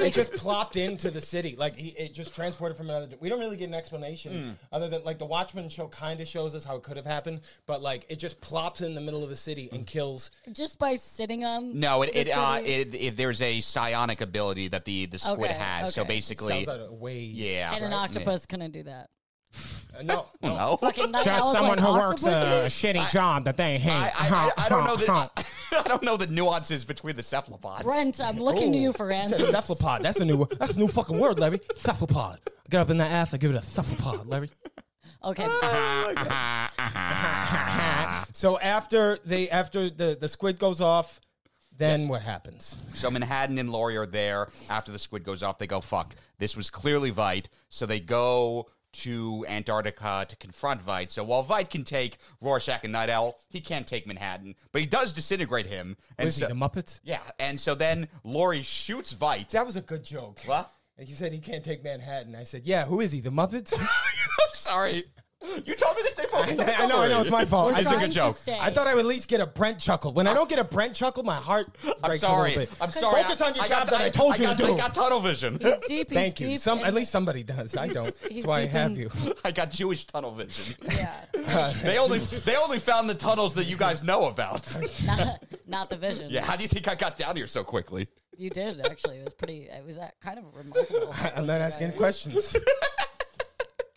[SPEAKER 5] It just plopped into the city, like he- it just transported from another. We don't really get an explanation
[SPEAKER 3] Mm.
[SPEAKER 5] other than like the Watchmen show kind of shows us how it could have happened, but like it just plops in the middle of the city and kills.
[SPEAKER 3] Mm.
[SPEAKER 4] Just by sitting on
[SPEAKER 3] No, it
[SPEAKER 4] the
[SPEAKER 3] it, uh,
[SPEAKER 4] city.
[SPEAKER 3] it it there's a psionic ability that the the squid
[SPEAKER 4] Okay,
[SPEAKER 3] had. So
[SPEAKER 4] okay.
[SPEAKER 3] basically,
[SPEAKER 5] Sounds out of way.
[SPEAKER 3] yeah,
[SPEAKER 4] and an
[SPEAKER 3] right.
[SPEAKER 4] octopus couldn't do that.
[SPEAKER 5] Uh, no, no.
[SPEAKER 3] No,
[SPEAKER 4] Fucking night owls like octopuses?
[SPEAKER 3] uh,
[SPEAKER 9] shitty job that they hate.
[SPEAKER 3] I, I, I, I don't know the I don't know the nuances between the cephalopods.
[SPEAKER 4] Brent, I'm looking to you for
[SPEAKER 5] He said
[SPEAKER 4] answers.
[SPEAKER 5] cephalopod. That's a new. word. That's a new fucking word, Larry. Cephalopod. Get up in that ass. I give it a cephalopod, Larry.
[SPEAKER 4] Okay.
[SPEAKER 3] Uh-huh,
[SPEAKER 5] So after they after the the squid goes off, then what happens?
[SPEAKER 3] So Manhattan and Laurie are there after the squid goes off. They go, fuck, this was clearly Vite. So they go to Antarctica to confront Vite. So while Vite can take Rorschach and Night Owl, he can't take Manhattan, but he does disintegrate him. And
[SPEAKER 5] Is he
[SPEAKER 3] so,
[SPEAKER 5] the Muppets?
[SPEAKER 3] yeah, and so then Laurie shoots Vite.
[SPEAKER 5] That was a good joke.
[SPEAKER 3] What?
[SPEAKER 5] And he said he can't take Manhattan. I said, yeah. Who is he? The Muppets?
[SPEAKER 3] I'm sorry. You told me to stay focused. I'm
[SPEAKER 5] I, I know, I know, it's my
[SPEAKER 3] sorry.
[SPEAKER 5] fault. I,
[SPEAKER 3] It's a
[SPEAKER 4] trying
[SPEAKER 3] good
[SPEAKER 4] to
[SPEAKER 3] joke.
[SPEAKER 4] stay.
[SPEAKER 5] I thought I would at least get a Brent chuckle. When I don't get a Brent chuckle, my heart breaks
[SPEAKER 3] I'm
[SPEAKER 5] a
[SPEAKER 3] sorry.
[SPEAKER 5] little bit.
[SPEAKER 3] I'm sorry.
[SPEAKER 5] Focus on your
[SPEAKER 3] I
[SPEAKER 5] job
[SPEAKER 3] got-
[SPEAKER 5] that I, told you
[SPEAKER 3] got-
[SPEAKER 5] to do.
[SPEAKER 3] I got tunnel vision.
[SPEAKER 4] He's deep. He's
[SPEAKER 5] Thank
[SPEAKER 4] deep,
[SPEAKER 5] you. Some,
[SPEAKER 4] and-
[SPEAKER 5] at least somebody does. I don't.
[SPEAKER 4] he's
[SPEAKER 5] That's why I
[SPEAKER 4] deep
[SPEAKER 5] have
[SPEAKER 4] in-
[SPEAKER 5] you.
[SPEAKER 3] I got Jewish tunnel vision.
[SPEAKER 4] Yeah.
[SPEAKER 3] They only they only found the tunnels that you guys know about.
[SPEAKER 4] Not, not the vision.
[SPEAKER 3] Yeah, how do you think I got down here so quickly?
[SPEAKER 4] You did actually. It was pretty. It was that kind of remarkable.
[SPEAKER 5] I'm not asking questions.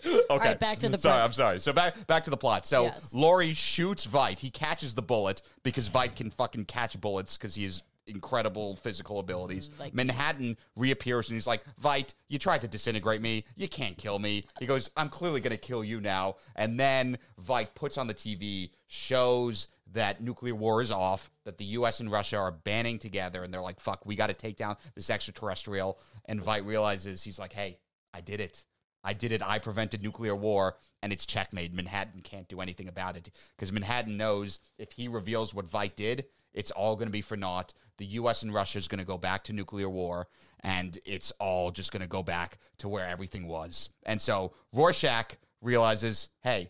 [SPEAKER 3] Okay.
[SPEAKER 4] right, back to the
[SPEAKER 3] Sorry,
[SPEAKER 4] plot.
[SPEAKER 3] I'm sorry. So back back to the plot. So
[SPEAKER 4] Yes.
[SPEAKER 3] Laurie shoots Vite. He catches the bullet because Vite can fucking catch bullets because he has incredible physical abilities.
[SPEAKER 4] Mm, Like-
[SPEAKER 3] Manhattan reappears and he's like, Vite, you tried to disintegrate me. You can't kill me. He goes, I'm clearly gonna kill you now. And then Vite puts on the TV, shows that nuclear war is off, that the US and Russia are banding together, and they're like, fuck, we gotta take down this extraterrestrial. And Vite realizes he's like, hey, I did it. I did it. I prevented nuclear war, and it's checkmate. Manhattan can't do anything about it because Manhattan knows if he reveals what Vite did, it's all going to be for naught. The U.S. and Russia is going to go back to nuclear war, and it's all just going to go back to where everything was. And so Rorschach realizes, hey,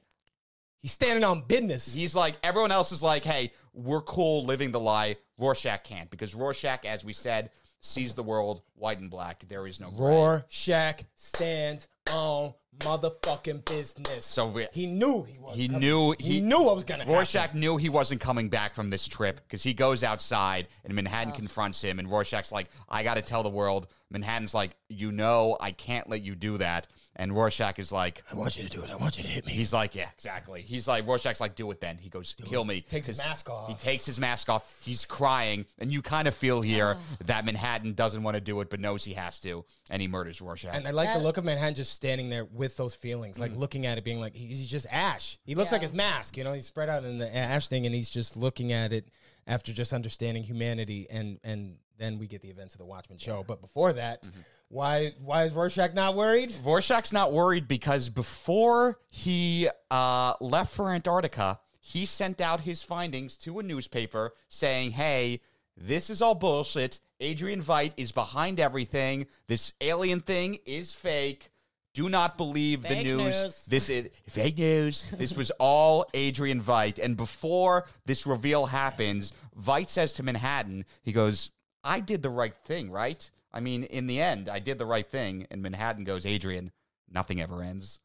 [SPEAKER 5] He's standing on business.
[SPEAKER 3] He's like, everyone else is like, hey, we're cool living the lie. Rorschach can't because Rorschach, as we said, sees the world white and black. There is no gray.
[SPEAKER 5] Rorschach stands on motherfucking business.
[SPEAKER 3] So we-
[SPEAKER 5] he knew he was.
[SPEAKER 3] He
[SPEAKER 5] coming.
[SPEAKER 3] knew
[SPEAKER 5] He, knew I was gonna.
[SPEAKER 3] Rorschach
[SPEAKER 5] happen.
[SPEAKER 3] knew he wasn't coming back from this trip because he goes outside and
[SPEAKER 5] Oh.
[SPEAKER 3] Manhattan confronts him, and Rorschach's like, "I got to tell the world." Manhattan's like, "You know, I can't let you do that." And Rorschach is like,
[SPEAKER 1] I want you to do it. I want you to hit me.
[SPEAKER 3] He's like, yeah, exactly. He's like, Rorschach's like, do it then. He goes, kill me.
[SPEAKER 5] Takes his
[SPEAKER 3] 'Cause
[SPEAKER 5] mask off.
[SPEAKER 3] He takes his mask off. He's crying. And you kind of feel here
[SPEAKER 5] Ah.
[SPEAKER 3] that Manhattan doesn't want to do it, but knows he has to. And he murders Rorschach.
[SPEAKER 5] And I like the
[SPEAKER 4] That-
[SPEAKER 5] look of Manhattan just standing there with those feelings, like
[SPEAKER 3] Mm.
[SPEAKER 5] looking at it, being like, he- he's just ash. He looks like
[SPEAKER 4] Yeah.
[SPEAKER 5] his mask, you know, he's spread out in the a- ash thing, and he's just looking at it after just understanding humanity. And and then we get the events of the Watchmen show. But before that,
[SPEAKER 3] Mm-hmm.
[SPEAKER 5] why why is Rorschach not worried?
[SPEAKER 3] Rorschach's not worried because before he uh, left for Antarctica, he sent out his findings to a newspaper saying, hey, this is all bullshit. Adrian Veidt is behind everything. This alien thing is fake. Do not believe the
[SPEAKER 4] Fake
[SPEAKER 3] news.
[SPEAKER 4] news.
[SPEAKER 3] This is fake news. This was all Adrian Veidt. And before this reveal happens, Veidt says to Manhattan, he goes, I did the right thing, right? I mean, in the end, I did the right thing. And Manhattan goes, Adrian, nothing ever ends.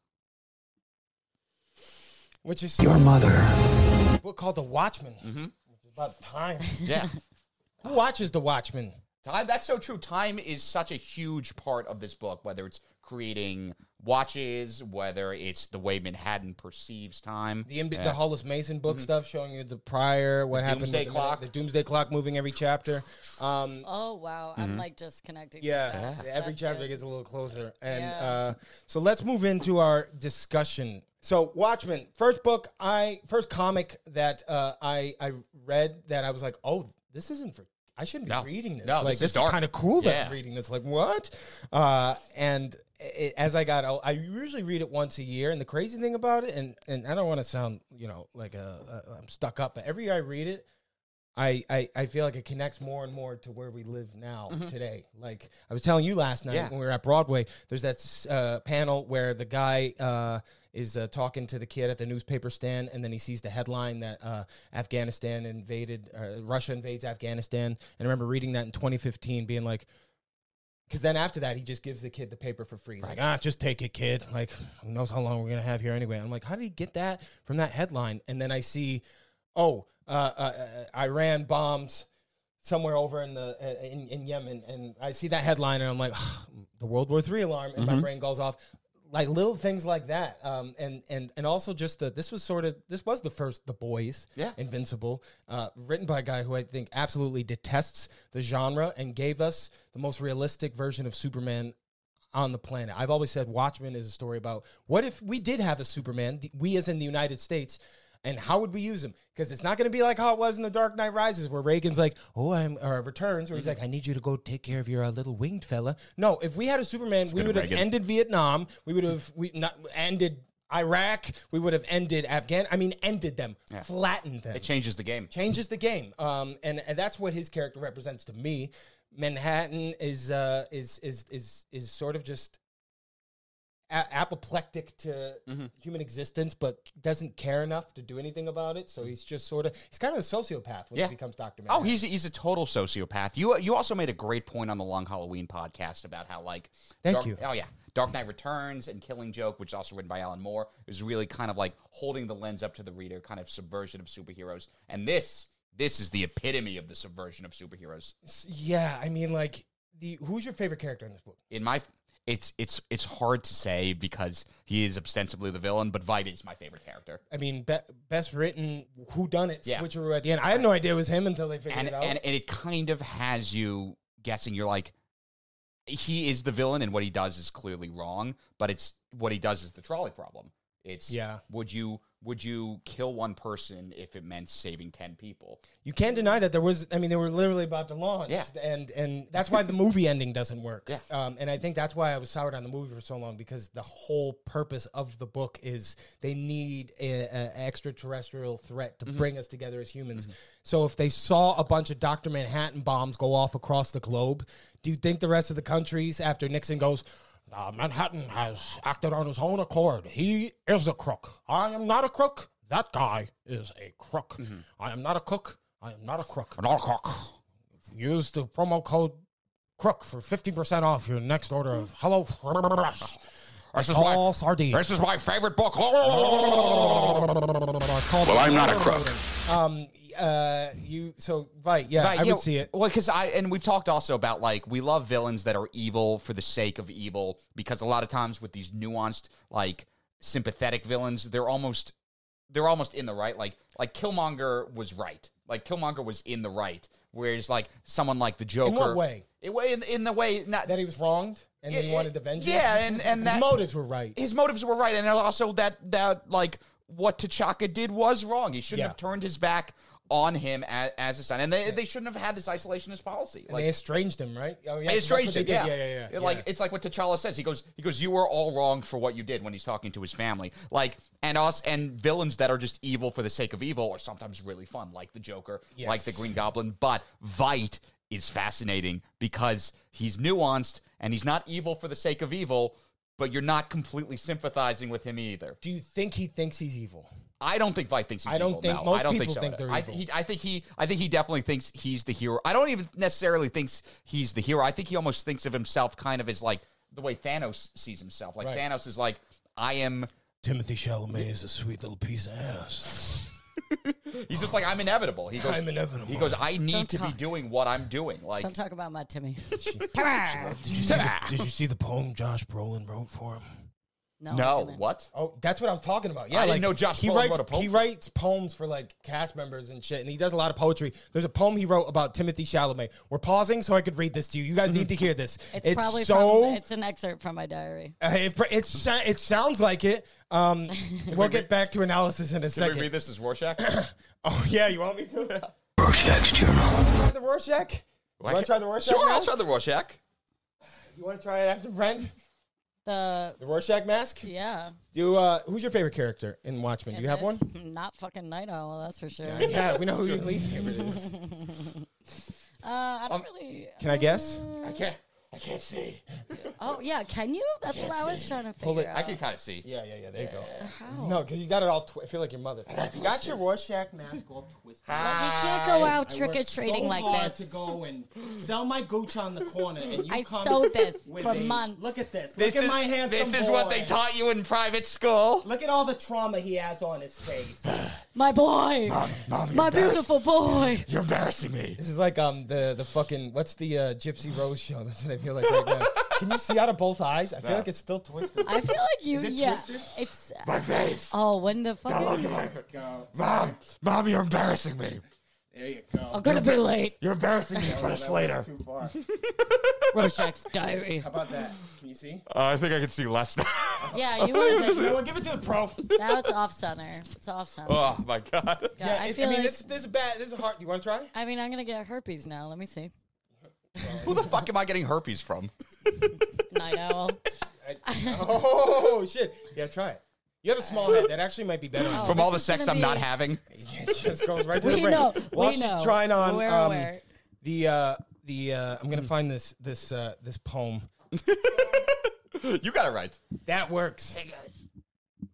[SPEAKER 5] Which is
[SPEAKER 8] Your mother.
[SPEAKER 5] a book called The Watchmen.
[SPEAKER 3] Mm-hmm.
[SPEAKER 5] Which is about time.
[SPEAKER 3] Yeah.
[SPEAKER 5] Who watches The Watchmen?
[SPEAKER 3] Time, that's so true. Time is such a huge part of this book, whether it's creating watches, whether it's the way Manhattan perceives time.
[SPEAKER 5] The, MB,
[SPEAKER 3] Yeah. Mm-hmm.
[SPEAKER 5] the Hollis Mason book stuff showing you the prior, what happened, with
[SPEAKER 3] Doomsday
[SPEAKER 5] the-
[SPEAKER 3] Clock.
[SPEAKER 5] the Doomsday Clock moving every chapter. Um,
[SPEAKER 4] Oh wow, I'm like just connecting. the
[SPEAKER 5] Yeah,
[SPEAKER 4] dots.
[SPEAKER 5] every
[SPEAKER 4] That's
[SPEAKER 5] chapter
[SPEAKER 4] good.
[SPEAKER 5] gets a little closer. And
[SPEAKER 4] Yeah.
[SPEAKER 5] uh, so let's move into our discussion. So Watchmen, first book I first comic that uh, I I read that I was like, oh, this isn't for I shouldn't be
[SPEAKER 3] No.
[SPEAKER 5] reading this.
[SPEAKER 3] No,
[SPEAKER 5] like
[SPEAKER 3] this is
[SPEAKER 5] this,
[SPEAKER 3] dark.
[SPEAKER 5] kind of cool that I'm
[SPEAKER 3] Yeah.
[SPEAKER 5] reading this. Like what? Uh, and it, as I got, old- I usually read it once a year. And the crazy thing about it, and and I don't want to sound you know like a, a I'm stuck up, but every year I read it, I, I, I feel like it connects more and more to where we live now today. Like I was telling you last night
[SPEAKER 3] Yeah.
[SPEAKER 5] when we were at Broadway, there's that s- uh, panel where the guy uh, is uh, talking to the kid at the newspaper stand, and then he sees the headline that uh, Afghanistan invaded, uh, Russia invades Afghanistan. And I remember reading that in 2015, being like, because then after that, he just gives the kid the paper for free. He's like, ah, just take it, kid. Like, who knows how long we're going to have here anyway. I'm like, how did he get that from that headline? And then I see, oh, uh, uh, uh, Iran bombs somewhere over in the uh, in, in Yemen. And I see that headline and I'm like, "Ah, the World War III alarm. And my brain goes off. Like little things like that, um, and and and also just the this was sort of this was the first The Boys,
[SPEAKER 3] Yeah.
[SPEAKER 5] Invincible, uh, written by a guy who I think absolutely detests the genre and gave us the most realistic version of Superman on the planet. I've always said Watchmen is a story about what if we did have a Superman, the- we as in the United States, and how would we use him? Because it's not going to be like how it was in The Dark Knight Rises, where Reagan's like, "Oh, I'm," or Returns, where he's like, "I need you to go take care of your uh, little winged fella." No, if we had a Superman, we
[SPEAKER 3] good,
[SPEAKER 5] would have
[SPEAKER 3] Reagan.
[SPEAKER 5] ended Vietnam. We would have we not ended. Iraq, we would have ended Afghan. I mean, ended them, flattened them
[SPEAKER 3] It changes the game.
[SPEAKER 5] changes the game. Um, and, and that's what his character represents to me. Manhattan is uh, is is is is sort of just a- apoplectic to
[SPEAKER 3] Mm-hmm.
[SPEAKER 5] human existence, but doesn't care enough to do anything about it. So he's just sort of he's kind of a sociopath when
[SPEAKER 3] Mm-hmm. Yeah.
[SPEAKER 5] he becomes Doctor
[SPEAKER 3] Oh,
[SPEAKER 5] Manhattan.
[SPEAKER 3] he's he's a total sociopath. You you also made a great point on the Long Halloween podcast about how like
[SPEAKER 5] Thank
[SPEAKER 3] Dark-
[SPEAKER 5] you.
[SPEAKER 3] Oh yeah, Dark Knight Returns and Killing Joke, which is also written by Alan Moore, is really kind of like holding the lens up to the reader, kind of subversion of superheroes. And this this is the epitome of the subversion of superheroes.
[SPEAKER 5] S- yeah. I mean, like the who's your favorite character in this book?
[SPEAKER 3] In my it's it's it's hard to say because he is ostensibly the villain, but Vite is my favorite character.
[SPEAKER 5] I mean, be- best written, who done it?
[SPEAKER 3] Yeah.
[SPEAKER 5] Switcheroo at the end. I had no idea it was him until they figured
[SPEAKER 3] and,
[SPEAKER 5] it out.
[SPEAKER 3] and and it kind of has you guessing. You're like, he is the villain, and what he does is clearly wrong. But it's what he does is the trolley problem. It's
[SPEAKER 5] Yeah.
[SPEAKER 3] Would you would you kill one person if it meant saving ten people?
[SPEAKER 5] You can't deny that there was. I mean, they were literally about to launch.
[SPEAKER 3] Yeah.
[SPEAKER 5] and and that's why the movie ending doesn't work.
[SPEAKER 3] Yeah.
[SPEAKER 5] Um, and I think that's why I was soured on the movie for so long because the whole purpose of the book is they need a, a extraterrestrial threat to bring us together as humans. So if they saw a bunch of Doctor Manhattan bombs go off across the globe, do you think the rest of the countries after Nixon goes? Uh, Manhattan has acted on his own accord. He is a crook. I am not a crook. That guy is a crook. I am not a cook. I am not a crook. Use the promo code crook for 50% off your next order of Hello Fresh.
[SPEAKER 3] This is
[SPEAKER 9] all sardine.
[SPEAKER 3] This is my favorite book.
[SPEAKER 9] It's called
[SPEAKER 6] Well, I'm not a crook.
[SPEAKER 5] Um, uh, you so right? Yeah,
[SPEAKER 3] Right,
[SPEAKER 5] I would
[SPEAKER 3] yeah,
[SPEAKER 5] see it.
[SPEAKER 3] Well, because I and we've talked also about like we love villains that are evil for the sake of evil because a lot of times with these nuanced like sympathetic villains, they're almost they're almost in the right. Like like Killmonger was right. Like Killmonger was in the right. Whereas like someone like the Joker,
[SPEAKER 5] way?
[SPEAKER 3] It, wa- in, in the way not
[SPEAKER 5] That he was wronged and then he
[SPEAKER 3] Yeah,
[SPEAKER 5] wanted to venge.
[SPEAKER 3] yeah,
[SPEAKER 5] it.
[SPEAKER 3] and- and
[SPEAKER 5] his
[SPEAKER 3] that-
[SPEAKER 5] motives were right.
[SPEAKER 3] his motives were right, and also that that like what T'Chaka did was wrong. He shouldn't
[SPEAKER 5] Yeah.
[SPEAKER 3] have turned his back on him as, as a son, and they, they shouldn't have had this isolationist policy.
[SPEAKER 5] and they estranged him, right? Oh, yeah,
[SPEAKER 3] It's
[SPEAKER 5] that's what
[SPEAKER 3] strange.
[SPEAKER 5] they
[SPEAKER 3] Yeah.
[SPEAKER 5] did. yeah, yeah, yeah.
[SPEAKER 3] It- Like it's like what T'Challa says. He goes, he goes, you were all wrong for what you did when he's talking to his family. Like and us and villains that are just evil for the sake of evil are sometimes really fun, like the Joker, like the Green Goblin. But Vite is fascinating because he's nuanced and he's not evil for the sake of evil. But you're not completely sympathizing with him either.
[SPEAKER 5] do you think he thinks he's evil?
[SPEAKER 3] I don't think Vite thinks he's
[SPEAKER 5] I don't
[SPEAKER 3] evil,
[SPEAKER 5] think-
[SPEAKER 3] no.
[SPEAKER 5] most
[SPEAKER 3] I don't
[SPEAKER 5] people
[SPEAKER 3] think, so.
[SPEAKER 5] think they're
[SPEAKER 3] I,
[SPEAKER 5] evil.
[SPEAKER 3] He, I think he I think he definitely thinks he's the hero. I don't even necessarily thinks he's the hero. I think he almost thinks of himself kind of as like the way Thanos sees himself. Like
[SPEAKER 5] Right.
[SPEAKER 3] Thanos is like I am
[SPEAKER 9] Timothy Chalamet is a sweet little piece of ass.
[SPEAKER 3] he's just like I'm inevitable. He goes
[SPEAKER 9] I'm inevitable.
[SPEAKER 3] He goes I need
[SPEAKER 4] Don't
[SPEAKER 3] to be
[SPEAKER 4] talk.
[SPEAKER 3] doing what I'm doing. Like
[SPEAKER 4] Don't talk about my Timmy.
[SPEAKER 9] Did you, see the, did you see the poem Josh Brolin wrote for him?
[SPEAKER 4] No, I
[SPEAKER 3] no,
[SPEAKER 4] didn't.
[SPEAKER 3] what?
[SPEAKER 5] Oh, that's what I was talking about. Yeah,
[SPEAKER 3] I didn't
[SPEAKER 5] like,
[SPEAKER 3] know Josh
[SPEAKER 5] He
[SPEAKER 3] Brolin
[SPEAKER 5] writes
[SPEAKER 3] wrote a poem.
[SPEAKER 5] he writes poems for like cast members and shit, and he does a lot of poetry. There's a poem he wrote about Timothy Chalamet. We're pausing so I could read this to you. You guys need to hear this.
[SPEAKER 4] It's, probably
[SPEAKER 5] so
[SPEAKER 4] from, it's an excerpt from my diary.
[SPEAKER 5] uh, it, pr- it, sa- it sounds like it. Um, we'll get back to analysis in a
[SPEAKER 3] Can
[SPEAKER 5] second.
[SPEAKER 3] we read this as Rorschach?
[SPEAKER 5] Oh yeah, you want me to?
[SPEAKER 6] Rorschach's Journal.
[SPEAKER 5] try the Rorschach. You want to try the Rorschach?
[SPEAKER 3] Sure, I'll
[SPEAKER 5] mask?
[SPEAKER 3] try the Rorschach.
[SPEAKER 5] You want to try it after Brent?
[SPEAKER 4] The
[SPEAKER 5] The Rorschach mask.
[SPEAKER 4] yeah.
[SPEAKER 5] Do uh, who's your favorite character in Watchmen? Do you have one?
[SPEAKER 4] It's Not fucking Night Owl, that's for sure.
[SPEAKER 5] Yeah, we know who your least favorite is.
[SPEAKER 4] Uh, I don't really.
[SPEAKER 5] Can I guess?
[SPEAKER 3] I can't I can't see.
[SPEAKER 4] Oh yeah, can you? That's what I was trying to figure
[SPEAKER 3] I
[SPEAKER 4] out.
[SPEAKER 3] can kind of see.
[SPEAKER 5] Oh. Yeah, yeah, yeah. There you go. No, because you got it all. Twi- I feel like your mother. You got your Rorschach mask all twisted.
[SPEAKER 4] Like, we can't go out trick or treating
[SPEAKER 10] so hard
[SPEAKER 4] like
[SPEAKER 10] to
[SPEAKER 4] this.
[SPEAKER 10] go and sell my gooch on the corner, and you
[SPEAKER 4] I
[SPEAKER 10] come
[SPEAKER 4] sewed this
[SPEAKER 10] with
[SPEAKER 4] for
[SPEAKER 10] a-
[SPEAKER 4] months.
[SPEAKER 10] Look at this.
[SPEAKER 3] This
[SPEAKER 10] look
[SPEAKER 3] is
[SPEAKER 10] at my handsome
[SPEAKER 3] this is what they
[SPEAKER 10] boy.
[SPEAKER 3] taught you in private school.
[SPEAKER 10] Look at all the trauma he has on his face.
[SPEAKER 4] My boy,
[SPEAKER 1] Mom, you're
[SPEAKER 4] my
[SPEAKER 1] embarrass-
[SPEAKER 4] beautiful boy.
[SPEAKER 1] You're embarrassing me.
[SPEAKER 5] This is like um the the fucking what's the uh, Gypsy Rose show? That's what I feel like right now. Can you see out of both eyes? I feel like it's still twisted.
[SPEAKER 4] I feel like you. yeah, it's.
[SPEAKER 1] My face.
[SPEAKER 4] Oh, when the fucking.
[SPEAKER 1] Mom, Um, mom, you're embarrassing me.
[SPEAKER 10] There you go.
[SPEAKER 4] I'm gonna be late.
[SPEAKER 1] You're embarrassing me in front of Slater.
[SPEAKER 10] Too far. How
[SPEAKER 4] Rorschach's diary.
[SPEAKER 10] about that? Can you see?
[SPEAKER 1] I think I can see less now.
[SPEAKER 4] Yeah, you would.
[SPEAKER 5] No, give it to the pro.
[SPEAKER 4] Now it's off center. It's off center.
[SPEAKER 3] Oh my god.
[SPEAKER 4] God,
[SPEAKER 5] Yeah,
[SPEAKER 4] I
[SPEAKER 5] it's- I,
[SPEAKER 4] feel
[SPEAKER 5] mean
[SPEAKER 4] like.
[SPEAKER 5] this this is bad. This is hard. You want to try?
[SPEAKER 4] I mean, I'm gonna get herpes now. Let me see.
[SPEAKER 3] Who the fuck am I getting herpes from?
[SPEAKER 4] Night owl.
[SPEAKER 5] oh shit! Yeah, try it. You have a small head. That actually might be better.
[SPEAKER 4] Oh,
[SPEAKER 3] From all the
[SPEAKER 4] this is
[SPEAKER 3] sex I'm
[SPEAKER 4] gonna
[SPEAKER 3] not
[SPEAKER 4] be-
[SPEAKER 3] having?
[SPEAKER 5] This goes right to the
[SPEAKER 4] We
[SPEAKER 5] brain.
[SPEAKER 4] know.
[SPEAKER 5] While
[SPEAKER 4] We
[SPEAKER 5] she's
[SPEAKER 4] know.
[SPEAKER 5] trying on
[SPEAKER 4] We're
[SPEAKER 5] um,
[SPEAKER 4] aware.
[SPEAKER 5] the uh, the uh, I'm gonna
[SPEAKER 10] Hmm.
[SPEAKER 5] find this this uh, this poem.
[SPEAKER 3] You got it right.
[SPEAKER 5] That works.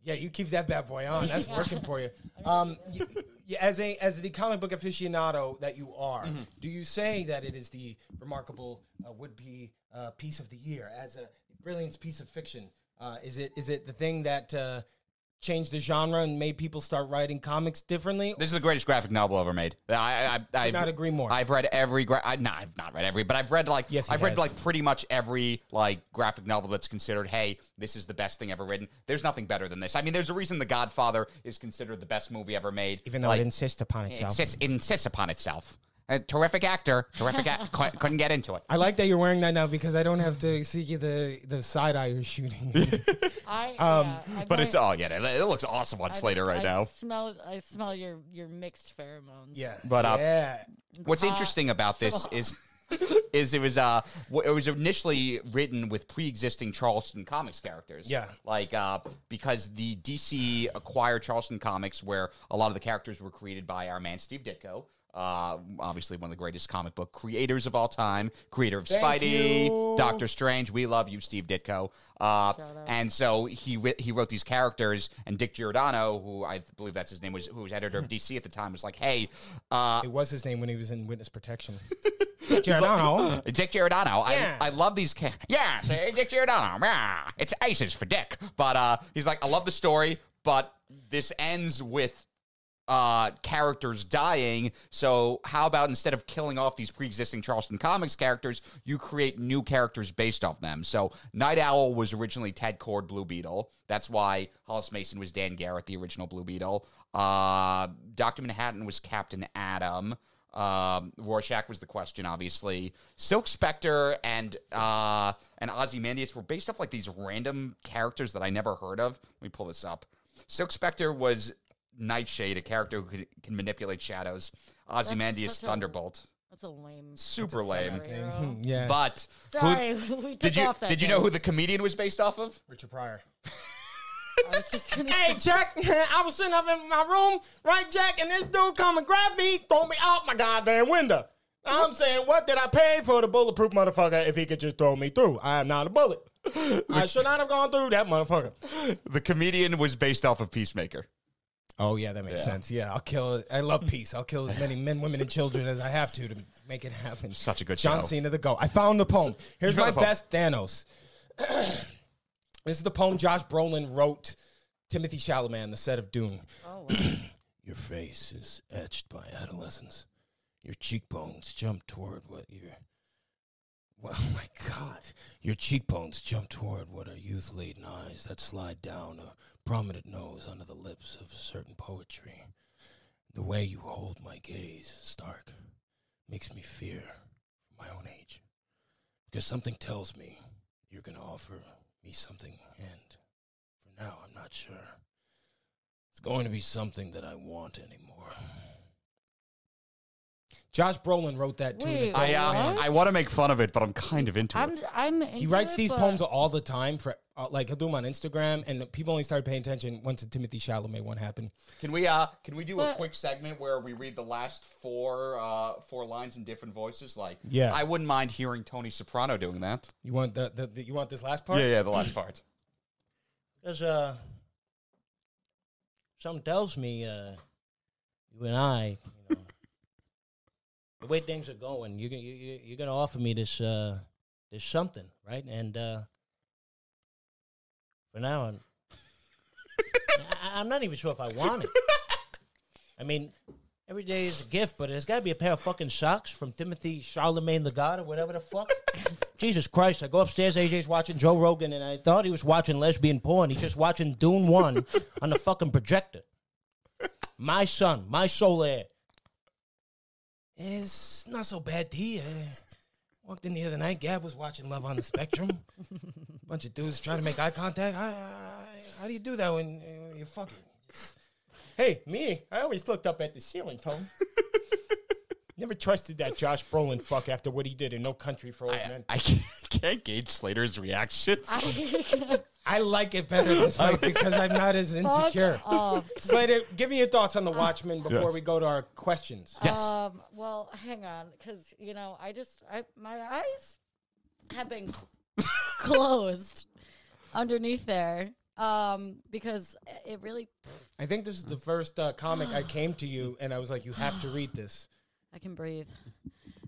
[SPEAKER 5] Yeah, you keep that bad boy on. That's working for you. Um, y- y- as a as the comic book aficionado that you are,
[SPEAKER 3] Mm-hmm.
[SPEAKER 5] do you say that it is the remarkable uh, would be uh, piece of the year as a brilliant piece of fiction? Uh, is it is it the thing that uh, changed the genre and made people start writing comics differently?
[SPEAKER 3] This is the greatest graphic novel ever made. I, I, I I've,
[SPEAKER 5] not agree more.
[SPEAKER 3] I've read every. Gra- I, no, I've not read every, but I've read like.
[SPEAKER 5] Yes, he
[SPEAKER 3] I've read
[SPEAKER 5] has.
[SPEAKER 3] like pretty much every like graphic novel that's considered. Hey, this is the best thing ever written. There's nothing better than this. I mean, there's a reason The Godfather is considered the best movie ever made.
[SPEAKER 5] Even though
[SPEAKER 3] like,
[SPEAKER 5] it insists upon
[SPEAKER 3] it
[SPEAKER 5] itself.
[SPEAKER 3] insists, it insists upon itself. A terrific actor. Terrific. Ac- cou- couldn't get into it.
[SPEAKER 5] I like that you're wearing that now because I don't have to see you the the side eye you're shooting.
[SPEAKER 4] I, yeah, I
[SPEAKER 3] But it's
[SPEAKER 4] might-
[SPEAKER 3] all yeah. It, it looks awesome on
[SPEAKER 4] I
[SPEAKER 3] Slater
[SPEAKER 4] s-
[SPEAKER 3] right
[SPEAKER 4] I
[SPEAKER 3] now.
[SPEAKER 4] Smell, I smell your your mixed pheromones.
[SPEAKER 3] But, uh,
[SPEAKER 5] yeah.
[SPEAKER 3] What's
[SPEAKER 4] Uh,
[SPEAKER 3] interesting about this is is it was uh w- it was initially written with pre-existing Charleston comics characters.
[SPEAKER 5] Yeah.
[SPEAKER 3] Like uh because the DC acquired Charleston comics where a lot of the characters were created by our man Steve Ditko. Uh, obviously, one of the greatest comic book creators of all time, creator of
[SPEAKER 5] Thank
[SPEAKER 3] Spidey,
[SPEAKER 5] you.
[SPEAKER 3] Doctor Strange. We love you, Steve Ditko. Uh, and so he wri- he wrote these characters, and Dick Giordano, who I believe that's his name, was who was editor of DC at the time, was like, "Hey, uh,
[SPEAKER 5] It was his name when he was in witness protection. Giordano.
[SPEAKER 3] Dick Giordano.
[SPEAKER 5] Yeah.
[SPEAKER 3] I, I love these. Ca- yeah, see, Dick Giordano. Yeah, it's aces for Dick. But uh, he's like, I love the story, but this ends with uh, characters dying. So how about instead of killing off these pre-existing Charleston Comics characters, you create new characters based off them? So Night Owl was originally Ted Cord Blue Beetle. That's why Hollis Mason was Dan Garrett, the original Blue Beetle. Uh, Doctor Manhattan was Captain Adam. Um, Rorschach was the question, obviously. Silk Spectre and uh, and Ozymandias were based off like these random characters that I never heard of. Let me pull this up. Silk Spectre was Nightshade, a character who can, can manipulate shadows. Ozymandias
[SPEAKER 4] such a-
[SPEAKER 3] Thunderbolt,
[SPEAKER 4] That's a lame.
[SPEAKER 3] super lame.
[SPEAKER 5] "Uh-uh."
[SPEAKER 4] superhero.
[SPEAKER 9] Hmm,
[SPEAKER 5] yeah.
[SPEAKER 3] But who-
[SPEAKER 4] Sorry, we took
[SPEAKER 3] did you
[SPEAKER 4] off that.
[SPEAKER 3] did you
[SPEAKER 4] joke.
[SPEAKER 3] know who the comedian was based off of?
[SPEAKER 5] Richard Pryor.
[SPEAKER 4] I was just gonna
[SPEAKER 9] Hey, Jack, I was sitting up in my room, right, Jack, and this dude come and grab me, throw me out my goddamn window. I'm saying, what did I pay for the bulletproof motherfucker if he could just throw me through? I am not a bullet. I should not have gone through that motherfucker.
[SPEAKER 3] The comedian was based off of Peacemaker.
[SPEAKER 5] Oh yeah, that makes sense. Yeah, I'll kill. I love peace. I'll kill as many men, women, and children as I have to to make it happen.
[SPEAKER 3] Such a good
[SPEAKER 5] John
[SPEAKER 3] show.
[SPEAKER 5] Cena, the go. I found the poem. Here's
[SPEAKER 3] found
[SPEAKER 5] my
[SPEAKER 3] the poem.
[SPEAKER 5] best Thanos. this is the poem Josh Brolin wrote. Timothy Chalamet, on the set of Dune.
[SPEAKER 1] Your face is etched by adolescence. Your cheekbones jump toward what your. Well, my God. Your cheekbones jump toward what are youth laden eyes that slide down a prominent nose under the lips of certain poetry. The way you hold my gaze, stark, makes me fear my own age. Because something tells me you're going to offer me something, and for now, I'm not sure. It's going to be something that I want anymore.
[SPEAKER 5] Josh Brolin wrote that too.
[SPEAKER 4] Wait,
[SPEAKER 3] I uh,
[SPEAKER 4] What?
[SPEAKER 3] I want to make fun of it, but I'm kind of into
[SPEAKER 4] I'm
[SPEAKER 3] it.
[SPEAKER 4] I'm.
[SPEAKER 5] he
[SPEAKER 4] into
[SPEAKER 5] writes
[SPEAKER 4] it,
[SPEAKER 5] these
[SPEAKER 4] but-
[SPEAKER 5] poems all the time for uh, like he'll do them on Instagram, and people only started paying attention once the Timothy Chalamet one happened.
[SPEAKER 3] Can we uh can we do a
[SPEAKER 4] But-
[SPEAKER 3] quick segment where we read the last four uh four lines in different voices? Like
[SPEAKER 5] Yeah.
[SPEAKER 3] I wouldn't mind hearing Tony Soprano doing that.
[SPEAKER 5] You want the, the, the you want this last part?
[SPEAKER 3] Yeah, yeah, the last part.
[SPEAKER 9] Because uh, something tells me uh, you and I, you know, the way things are going, you're gonna, you, you- you're gonna offer me this uh, this something, right? And uh, for now, I'm, I, I'm not even sure if I want it. I mean, every day is a gift, but there's got to be a pair of fucking socks from Timothy Charlemagne the God or whatever the fuck. Jesus Christ! I go upstairs. AJ's watching Joe Rogan, and I thought he was watching lesbian porn. He's just watching Dune One on the fucking projector. My son, my soul heir.
[SPEAKER 5] It's not so bad, T. I walked in the other night. Gab was watching Love on the Spectrum. Bunch of dudes trying to make eye contact. I, I, how do you do that when uh, you're fucking? Hey, me. I always looked up at the ceiling, Tone. Never trusted that Josh Brolin fuck after what he did in No Country for Old
[SPEAKER 3] I,
[SPEAKER 5] Men.
[SPEAKER 3] I can't, can't gauge Slater's reactions.
[SPEAKER 5] I like it better this way because I'm not as
[SPEAKER 4] Fuck
[SPEAKER 5] insecure.
[SPEAKER 4] off.
[SPEAKER 5] Slater, give me your thoughts on The Watchmen before we go to our questions.
[SPEAKER 4] Um, well, hang on, because you know, I just I my eyes have been cl- closed underneath there um because it really
[SPEAKER 5] I think this is the first uh, comic I came to you and I was like, you have to read this.
[SPEAKER 4] I can breathe.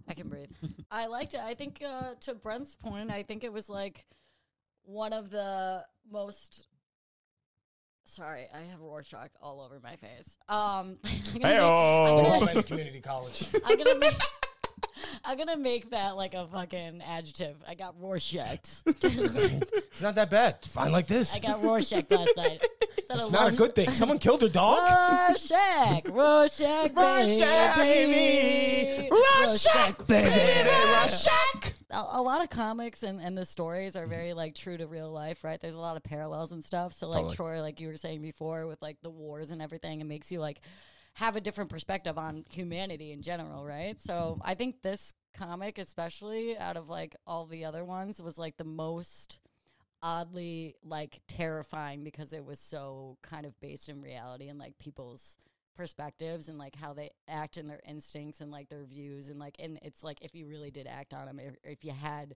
[SPEAKER 4] I can breathe. I liked it. I think uh, to Brent's point, I think it was like one of the most. Sorry, I have Rorschach all over my face. Um, I'm gonna make- I'm
[SPEAKER 3] Hey-o.
[SPEAKER 4] gonna-
[SPEAKER 5] Went to community college.
[SPEAKER 4] I'm gonna make. I'm gonna make that like a fucking adjective. I got Rorschach.
[SPEAKER 5] It's not that bad. It's fine like this.
[SPEAKER 4] I got Rorschach last night. It's
[SPEAKER 5] It's not a good thing. Someone killed her dog.
[SPEAKER 4] Rorschach, Rorschach,
[SPEAKER 5] Rorschach,
[SPEAKER 4] baby,
[SPEAKER 5] baby.
[SPEAKER 4] Rorschach, baby,
[SPEAKER 5] Rorschach.
[SPEAKER 4] A, a lot of comics and, and the stories are very like true to real life, right? There's a lot of parallels and stuff. So like Troy, like you were saying before, with like the wars and everything, it makes you like have a different perspective on humanity in general, right? So I think this comic, especially out of like all the other ones, was like the most oddly like terrifying because it was so kind of based in reality and like people's perspectives and like how they act and their instincts and like their views and like and it's like if you really did act on them if, if you had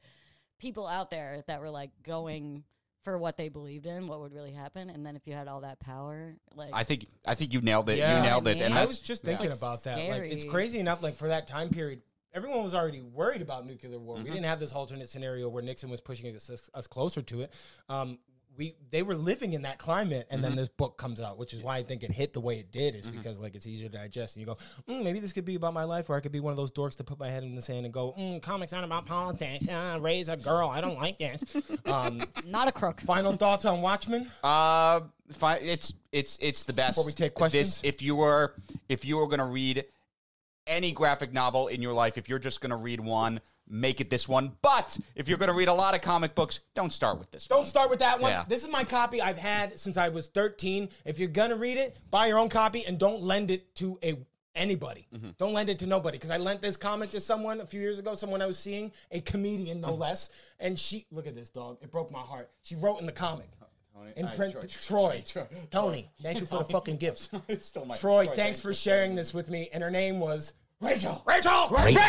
[SPEAKER 4] people out there that were like going for what they believed in what would really happen and then if you had all that power like
[SPEAKER 3] I think I think you nailed it.
[SPEAKER 5] Yeah.
[SPEAKER 3] You nailed it.
[SPEAKER 4] Yeah.
[SPEAKER 3] And
[SPEAKER 4] I
[SPEAKER 5] I
[SPEAKER 3] that's,
[SPEAKER 4] Yeah.
[SPEAKER 5] was just thinking
[SPEAKER 4] It's
[SPEAKER 5] about that. Like, it's
[SPEAKER 4] scary.
[SPEAKER 5] crazy enough. Like for that time period, everyone was already worried about nuclear war.
[SPEAKER 3] Mm-hmm.
[SPEAKER 5] We didn't have this alternate scenario where Nixon was pushing us, us closer to it. Um, we they were living in that climate, and then
[SPEAKER 3] Mm-hmm.
[SPEAKER 5] this book comes out, which is why I think it hit the way it did. Is because like it's easier to digest, and you go, mm, maybe this could be about my life, or I could be one of those dorks that put my head in the sand and go, mm, comics aren't about politics. Ah, raise a girl. I don't like this. um,
[SPEAKER 4] not a crook
[SPEAKER 5] final thoughts on Watchmen?
[SPEAKER 3] Uh, fi- it's it's it's the best.
[SPEAKER 5] Before we take questions?
[SPEAKER 3] this, if you were if you were gonna read any graphic novel in your life, if you're just gonna read one, make it this one. But if you're gonna read a lot of comic books, don't start with this. one.
[SPEAKER 5] Don't start with that one.
[SPEAKER 3] Yeah.
[SPEAKER 5] This is my copy I've had since I was 13. If you're gonna read it, buy your own copy and don't lend it to a anybody. Don't lend it to nobody. Because I lent this comic to someone a few years ago, someone I was seeing, a comedian no less. And she look at this dog. It broke my heart. She wrote in the comic. In print, Troy. Tony, thank you for the fucking gifts.
[SPEAKER 3] still my-
[SPEAKER 5] Troy,
[SPEAKER 3] Troy,
[SPEAKER 5] thanks
[SPEAKER 3] thanks
[SPEAKER 5] for
[SPEAKER 3] for
[SPEAKER 5] sharing this with me. And her name was Rachel.
[SPEAKER 3] Rachel.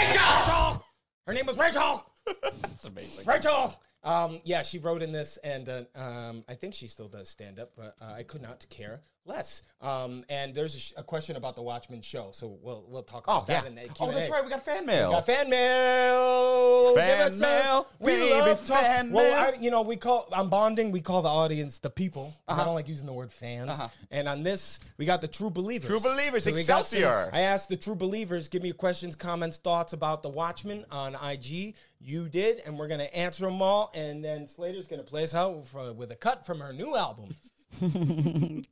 [SPEAKER 5] Rachel! Her name was Rachel.
[SPEAKER 3] That's amazing.
[SPEAKER 5] Rachel. Um, yeah, she wrote in this, and uh, um, I think she still does stand up, but uh, I could not care less. Um, and there's a, sh- a question about the Watchmen show, so we'll we'll talk about
[SPEAKER 3] Oh yeah.
[SPEAKER 5] that in the Q&A.
[SPEAKER 3] Oh, that's right. We got fan
[SPEAKER 5] We
[SPEAKER 3] mail.
[SPEAKER 5] got fan mail.
[SPEAKER 3] Fan
[SPEAKER 5] Give us some-
[SPEAKER 3] mail,
[SPEAKER 5] We
[SPEAKER 3] baby,
[SPEAKER 5] love talk-
[SPEAKER 3] fan
[SPEAKER 5] well,
[SPEAKER 3] mail.
[SPEAKER 5] I, you know, we call I'm bonding. We call the audience the people. 'cause I don't like using the word fans.
[SPEAKER 3] Uh-huh.
[SPEAKER 5] And on this, we got the true believers.
[SPEAKER 3] True believers,
[SPEAKER 5] we got some-
[SPEAKER 3] Excelsior.
[SPEAKER 5] I asked the true believers. Give me your questions, comments, thoughts about the Watchmen on IG. You did, and we're gonna answer them all. And then Slater's gonna play us out for, with a cut from her new album.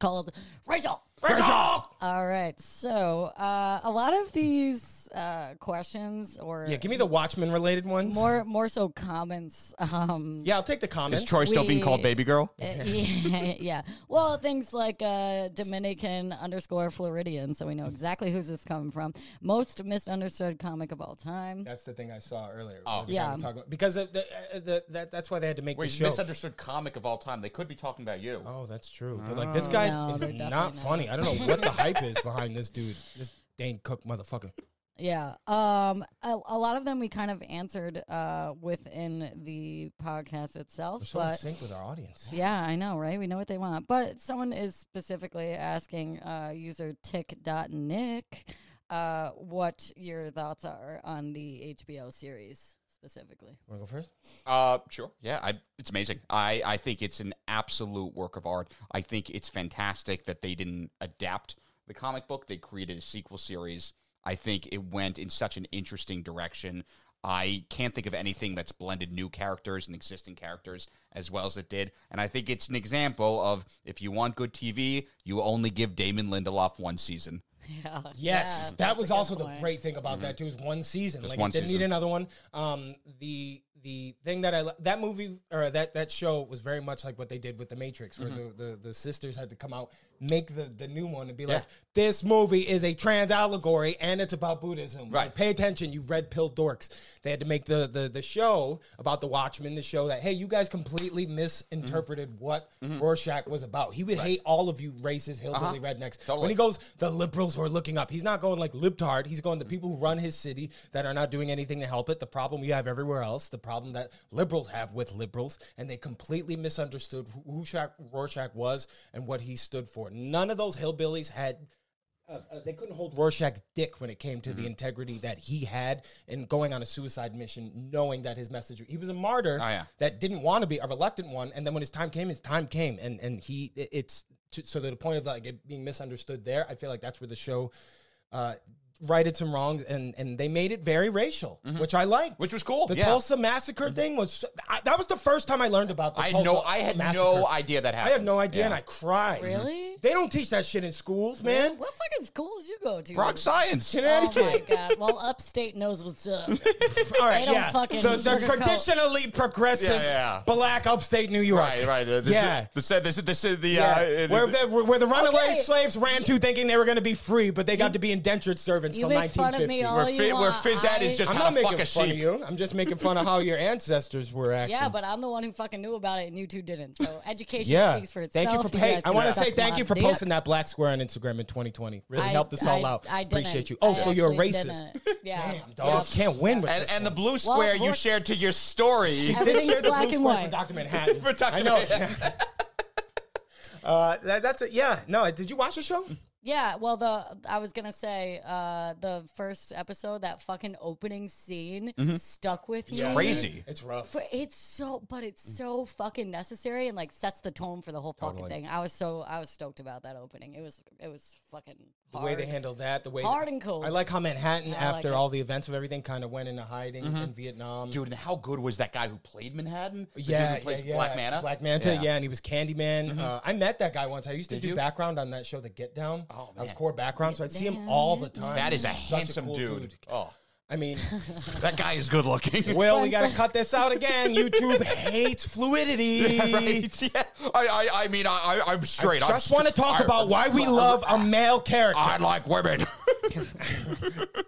[SPEAKER 4] called Rachel. All right. So uh, a lot of these uh, questions or
[SPEAKER 5] Yeah, give me the Watchmen related ones.
[SPEAKER 4] more more so comments. Um,
[SPEAKER 5] Yeah, I'll take the comments.
[SPEAKER 3] Is Troy still being called
[SPEAKER 4] We-
[SPEAKER 3] baby girl?
[SPEAKER 4] uh, yeah, yeah. Well, things like uh, Dominican underscore Floridian, so we know exactly who's this coming from. Most misunderstood comic of all time.
[SPEAKER 5] That's the thing I saw earlier. Oh,
[SPEAKER 4] Yeah.
[SPEAKER 5] because of the, uh, the, that, that's why they had to make the show.
[SPEAKER 3] misunderstood comic of all time. They could be talking about you.
[SPEAKER 5] Oh, that's true. They're like, this guy
[SPEAKER 4] No,
[SPEAKER 5] is
[SPEAKER 4] they're
[SPEAKER 5] not,
[SPEAKER 4] definitely not.
[SPEAKER 5] funny. I don't know what the hype is behind this dude. This Dane Cook motherfucker.
[SPEAKER 4] Yeah. Um. A, a lot of them we kind of answered uh, within the podcast itself,
[SPEAKER 5] We're so in
[SPEAKER 4] but
[SPEAKER 5] sync with our audience.
[SPEAKER 4] Yeah, I know, right? We know what they want. But someone is specifically asking uh, user tick.nick uh, what your thoughts are on the HBO series specifically.
[SPEAKER 5] Want to go first?
[SPEAKER 3] Uh, sure. Yeah, I, it's amazing. I, I think it's an absolute work of art. I think it's fantastic that they didn't adapt the comic book. They created a sequel series. I think it went in such an interesting direction. I can't think of anything that's blended new characters and existing characters as well as it did. And I think it's an example of if you want good TV, you only give Damon Lindelof one season.
[SPEAKER 4] Yeah.
[SPEAKER 5] Yes, that was also
[SPEAKER 4] point.
[SPEAKER 5] the great thing about that too. Is one season,
[SPEAKER 3] Mm-hmm. Just
[SPEAKER 5] like
[SPEAKER 3] one
[SPEAKER 5] it didn't need
[SPEAKER 3] season.
[SPEAKER 5] another one. Um, the the thing that I li- that movie or that that show was very much like what they did with the Matrix, where
[SPEAKER 3] Mm-hmm.
[SPEAKER 5] the, the the sisters had to come out, make the the new one, and be like, this movie is a trans allegory and it's about Buddhism. Right, pay attention, you red pill dorks. They had to make the the the show about the Watchmen, the show that hey, you guys completely misinterpreted
[SPEAKER 3] Mm-hmm.
[SPEAKER 5] what Rorschach was about. He would hate all of you racist hillbilly
[SPEAKER 3] Uh-huh.
[SPEAKER 5] rednecks. When he goes, the liberals who are looking up. He's not going like libtard. He's going the people who run his city that are not doing anything to help it. The problem you have everywhere else. The problem that liberals have with liberals, and they completely misunderstood who who Shaq- Rorschach was and what he stood for. None of those hillbillies had uh, uh, they couldn't hold Rorschach's dick when it came
[SPEAKER 3] Mm-hmm.
[SPEAKER 5] to the integrity that he had in going on a suicide mission, knowing that his message. He was a martyr
[SPEAKER 3] Oh, yeah.
[SPEAKER 5] that didn't want to be a reluctant one, and then when his time came, his time came, and and he it- it's to, so to the point of like it being misunderstood. There, I feel like that's where the show. Uh, righted some wrongs and and they made it very racial which i liked
[SPEAKER 3] Mm-hmm. Which was cool,
[SPEAKER 5] the
[SPEAKER 3] yeah. Mm-hmm.
[SPEAKER 5] tulsa massacre thing was I, that was the first time i learned about the
[SPEAKER 3] I had
[SPEAKER 5] Tulsa
[SPEAKER 3] no, I had
[SPEAKER 5] massacre.
[SPEAKER 3] no idea that
[SPEAKER 5] i
[SPEAKER 3] happened.
[SPEAKER 5] had no idea
[SPEAKER 3] Yeah.
[SPEAKER 5] and i cried
[SPEAKER 4] Really?
[SPEAKER 5] they don't teach that shit in schools man
[SPEAKER 4] What fucking school did you go to?
[SPEAKER 3] Rock science.
[SPEAKER 4] Oh
[SPEAKER 5] Connecticut.
[SPEAKER 4] my god! Well, upstate knows what's
[SPEAKER 5] All
[SPEAKER 4] up.
[SPEAKER 5] right,
[SPEAKER 4] They don't
[SPEAKER 5] yeah.
[SPEAKER 4] fucking
[SPEAKER 5] the, the
[SPEAKER 4] sugarcoat.
[SPEAKER 5] traditionally progressive
[SPEAKER 3] Yeah, yeah.
[SPEAKER 5] black upstate New York.
[SPEAKER 3] Right, right. The, the,
[SPEAKER 5] Yeah.
[SPEAKER 3] The, the, the, the, the,
[SPEAKER 5] Yeah,
[SPEAKER 3] uh,
[SPEAKER 5] where, the, where the runaway
[SPEAKER 4] Okay.
[SPEAKER 5] slaves ran to thinking they were going to be free, but they got to be indentured servants. servants
[SPEAKER 4] You
[SPEAKER 5] till
[SPEAKER 4] make fun of me
[SPEAKER 5] 1950.
[SPEAKER 4] all
[SPEAKER 3] Where,
[SPEAKER 4] you
[SPEAKER 3] fi- where
[SPEAKER 4] want,
[SPEAKER 3] Fizz at
[SPEAKER 4] I-
[SPEAKER 3] is just
[SPEAKER 5] I'm
[SPEAKER 3] how
[SPEAKER 5] not
[SPEAKER 3] to fuck
[SPEAKER 5] making
[SPEAKER 3] a
[SPEAKER 5] fun of
[SPEAKER 3] sheep.
[SPEAKER 5] you. I'm just making fun of how your ancestors were acting.
[SPEAKER 4] Yeah, but I'm the one who fucking knew about it, and you two didn't. So education
[SPEAKER 5] Yeah.
[SPEAKER 4] speaks for itself.
[SPEAKER 5] Thank you for
[SPEAKER 4] guys
[SPEAKER 5] hey, I
[SPEAKER 4] can
[SPEAKER 5] want to
[SPEAKER 4] suck
[SPEAKER 5] say thank
[SPEAKER 4] my
[SPEAKER 5] you for
[SPEAKER 4] dick.
[SPEAKER 5] posting that black square on Instagram in 2020. Really
[SPEAKER 4] I-
[SPEAKER 5] helped us
[SPEAKER 4] I-
[SPEAKER 5] all out.
[SPEAKER 4] I didn't.
[SPEAKER 5] Appreciate you. Oh,
[SPEAKER 4] I
[SPEAKER 5] so you're a
[SPEAKER 4] actually
[SPEAKER 5] racist.
[SPEAKER 4] didn't. Yeah.
[SPEAKER 5] Dog
[SPEAKER 4] Yep.
[SPEAKER 5] can't win with
[SPEAKER 3] And,
[SPEAKER 5] this
[SPEAKER 3] and the
[SPEAKER 5] one.
[SPEAKER 3] blue square you
[SPEAKER 4] look-
[SPEAKER 3] shared to your story.
[SPEAKER 5] She did
[SPEAKER 4] Everything's
[SPEAKER 5] share the blue
[SPEAKER 4] black and
[SPEAKER 5] square
[SPEAKER 4] white.
[SPEAKER 5] for Dr. Manhattan.
[SPEAKER 3] For Dr.
[SPEAKER 5] I know.
[SPEAKER 3] Manhattan.
[SPEAKER 5] uh, that, that's it. Yeah. No, did you watch the show?
[SPEAKER 4] Yeah, well, the I was gonna say uh, the first episode, that fucking opening scene stuck with me.
[SPEAKER 3] Crazy.
[SPEAKER 5] It's rough.
[SPEAKER 4] But it's so, but it's so fucking necessary and like sets the tone for the whole fucking thing. I was so I was stoked about that opening. It was it was fucking
[SPEAKER 5] The
[SPEAKER 4] hard.
[SPEAKER 5] way they handled that, the way
[SPEAKER 4] Hard and cold.
[SPEAKER 5] I like how Manhattan,
[SPEAKER 4] I like
[SPEAKER 5] after
[SPEAKER 4] it.
[SPEAKER 5] all the events of everything, kind of went into hiding in Vietnam.
[SPEAKER 3] Dude, and how good was that guy who played Manhattan? Mm-hmm. The dude
[SPEAKER 5] yeah,
[SPEAKER 3] who plays
[SPEAKER 5] yeah, yeah.
[SPEAKER 3] Black Mana.
[SPEAKER 5] Black Manta, yeah. and he was Candyman. Uh, I met that guy once. I used to do
[SPEAKER 3] you?
[SPEAKER 5] background on that show, The Get Down.
[SPEAKER 3] Oh,
[SPEAKER 5] I was
[SPEAKER 3] man.
[SPEAKER 5] core background, so I'd see him all the time.
[SPEAKER 3] That is a
[SPEAKER 5] Such
[SPEAKER 3] handsome
[SPEAKER 5] cool
[SPEAKER 3] dude. Oh,
[SPEAKER 5] I mean,
[SPEAKER 3] that guy is good looking.
[SPEAKER 5] Will, we gotta cut this out again. YouTube hates fluidity.
[SPEAKER 3] right? Yeah. I, I, I mean, I, I, I'm straight.
[SPEAKER 5] I
[SPEAKER 3] I'm
[SPEAKER 5] just want to
[SPEAKER 3] st-
[SPEAKER 5] talk
[SPEAKER 3] I-
[SPEAKER 5] about why we love a male character.
[SPEAKER 3] I like women.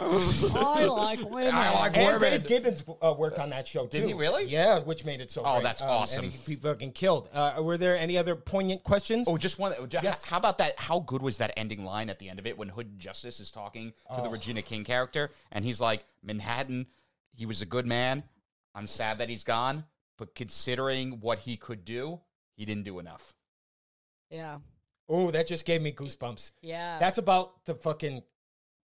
[SPEAKER 4] I like women.
[SPEAKER 3] I like
[SPEAKER 5] and
[SPEAKER 3] women.
[SPEAKER 5] Dave Gibbons uh, worked on that show too.
[SPEAKER 3] Did he really?
[SPEAKER 5] Yeah, which made it so.
[SPEAKER 3] Oh,
[SPEAKER 5] great.
[SPEAKER 3] that's
[SPEAKER 5] Um,
[SPEAKER 3] awesome.
[SPEAKER 5] And he, he fucking killed. Uh, were there any other poignant questions?
[SPEAKER 3] Oh, just one. just-
[SPEAKER 5] Yes.
[SPEAKER 3] How about that? How good was that ending line at the end of it when Hood Justice is talking to
[SPEAKER 5] Oh.
[SPEAKER 3] the Regina King character and he's like, Manhattan, he was a good man. I'm sad that he's gone, but considering what he could do, he didn't do enough.
[SPEAKER 4] Yeah,
[SPEAKER 5] Oh, that just gave me goosebumps.
[SPEAKER 4] yeah.
[SPEAKER 5] That's about the fucking.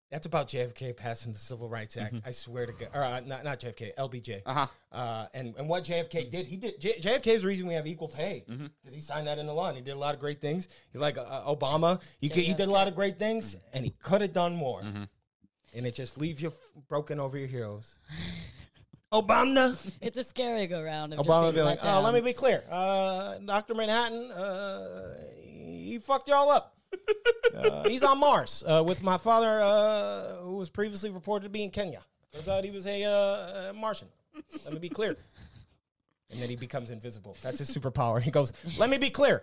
[SPEAKER 5] That's about JFK passing the Civil Rights Act.
[SPEAKER 3] Mm-hmm.
[SPEAKER 5] I swear to God, or uh, not, not JFK, LBJ.
[SPEAKER 3] Uh-huh.
[SPEAKER 5] Uh, and and what JFK did, he did. J- JFK is the reason we have equal pay because he signed that into law. and He did a lot of great things. He like uh, Obama. He, could- he did a lot of great things, and he could have done more. And it just leaves you f- broken over your heroes. Obama.
[SPEAKER 4] it's a scary go round.
[SPEAKER 5] Obama be like, oh, let me be clear. Uh, Dr. Manhattan, uh, he fucked y'all up. Uh, he's on Mars uh, with my father, uh, who was previously reported to be in Kenya. Turns out he was a uh, uh, Martian. Let me be clear. And then he becomes invisible. That's his superpower. He goes, let me be clear.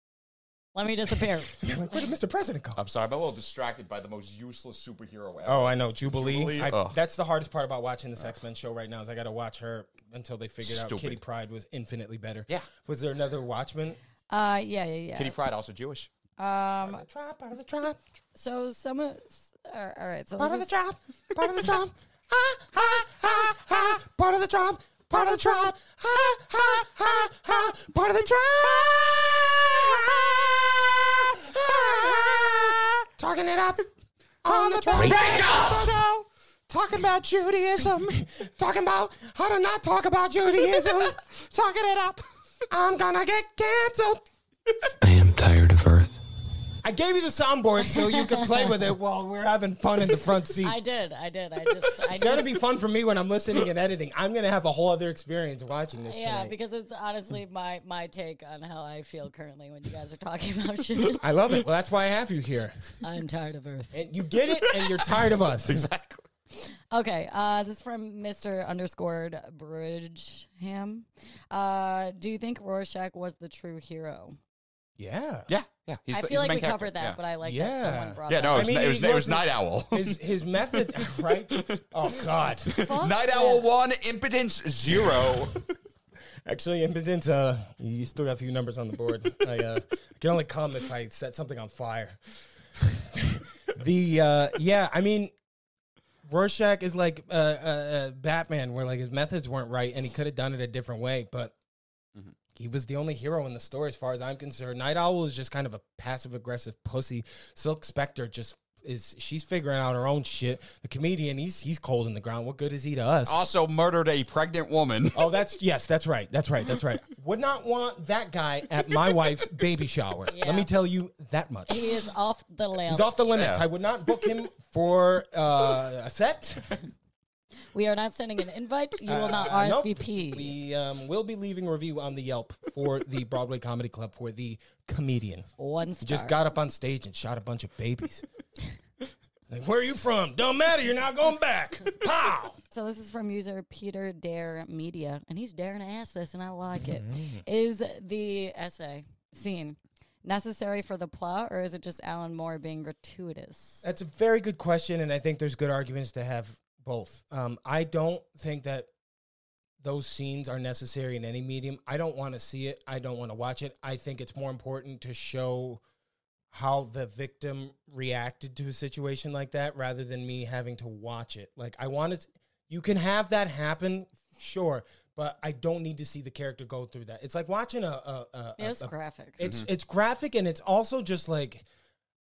[SPEAKER 4] let me disappear.
[SPEAKER 5] I'm like, where did Mr. President go?
[SPEAKER 3] I'm sorry, I'm a little distracted by the most useless superhero ever.
[SPEAKER 5] Oh, I know Jubilee.
[SPEAKER 3] Jubilee?
[SPEAKER 5] I,
[SPEAKER 3] Ugh.
[SPEAKER 5] That's the hardest part about watching this X Men show right now is I got to watch her until they figured out
[SPEAKER 3] Stupid.
[SPEAKER 5] Kitty Pride was infinitely better.
[SPEAKER 3] Yeah.
[SPEAKER 5] Was there another Watchman?
[SPEAKER 4] Uh, yeah, yeah,
[SPEAKER 3] Kitty Pride also Jewish.
[SPEAKER 4] yeah. Um,
[SPEAKER 5] Trap out of the trap.
[SPEAKER 4] so some of, s- all all right. So
[SPEAKER 5] Part
[SPEAKER 4] this
[SPEAKER 5] of the
[SPEAKER 4] is-
[SPEAKER 5] trap. Part of the trap. Ha ha ha ha. Part of the trap. Part of the trap. Ha ha ha ha. Part of the trap. Talking it up on the Rachel. Talking about Judaism. Talking about how to not talk about Judaism. Talking it up. I'm gonna get canceled.
[SPEAKER 8] I am tired of Earth.
[SPEAKER 5] I gave you the soundboard so you could play with it while we're having fun in the front seat.
[SPEAKER 4] I did, I did. I just, I
[SPEAKER 5] It's gonna
[SPEAKER 4] just
[SPEAKER 5] be fun for me when I'm listening and editing. I'm gonna have a whole other experience watching this.
[SPEAKER 4] Yeah,
[SPEAKER 5] tonight.
[SPEAKER 4] because it's honestly my my take on how I feel currently when you guys are talking about shit.
[SPEAKER 5] I love it. Well, that's why I have you here.
[SPEAKER 4] I'm tired of Earth.
[SPEAKER 5] And you get it, and you're tired of us.
[SPEAKER 3] Exactly.
[SPEAKER 4] Okay, uh, this is from Mister Underscored Bridgeham. Uh, do you think Rorschach was the true hero?
[SPEAKER 5] Yeah.
[SPEAKER 3] Yeah, yeah. He's
[SPEAKER 4] I
[SPEAKER 3] the- he's
[SPEAKER 4] feel
[SPEAKER 3] the
[SPEAKER 4] like
[SPEAKER 3] main
[SPEAKER 4] we
[SPEAKER 3] character,
[SPEAKER 4] covered that,
[SPEAKER 3] yeah.
[SPEAKER 4] but I like that
[SPEAKER 5] Yeah.
[SPEAKER 4] someone brought
[SPEAKER 3] yeah, no, it
[SPEAKER 4] that.
[SPEAKER 3] was,
[SPEAKER 5] mean,
[SPEAKER 3] it
[SPEAKER 5] he
[SPEAKER 3] was, it was
[SPEAKER 5] wasn't-
[SPEAKER 3] Night Owl.
[SPEAKER 5] His his method, right? Oh God.
[SPEAKER 4] Fuck
[SPEAKER 3] Night
[SPEAKER 4] yeah.
[SPEAKER 3] Owl one, impotence zero.
[SPEAKER 5] Actually, impotence. Uh, you still got a few numbers on the board. I uh, can only come if I set something on fire. the uh, yeah, I mean, Rorschach is like uh, uh, uh, Batman, where like his methods weren't right, and he could have done it a different way, but. He was the only hero in the story, as far as I'm concerned. Night Owl is just kind of a passive aggressive pussy. Silk Spectre just is she's figuring out her own shit. The comedian, he's he's cold in the ground. What good is he to us?
[SPEAKER 3] also murdered a pregnant woman.
[SPEAKER 5] Oh, that's yes, that's right, that's right, that's right. Would not want that guy at my wife's baby shower. Let me tell you that much.
[SPEAKER 4] He is off the lamp.
[SPEAKER 5] He's off the limits.
[SPEAKER 3] Yeah.
[SPEAKER 5] I would not book him for uh, a set.
[SPEAKER 4] we are not sending an invite. You will not
[SPEAKER 5] Uh, nope.
[SPEAKER 4] RSVP.
[SPEAKER 5] We um, will be leaving a review on the Yelp for the Broadway Comedy Club for the comedian.
[SPEAKER 4] One star.
[SPEAKER 5] He just got up on stage and shot a bunch of babies. like, where are you from? Don't matter. You're not going back. Pow.
[SPEAKER 4] So this is from user Peter Dare
[SPEAKER 5] Mm-hmm.
[SPEAKER 4] Media, and he's daring to ask this, and I like it. Is the essay scene necessary for the plot, or is it just Alan Moore being gratuitous?
[SPEAKER 5] That's a very good question, and I think there's good arguments to have both. Um, I don't think that those scenes are necessary in any medium. I don't want to see it. I don't want to watch it. I think it's more important to show how the victim reacted to a situation like that rather than me having to watch it. Like I want to you can have that happen, sure, but I don't need to see the character go through that. It's like watching a a, a,
[SPEAKER 4] Yeah, it's
[SPEAKER 5] a-
[SPEAKER 4] graphic.
[SPEAKER 5] it's
[SPEAKER 3] Mm-hmm.
[SPEAKER 5] it's graphic and it's also just like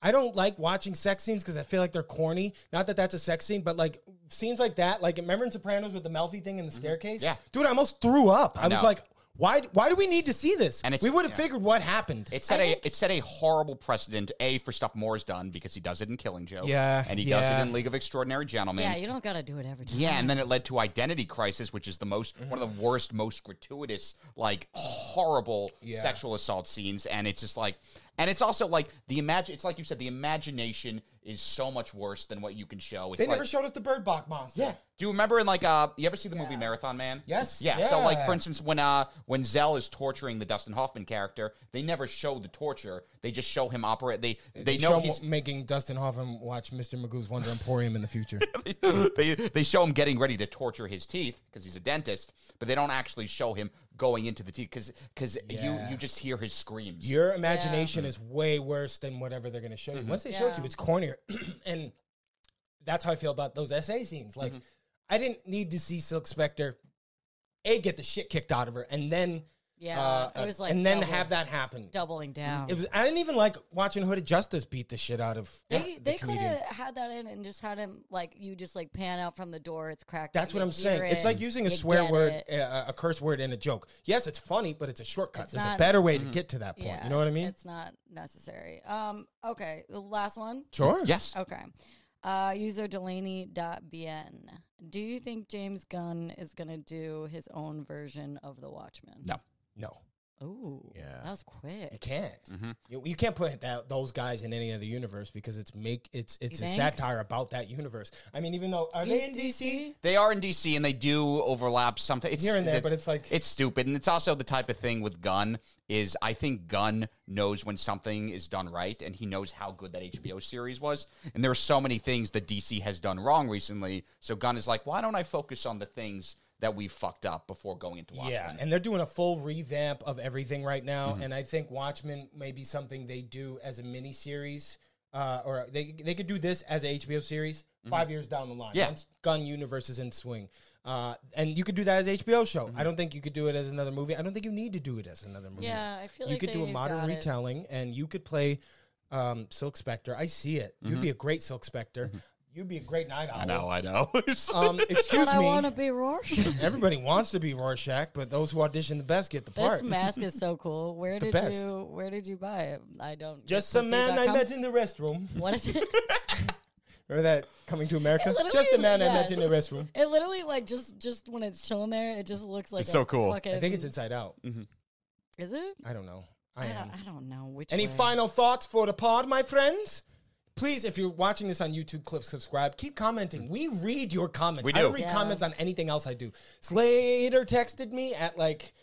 [SPEAKER 5] I don't like watching sex scenes because I feel like they're corny. Not that that's a sex scene, but like scenes like that, like remember in Sopranos with the Melfi thing in the staircase?
[SPEAKER 3] Mm-hmm. Yeah.
[SPEAKER 5] dude, I almost threw up. I, was
[SPEAKER 3] know.
[SPEAKER 5] like, why? Why do we need to see this?
[SPEAKER 3] And
[SPEAKER 5] And
[SPEAKER 3] it's-
[SPEAKER 5] we would have
[SPEAKER 3] yeah.
[SPEAKER 5] figured what happened.
[SPEAKER 3] It set a it set a horrible precedent. A for stuff Moore's done because he does it in Killing Joke.
[SPEAKER 5] Yeah,
[SPEAKER 3] and he does
[SPEAKER 5] yeah.
[SPEAKER 3] it in League of Extraordinary Gentlemen.
[SPEAKER 4] yeah, you don't got to do it every time.
[SPEAKER 3] Yeah, and then it led to Identity Crisis, which is the most one
[SPEAKER 5] Mm-hmm.
[SPEAKER 3] of the worst, most gratuitous, like horrible sexual assault scenes. And it's just like, and it's also like the imagine. It's like you said, the imagination is so much worse than what you can show. It's
[SPEAKER 5] they
[SPEAKER 3] like,
[SPEAKER 5] never showed us the bird box monster. Yeah,
[SPEAKER 3] do you remember in like uh you ever see the movie Marathon Man?
[SPEAKER 5] Yes.
[SPEAKER 3] Yeah. So like
[SPEAKER 5] Yeah.
[SPEAKER 3] for instance when uh when Zell is torturing the Dustin Hoffman character, they never show the torture. They just show him operate they they,
[SPEAKER 5] they
[SPEAKER 3] know
[SPEAKER 5] show
[SPEAKER 3] he's
[SPEAKER 5] him making Dustin Hoffman watch Mr. Magoo's Wonder Emporium in the future.
[SPEAKER 3] they they show him getting ready to torture his teeth because he's a dentist, but they don't actually show him going into the teeth because because you you just hear his screams.
[SPEAKER 5] Your imagination is way worse than whatever they're going to show you. Once they show it to you,
[SPEAKER 4] Yeah.
[SPEAKER 5] it's cornier. and that's how I feel about those essay scenes. Like, I didn't need to see Silk Spectre a get the shit kicked out of her, and then
[SPEAKER 4] Yeah,
[SPEAKER 5] uh,
[SPEAKER 4] it was like
[SPEAKER 5] and then
[SPEAKER 4] double-
[SPEAKER 5] have that happen.
[SPEAKER 4] doubling down.
[SPEAKER 5] It was. I didn't even like watching Hooded Justice beat the shit out of
[SPEAKER 4] They,
[SPEAKER 5] the
[SPEAKER 4] they could
[SPEAKER 5] comedian.
[SPEAKER 4] have had that in and just had him like you just like pan out from the door. It's cracked.
[SPEAKER 5] That's
[SPEAKER 4] you
[SPEAKER 5] what I'm
[SPEAKER 4] hear
[SPEAKER 5] saying. It's
[SPEAKER 4] it,
[SPEAKER 5] like using a
[SPEAKER 4] you
[SPEAKER 5] swear
[SPEAKER 4] get
[SPEAKER 5] word,
[SPEAKER 4] it.
[SPEAKER 5] uh, a curse word, in a joke. Yes, it's funny, but it's a shortcut.
[SPEAKER 4] It's
[SPEAKER 5] There's a
[SPEAKER 4] not-
[SPEAKER 5] better way to get to that point.
[SPEAKER 4] Yeah,
[SPEAKER 5] You know what I mean?
[SPEAKER 4] It's not necessary. Um. Okay. The last one.
[SPEAKER 5] Sure.
[SPEAKER 3] yes.
[SPEAKER 4] Okay. Uh, user Delaney.bn. Do you think James Gunn is going to do his own version of The Watchmen?
[SPEAKER 3] No.
[SPEAKER 5] No.
[SPEAKER 4] Ooh.
[SPEAKER 5] Yeah.
[SPEAKER 4] That was
[SPEAKER 5] You
[SPEAKER 4] quick.
[SPEAKER 5] can't.
[SPEAKER 3] Mm-hmm.
[SPEAKER 5] You, you can't put that, those guys in any other universe because it's make it's it's a
[SPEAKER 4] think?
[SPEAKER 5] satire about that universe. I mean, even though are they in DC?
[SPEAKER 3] They are in DC and they do overlap sometimes. It's,
[SPEAKER 5] Here and there, but it's like-
[SPEAKER 3] it's stupid, and it's also the type of thing with Gunn is I think Gunn knows when something is done right, and he knows how good that HBO series was. And there are so many things that DC has done wrong recently, so Gunn is like, why don't I focus on the things that we fucked up before going into Watchmen? Mm-hmm.
[SPEAKER 5] Yeah, and they're doing a full revamp of everything right now, and I think Watchmen may be something they do as a mini series, uh, or they they could do this as a HBO series five years down the line.
[SPEAKER 3] Mm-hmm. Yeah.
[SPEAKER 5] once Gun Universe is in swing. Uh, and you could do that as a HBO show.
[SPEAKER 3] Mm-hmm.
[SPEAKER 5] I don't think you could do it as another movie. I don't think you need to do it as another movie.
[SPEAKER 4] Yeah, I feel
[SPEAKER 5] you
[SPEAKER 4] like
[SPEAKER 5] could do a
[SPEAKER 4] they
[SPEAKER 5] modern
[SPEAKER 4] got it.
[SPEAKER 5] retelling and you could play um, Silk Spectre. I see it. You'd be a great Silk Spectre. You'd be a great Mm-hmm. Night Owl.
[SPEAKER 3] I know, I know.
[SPEAKER 5] Um, excuse
[SPEAKER 4] But I
[SPEAKER 5] me.
[SPEAKER 4] want to be Rorschach.
[SPEAKER 5] Everybody wants to be Rorschach, but those who audition the best get the
[SPEAKER 4] this
[SPEAKER 5] part.
[SPEAKER 4] mask is so cool. Where
[SPEAKER 5] the
[SPEAKER 4] did
[SPEAKER 5] best.
[SPEAKER 4] you Where did you buy it? I don't.
[SPEAKER 5] Just some man I
[SPEAKER 4] pussy.com.
[SPEAKER 5] met in the restroom.
[SPEAKER 4] What is it?
[SPEAKER 5] Remember that coming to America?
[SPEAKER 4] literally
[SPEAKER 5] Just the
[SPEAKER 4] is-
[SPEAKER 5] man I
[SPEAKER 4] yeah.
[SPEAKER 5] met in the restroom.
[SPEAKER 4] It literally like just just when it's chilling there, it just looks like
[SPEAKER 3] It's
[SPEAKER 4] a
[SPEAKER 3] so cool. I
[SPEAKER 4] Fucking,
[SPEAKER 5] I think it's Inside Out.
[SPEAKER 4] Is it?
[SPEAKER 5] I don't know. I
[SPEAKER 4] I
[SPEAKER 5] am.
[SPEAKER 4] don't, I don't know which.
[SPEAKER 5] Any
[SPEAKER 4] way.
[SPEAKER 5] final thoughts for the pod, my friends? Please, if you're watching this on YouTube, clip subscribe. Keep commenting. We read your comments.
[SPEAKER 3] We
[SPEAKER 5] I
[SPEAKER 3] do.
[SPEAKER 5] don't read
[SPEAKER 4] Yeah.
[SPEAKER 5] comments on anything else I do. Slater texted me at like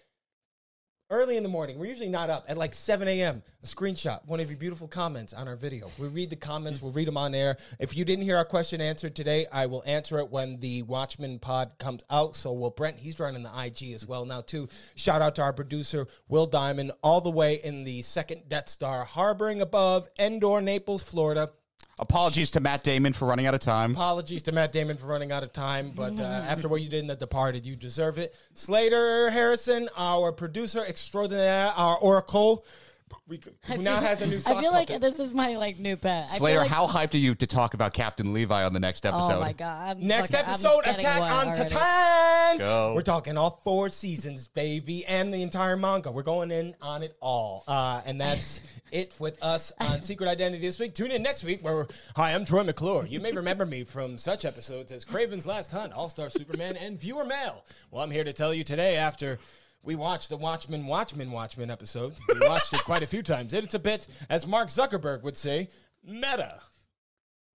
[SPEAKER 5] early in the morning. We're usually not up at like 7 a.m. A screenshot, one of your beautiful comments on our video. We read the comments, we'll read them on air. If you didn't hear our question answered today, I will answer it when the Watchmen pod comes out. So will Brent. He's running the IG as well now too. Shout out to our producer Will Diamond, all the way in the second Death Star, harboring above Endor, Naples, Florida.
[SPEAKER 3] Apologies to Matt Damon for running out of time.
[SPEAKER 5] Apologies to Matt Damon for running out of time, but uh, after what you did in The Departed, you deserve it. Slater Harrison, our producer extraordinaire, our oracle, we, who now has a new sock
[SPEAKER 4] I feel like
[SPEAKER 5] puppet.
[SPEAKER 4] this is my like new pet. I
[SPEAKER 3] Slayer,
[SPEAKER 4] feel like,
[SPEAKER 3] how hyped are you to talk about Captain Levi on the next episode?
[SPEAKER 4] Oh my god! I'm
[SPEAKER 5] Next
[SPEAKER 4] fucking- I'm
[SPEAKER 5] episode,
[SPEAKER 4] getting
[SPEAKER 5] Attack
[SPEAKER 4] wet
[SPEAKER 5] on
[SPEAKER 4] already.
[SPEAKER 5] Titan.
[SPEAKER 3] Go.
[SPEAKER 5] We're talking all four seasons, baby, and the entire manga. We're going in on it all, uh, and that's it with us on Secret Identity this week. Tune in next week where we're, hi, I'm Troy McClure. You may remember me from such episodes as Craven's Last Hunt, All Star Superman, and Viewer Mail. Well, I'm here to tell you today after. We watched the Watchmen, Watchmen, Watchmen episode. We watched it quite a few times. It's a bit, as Mark Zuckerberg would say, meta.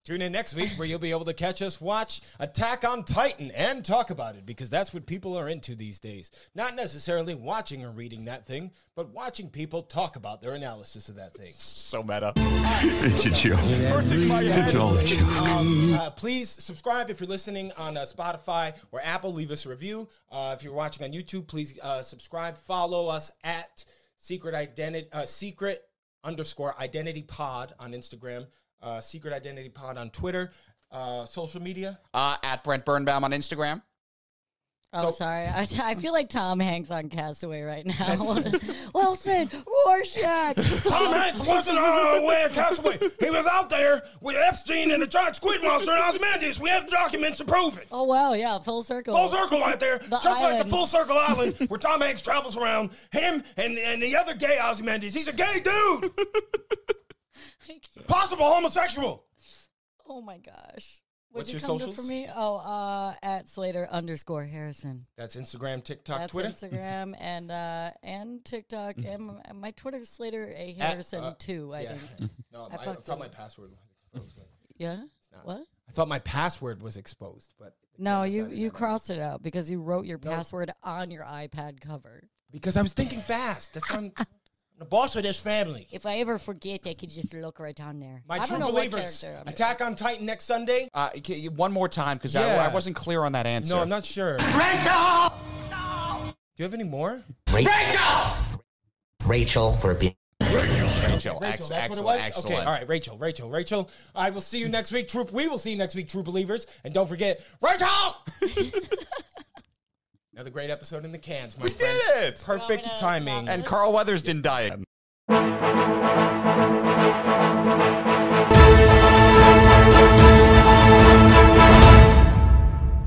[SPEAKER 5] Tune in next week where you'll be able to catch us watch Attack on Titan and talk about it because that's what people are into these days. Not necessarily watching or reading that thing, but watching people talk about their analysis of that thing.
[SPEAKER 3] So meta.
[SPEAKER 11] It's a joke. It's all a joke.
[SPEAKER 5] Um, uh, please subscribe if you're listening on uh, Spotify or Apple. Leave us a review. Uh, if you're watching on YouTube, please uh, subscribe. Follow us at Secret Identity uh, Secret underscore Identity Pod on Instagram. Uh, Secret Identity Pod on Twitter. Uh, social media.
[SPEAKER 3] Uh, at Brent Burnbaum on Instagram.
[SPEAKER 4] Oh, sorry. I, I feel like Tom Hanks on Castaway right now. Wilson, Rorschach.
[SPEAKER 9] Tom Hanks wasn't on our way at Castaway. He was out there with Epstein and the giant squid monster and Ozymandias. We have the documents to prove it.
[SPEAKER 4] Oh, wow. Yeah, full circle.
[SPEAKER 9] Full circle right there.
[SPEAKER 4] The
[SPEAKER 9] just like
[SPEAKER 4] island.
[SPEAKER 9] the full circle island where Tom Hanks travels around. Him and, and the other gay Ozymandias. He's a gay dude. Possible homosexual.
[SPEAKER 4] Oh, my gosh. Would
[SPEAKER 5] What's
[SPEAKER 4] you
[SPEAKER 5] your
[SPEAKER 4] come
[SPEAKER 5] socials?
[SPEAKER 4] to for me? Oh, uh, at Slater underscore Harrison.
[SPEAKER 5] That's Instagram, TikTok,
[SPEAKER 4] That's
[SPEAKER 5] Twitter. Mm-hmm.
[SPEAKER 4] Instagram and uh, and TikTok and my, and my Twitter is Slater A
[SPEAKER 5] At,
[SPEAKER 4] Harrison
[SPEAKER 5] uh,
[SPEAKER 4] too. I
[SPEAKER 5] yeah.
[SPEAKER 4] think.
[SPEAKER 5] No,
[SPEAKER 4] I
[SPEAKER 5] I, I
[SPEAKER 4] fucked
[SPEAKER 5] thought
[SPEAKER 4] it
[SPEAKER 5] my
[SPEAKER 4] up.
[SPEAKER 5] password was exposed.
[SPEAKER 4] Yeah.
[SPEAKER 5] not.
[SPEAKER 4] What?
[SPEAKER 5] I thought my password was exposed, but
[SPEAKER 4] No,
[SPEAKER 5] cameras, I
[SPEAKER 4] you
[SPEAKER 5] didn't
[SPEAKER 4] you
[SPEAKER 5] have my-
[SPEAKER 4] crossed it out because you wrote your password on your iPad cover.
[SPEAKER 5] because I was thinking fast. That's why I'm, I'm the boss of this family.
[SPEAKER 4] If I ever forget, I could just look right on there.
[SPEAKER 5] My
[SPEAKER 4] I
[SPEAKER 5] true
[SPEAKER 4] don't know
[SPEAKER 5] believers.
[SPEAKER 4] What character I'm
[SPEAKER 5] Attack on Titan next Sunday.
[SPEAKER 3] Uh, can you- one more time because
[SPEAKER 5] Yeah.
[SPEAKER 3] I, I wasn't clear on that answer.
[SPEAKER 5] No, I'm not sure. Do
[SPEAKER 6] Rachel!
[SPEAKER 5] you have any more?
[SPEAKER 6] Rachel!
[SPEAKER 12] Rachel, we're being.
[SPEAKER 3] Rachel.
[SPEAKER 5] Rachel,
[SPEAKER 3] Ex-
[SPEAKER 5] that's
[SPEAKER 3] excellent.
[SPEAKER 5] what it was.
[SPEAKER 3] Excellent.
[SPEAKER 5] Okay, all right, Rachel, Rachel, Rachel. I will see you next week, troop. We will see you next week, true believers. And don't forget, Rachel. Another great episode in the cans, my we friend.
[SPEAKER 3] Did it!
[SPEAKER 5] Perfect timing.
[SPEAKER 3] And Carl Weathers didn't die again.
[SPEAKER 6] Rachel!